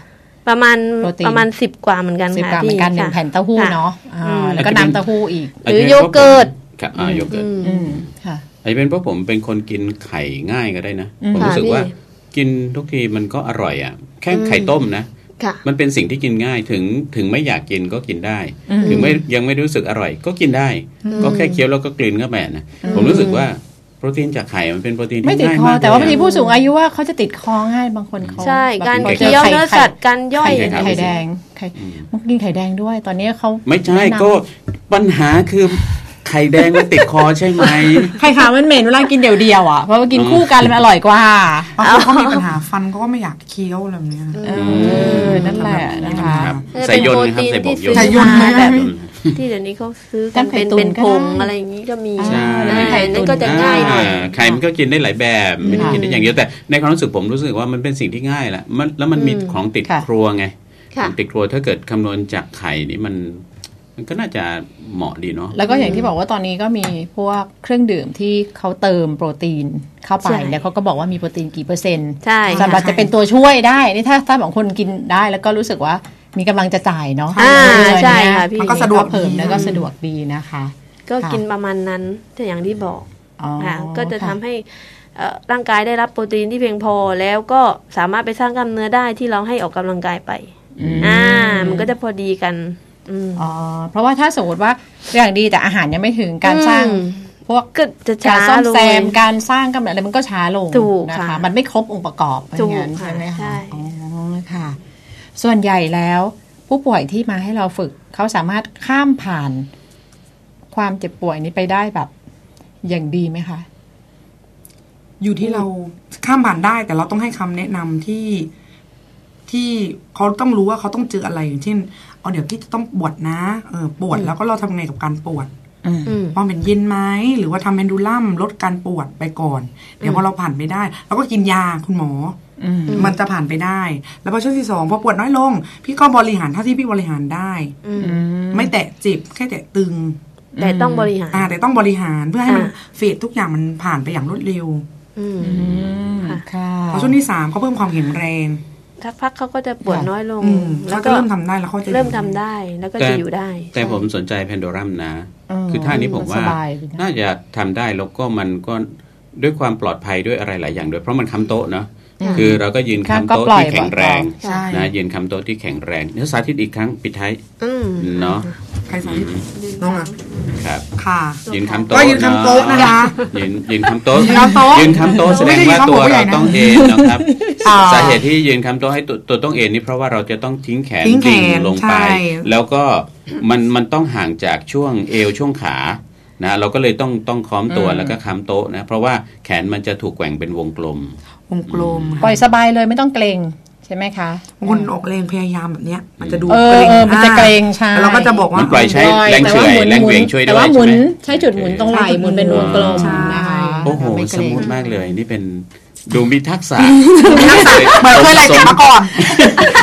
Speaker 5: ประมาณ
Speaker 3: โปรตีน
Speaker 5: ประมาณสิบกว่าเหมือนกัน
Speaker 3: สิบกรั
Speaker 5: ค่ะ
Speaker 3: มเหมือนกันหนึ่ง
Speaker 5: ค่ะ
Speaker 3: แผ่นเต้าหู้
Speaker 5: ค่
Speaker 3: เนาะอ่า
Speaker 5: อืม
Speaker 3: แล้วก็น้ำเต้าหู้อีก
Speaker 5: หรือ
Speaker 4: จจะป็น
Speaker 5: โยเกิร์ต
Speaker 4: พาะผมครับอ่าโยเกิร์ต
Speaker 5: อืม
Speaker 3: อืมค่ะ
Speaker 4: อาจจะเป็นเพราะผมเป็นคนกินไข่ง่ายก็ได้นะ
Speaker 3: อืม
Speaker 4: ผมรู้สึก
Speaker 5: ค่ะ
Speaker 4: ว่า
Speaker 5: พี่
Speaker 4: กินทุกทีมันก็อร่อยอ่ะ แค่
Speaker 5: อืม
Speaker 4: ไข่ต้มนะ
Speaker 5: ค่ะ
Speaker 4: มันเป็นสิ่งที่กินง่ายถึงถึงไม่อยากกินก็กินได้
Speaker 3: อืม
Speaker 4: ถึงไม่ยังไม่รู้สึกอร่อย ก็กินได้ ก็แค่เคี้ยวแล้วก็กลืนก็แม่นะผมรู้สึกว่าโปรตีนจากไข่มันเป็นโปรตีน
Speaker 3: ไม่
Speaker 4: ที่
Speaker 3: ติด
Speaker 4: ง่าย
Speaker 3: คอ
Speaker 4: มาก
Speaker 3: แต่ว่าบาง
Speaker 4: เล
Speaker 3: ที
Speaker 4: ยอะ
Speaker 3: ผู้สูงอายุว่าเขาจะติดคอง่ายบางคนเขา
Speaker 5: ใช่
Speaker 3: แบบ
Speaker 5: การ
Speaker 3: พอจอ
Speaker 5: เคี้ยว
Speaker 3: ไข่
Speaker 5: เนื้อสัตว์การย่อย
Speaker 3: ไข่
Speaker 4: ครับ
Speaker 3: ไข่แดงไข่มันกินไข่แดงด้วย ตอนนี้เขา
Speaker 4: ไม่ใช่
Speaker 3: แนะนำ
Speaker 4: ก็ปัญหาคือไข่แดงมันติดคอใช่ไหม
Speaker 3: ไข่ขาวมันเหม็นเวลากินเดี่ยวๆอ่ะเพราะว่ากินคู่กันมันอร่อยกว่า
Speaker 6: บางคนเขามีปัญหาฟันเขาก็ไม่อยากเคี้ยวอะไรแบบเนี้ย
Speaker 3: เออ นั่นแหละนะคะ
Speaker 4: ครับ
Speaker 5: เออ
Speaker 4: ใส่ยนต์นะครับ
Speaker 5: เป็
Speaker 4: ใส่
Speaker 5: น
Speaker 4: บอกยนต์
Speaker 5: โปรตีนที่ซื้อ
Speaker 6: ใส่ยนต์ไหม
Speaker 5: แบบ
Speaker 6: ไหม
Speaker 5: ที่เดี๋ยวนี้เขาซื้อ
Speaker 3: กั
Speaker 5: กัน น
Speaker 3: ไข่
Speaker 5: เป็น
Speaker 3: ตุ๋น
Speaker 5: เป็น
Speaker 3: ก็
Speaker 5: ผ
Speaker 3: ได้
Speaker 5: งอะไรอย่างนี้ก็มี
Speaker 4: ใช่
Speaker 5: อ่า
Speaker 3: ไข่
Speaker 5: อันนั้
Speaker 3: ตุ๋
Speaker 5: น
Speaker 3: น
Speaker 5: ก็จะง่ายหน่อย
Speaker 4: อ่าไข่มันก็กินได้หลายแบบไม่ได้กินได้อย่างเดียวแต่ในความรู้สึกผมรู้สึกว่ามันเป็นสิ่งที่ง่ายแหละมันแล้วมันมี
Speaker 5: อืม
Speaker 4: ของติด
Speaker 3: ค่ะ
Speaker 4: ครัวไงข
Speaker 5: ค่ะ
Speaker 4: องติดครัวถ้าเกิดคำนวณจากไข่นี่มัน มันก็น่าจะเหมาะดีเนาะ
Speaker 3: แล้วก็อย่างที่บอกว่าตอนนี้ก็มีพวกเครื่องดื่มที่เขาเติมโปรตีนเข้าไป
Speaker 5: ใช่
Speaker 3: แล้วเขาก็บอกว่ามีโปรตีนกี่เปอร์เซ็นต์
Speaker 5: ใช่
Speaker 3: สำหรับ
Speaker 5: ค่ะ
Speaker 3: จะเป็นตัวช่วยได้นี่ถ้าถ้าบางคนกินได้แล้วก็รู้สึกว่ามีกำลังจะจ่ายเนาะ
Speaker 5: อ่า
Speaker 3: เงิน
Speaker 5: ใช่
Speaker 3: เนี่ย
Speaker 5: ค่ะพี่
Speaker 6: มันก็สะดวก
Speaker 3: เพิ่ม
Speaker 6: ดี
Speaker 3: แล้วก็สะดวกดีนะคะ
Speaker 5: ก็กินประมาณนั้นแต่อย่างที่บอก
Speaker 3: อ๋อ
Speaker 5: ค่ะก็จะทำ
Speaker 3: ค่
Speaker 5: ให้เอ่อร่างกายได้รับโปรตีนที่เพียงพอแล้วก็สามารถไปสร้างกล้ามเนื้อได้ที่เราให้ออกกำลังกายไป อ่า มันก็จะพอดีกัน อืม
Speaker 3: อ๋อเพราะว่าถ้าสมมติว่าอย่างดีแต่อาหารยังไม่ถึงการสร้างพวก
Speaker 5: ก็จะช้า
Speaker 3: การซ่อม
Speaker 5: ลง
Speaker 3: แซมการสร้างกำเนิดอะไรมันก็ช้าลง
Speaker 5: ถูก
Speaker 3: นะ
Speaker 5: ค่ะ
Speaker 3: คะ มันไม่ครบองค์ประกอบ
Speaker 5: ถูก
Speaker 3: อย่างนั้น
Speaker 5: ค่ะ
Speaker 3: ใช่ไหม
Speaker 5: ใช่
Speaker 3: คะอ๋อค่ะ ส่วนใหญ่แล้ว ผู้ป่วยที่มาให้เราฝึกเขาสามารถข้ามผ่าน ความเจ็บป่วยนี้ไปได้แบบ อย่างดีไหมคะ
Speaker 6: อยู่ที่เราข้ามผ่านได้แต่เราต้องให้คำแนะนำที่ที่เขาต้องรู้ว่าเขาต้องเจออะไรอย่างเช่นเอาเดี๋ยวพี่จะต้องปวดนะเออปวดแล้วก็เราทำไงกับการปวด
Speaker 5: อืม
Speaker 6: ว่าเป็นเย็นไหมหรือว่าทำเมนดูลัมลดการปวดไปก่อน เดี๋ยวพอเราผ่านไปได้เราก็กินยาคุณหมออ
Speaker 3: ม
Speaker 6: มันจะผ่านไปได้ แล้วพอช่วงที่สองพอปวดน้อยลง พี่ก็บริหารเท่าที่พี่บริหารได้ ไม่แตะเจ็บแค่แตะตึง
Speaker 5: แต่ต้องบริหาร
Speaker 6: อ่าแต่ต้องบริหารเพื่อให้มัน
Speaker 5: อ่า
Speaker 6: เฟดทุกอย่างมันผ่านไปอย่างรวดเร็ว
Speaker 5: อืม ค่ะ
Speaker 3: ค่ะ
Speaker 6: พอช่วงที่สามเขาเพิ่มความแข็งแรง
Speaker 5: สักพักเขาก็จะปวดน้อยลง
Speaker 6: อืม
Speaker 5: แล้ว
Speaker 6: เขาจะ
Speaker 5: ก็
Speaker 6: เริ่มทำได้แล้วเขาจะ
Speaker 5: เริ่มทำได้แล้วก็จะอยู่ได้
Speaker 4: แต่
Speaker 5: ใช่
Speaker 4: ผมสนใจแพนโดรัมนะ
Speaker 3: เ
Speaker 4: คือท่านี้ผมว่า
Speaker 3: สบยดีนะ
Speaker 4: น่าจะทำได้แล้วก็มันก็ด้วยความปลอดภัยด้วยอะไรหลายอย่างด้วยเพราะมันค้ำโต๊ะเนาะ
Speaker 5: อืม
Speaker 4: คือเราก็ยืน
Speaker 3: ครับ
Speaker 4: ค้ำโต๊ะ
Speaker 3: ก็ปล่อย
Speaker 4: ที่แข็งแรง
Speaker 6: ใช่
Speaker 4: นะยืนค้ำโต๊ะที่แข็งแรงเนื้อสาธิตอีกครั้งปิดท้าย
Speaker 5: อืม
Speaker 4: เนาะ
Speaker 6: ใครสา
Speaker 4: อื
Speaker 6: ธิต
Speaker 4: ม
Speaker 6: น้องอ่ะ
Speaker 4: ครับ
Speaker 6: ค่ะ
Speaker 4: ยืนค้ำโต๊ะ
Speaker 6: ก็ยืนค้ำโต๊ะนะคะ
Speaker 4: ยืนยืนค้ำโต๊ะ
Speaker 6: ยืนค้ำโต๊ะ
Speaker 4: ยืนค้ำโต๊ะแสดงว่าตัวเราต้องเอ็นนะครับ
Speaker 6: อ่า
Speaker 4: สาเหตุที่ยืนค้ำโต๊ะให้ตัวตัวต้องเอ็นนี่เพราะว่าเราจะต้องทิ้งแขน
Speaker 6: ทิ้งแขน
Speaker 4: ดิ่งลงไป
Speaker 6: ใช่
Speaker 4: แล้วก็มันมันต้องห่างจากช่วงเอวช่วงขานะเราก็เลยต้องต้องค้อมตัว
Speaker 3: อืม
Speaker 4: แล้วก็ค้ำโต๊ะนะเพราะว่าแขนมันจะถูกแกว่งเป็นวงกลม
Speaker 6: วงกลม
Speaker 3: ปล่อยสบายเลยไม่ต้องเกรงใช่ไหมคะ
Speaker 6: คนออกแรงพยายามแบบเนี้ย มันจะดู
Speaker 3: เออเออมันจะเกรงใช่
Speaker 6: อ่าเราก็จะบอกว่า
Speaker 4: มันปล่อยใช้ แรงเฉื่อยแรงเหวี่ยงช่วยด้วย
Speaker 3: แต่ว่าหมุน
Speaker 4: ใช่ไหม
Speaker 3: ใช้จุดหมุนตรงไหล่หมุนเป็นวงกลม
Speaker 6: ใช่
Speaker 3: นะคะ
Speaker 4: โอ้โห
Speaker 3: ไม่
Speaker 4: ส
Speaker 3: เกรง
Speaker 4: มูทมากเลยนี่เป็นดูมีทักษะ
Speaker 6: ทักษะเหมือนเคยรายการมาก่อน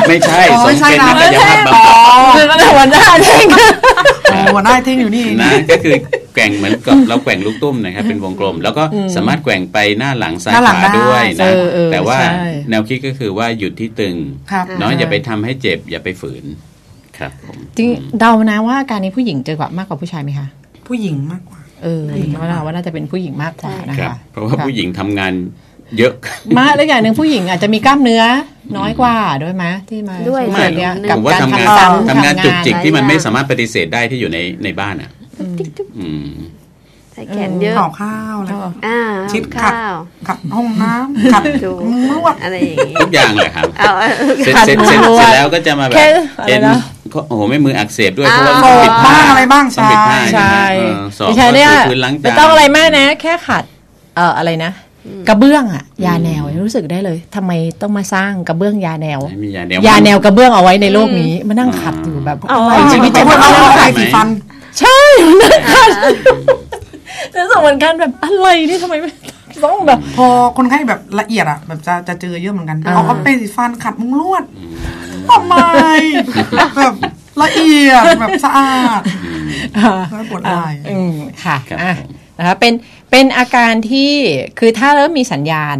Speaker 4: ไม่ใช่
Speaker 6: อ๋อ
Speaker 4: สม
Speaker 6: ไม่ใช่
Speaker 4: เป็นนั
Speaker 6: นะ
Speaker 4: กกายภาพบำ
Speaker 6: อ๋
Speaker 4: บั
Speaker 6: อ
Speaker 4: ด
Speaker 3: คือมันหัวหน้าเอง
Speaker 6: โอ้ได้เท่งอยู่นี่
Speaker 4: นะ ก็คือแกว่งเหมือนกับเราแกว่งลูกตุ้มนะครับเป็นวงกลม แล้วก็สามารถแกว่งไปหน้าหลังซ้าย
Speaker 6: หน้าหลั
Speaker 4: ข
Speaker 6: ง
Speaker 4: วา
Speaker 6: ได้
Speaker 4: ด้วย
Speaker 3: เอ
Speaker 4: นะ
Speaker 3: อเออ
Speaker 4: แต่ว่า
Speaker 3: ใช่
Speaker 4: แนวคิดก็คือว่าหยุดที่ตึง
Speaker 6: ครับ
Speaker 4: เนาะ
Speaker 3: อ่า
Speaker 4: อย่าไปทำให้เจ็บอย่าไปฝืน ครับผม
Speaker 3: จริงเดานะว่าอาการนี้ผู้หญิงเจอกว่ามากกว่าผู้ชายไหมคะ
Speaker 6: ผู้หญิงมากกว่า
Speaker 3: เออว่าน่าว่าน่าจะเป็นผู้หญิงมากกว่านะครับ คะ
Speaker 4: เพราะว่า
Speaker 3: ค่
Speaker 4: ผู้หญิงทำงานเยอะ
Speaker 3: มาแล้วอย่างหนึ่งผู้หญิงอาจจะมีกล้ามเนื้อน้อยกว่าด้วยไหมที่มา
Speaker 5: ด้วย
Speaker 3: ส่นเนี้ย
Speaker 5: ไม่หร
Speaker 3: กั
Speaker 5: อก
Speaker 3: บ
Speaker 4: ผมว่า
Speaker 3: การ
Speaker 4: ทำงาน
Speaker 3: ทำซ้ำ
Speaker 4: ทำงานจุกจิก
Speaker 5: หลาย
Speaker 4: ที่มัน
Speaker 5: อย่าง
Speaker 4: ไม่สามารถปฏิเสธได้ที่อยู่ในในบ้านอ่ะ
Speaker 5: ติ๊กจุ๊บ
Speaker 4: อืม
Speaker 5: ใส่แขนเยอะ
Speaker 6: ห่อข้าวอะไร
Speaker 3: ก็
Speaker 5: อ่า
Speaker 6: ชิดขัด
Speaker 5: ข้าว
Speaker 6: ขัดห้องน้ำขัด
Speaker 5: จู
Speaker 6: มือนวด
Speaker 5: อะไรอย่างงี้
Speaker 4: ทุกอย่างเลยครับ
Speaker 5: เอาเอา
Speaker 4: เสร็จเสร็จเสร็จเสร็จแล้วก็จะมาแบบ
Speaker 3: แค่อะไร
Speaker 4: เอ็น
Speaker 3: นะ
Speaker 4: ก็โอ้โหไม่มืออักเสบด้วยเพราะว่า
Speaker 6: โกร
Speaker 4: ปิ
Speaker 6: ธ
Speaker 4: ด
Speaker 6: บ้า
Speaker 4: ผ้าง
Speaker 6: อะไรบ้าง
Speaker 4: ต้อง
Speaker 6: ใช่
Speaker 4: ปิดผ้า
Speaker 3: ใช่
Speaker 4: เออสอง
Speaker 3: ดิ
Speaker 4: ก็
Speaker 3: ฉันเนี่ย
Speaker 4: ถูพื้นล้างจาน
Speaker 3: ไม่ต้องอะไรมากนะ แค่ขัดเอ่ออะไรนะ กระเบื้องอะยาแนวรู้สึกได้เลยทำไมต้องมาสร้างกระเบื้องยาแนว
Speaker 4: ไม่มียาแนว
Speaker 3: ยาแนวกระเบื้องเอาไว้ในโลกนี้มานั่งขัดอยู่แบบ
Speaker 5: เอา
Speaker 3: โอ้ย
Speaker 5: ไว้
Speaker 3: ชีวิต
Speaker 6: จะ
Speaker 3: จะ
Speaker 6: พู
Speaker 3: ไม่
Speaker 6: ดเอา
Speaker 3: รอด
Speaker 6: ไสีฟัน
Speaker 3: ใช่นั่งขัดรู้สึกเหมือนกันแบบอะไรนี่ทำไมไม่ต้องแบบ
Speaker 6: พอคนไข้แบบละเอียดอะแบบจะจะเจอเยอะเหมือนกัน
Speaker 3: อ่า
Speaker 6: เอาเอาไปสีฟันขัดมุ้งลวดทำไมแบบละเอียดแบบสะอาด
Speaker 3: อ่า
Speaker 6: แล้วปวดลาย
Speaker 3: อืมค่ะ
Speaker 4: ครับ
Speaker 3: อ่ะ
Speaker 4: ผม
Speaker 3: นะคะเป็นเป็นอาการที่คือถ้าเริ่มมีสัญญาณ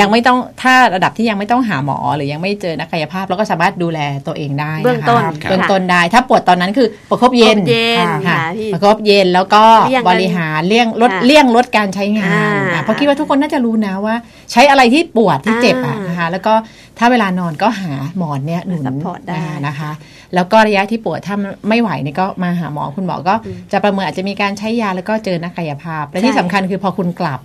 Speaker 3: ยังไม่ต้องถ้าระดับที่ยังไม่ต้องหาหมอ หรือยังไม่เจอนักกายภาพเราก็สามารถดูแลตัวเองได้ะคะ
Speaker 5: เบื้องต้น
Speaker 3: เบื้อง
Speaker 5: ค่ะ
Speaker 3: ต้นได้ ถ้าปวดตอนนั้นคือประคบเย็น
Speaker 5: เย็น
Speaker 3: ค่ะ
Speaker 5: ค่ะพี่
Speaker 3: ประคบเย็นแล้วก็
Speaker 5: เลี่ยงกัน
Speaker 3: บริหารเลี่ยงลด
Speaker 5: ค่ะ
Speaker 3: เลี่ยงลดการใช้งาน
Speaker 5: อ่า
Speaker 3: อ่ะเพราะคิดว่าทุกคนน่าจะรู้นะว่า ใช้อะไรที่ปวดที่เจ็บอ่ะ
Speaker 5: อ่าน
Speaker 3: นะคะแล้วก็ถ้าเวลานอนก็หาหมอนเนี่ยหนุน
Speaker 5: ซัพพอร์ตได้
Speaker 3: านะคะ แล้วก็ระยะที่ปวดถ้าไม่ไหวเนี่ยก็มาหาหมอคุณหมอก็จะประเมินอาจจะมีการใช้ยาแล้วก็เจอนักกายภาพ และที่สำคัญคือพอคุณกลับ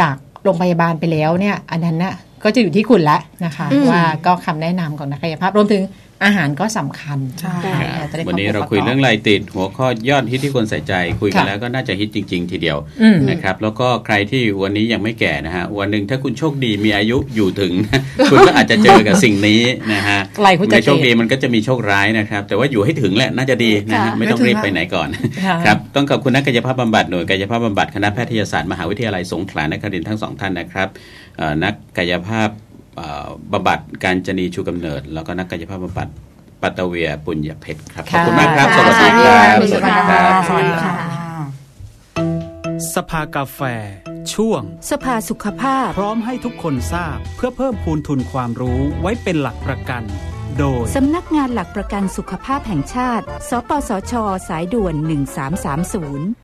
Speaker 3: จากโรงพยาบาลไปแล้วเนี่ย อันนั้นน่ะก็จะอยู่ที่คุณละนะคะ
Speaker 5: อืม
Speaker 3: ว่าก็คำแนะนำของนักกายภาพรวมถึงอาหารก็สำคัญ
Speaker 6: ใช่
Speaker 3: นะคะอาจจะได้
Speaker 4: วันนี้เรา
Speaker 3: บปะกบ
Speaker 4: คุยเรื่องไรติดหัวข้อยอดฮิตที่คนใส่ใจ คุยกัน
Speaker 3: ค่ะ
Speaker 4: แล้วก็น่าจะฮิตจริง ๆ ทีเดียว
Speaker 3: อืม
Speaker 4: นะครับ แล้วก็ใครที่วันนี้ยังไม่แก่นะฮะวันหนึ่งถ้าคุณโชคดีมีอายุอยู่ถึง คุณก็อาจจะเจอกับสิ่งนี้นะฮะ
Speaker 3: ไรคุณจะ
Speaker 4: ในโชคดีมันก็จะมีโชคร้ายนะครับ แต่ว่าอยู่ให้ถึงแหละน่าจะดีนะฮะ
Speaker 5: ค่ะ
Speaker 4: ไม่ต้องรีบไปไหนก่อน
Speaker 3: ค่ะ
Speaker 4: ครับต้องขอบคุณนักกายภาพบำบัดหน่วยกายภาพบำบัดคณะแพทยศาสตร์มหาวิทยาลัยสงขลานครินทร์ทั้งสองท่านนะครับเอ่อนักกายภาพเอ่อบำบัดการจนีชูกำเนิด แล้วก็นักกายภาพบำบัดปัตตเวียปุญญเพชรครับขอบคุณมากครับ สวัสดีครับ
Speaker 5: ขอบคุณค่ะ
Speaker 6: สวัสดีค่ะ
Speaker 1: สภากาแฟ ช่วง
Speaker 2: สภาสุขภาพ
Speaker 1: พร้อมให้ทุกคนทราบเพื่อเพิ่มพูนทุนความรู้ไว้เป็นหลักประกัน โดย
Speaker 2: สำนักงานหลักประกันสุขภาพแห่งชาติ สปสช สายด่วน 1330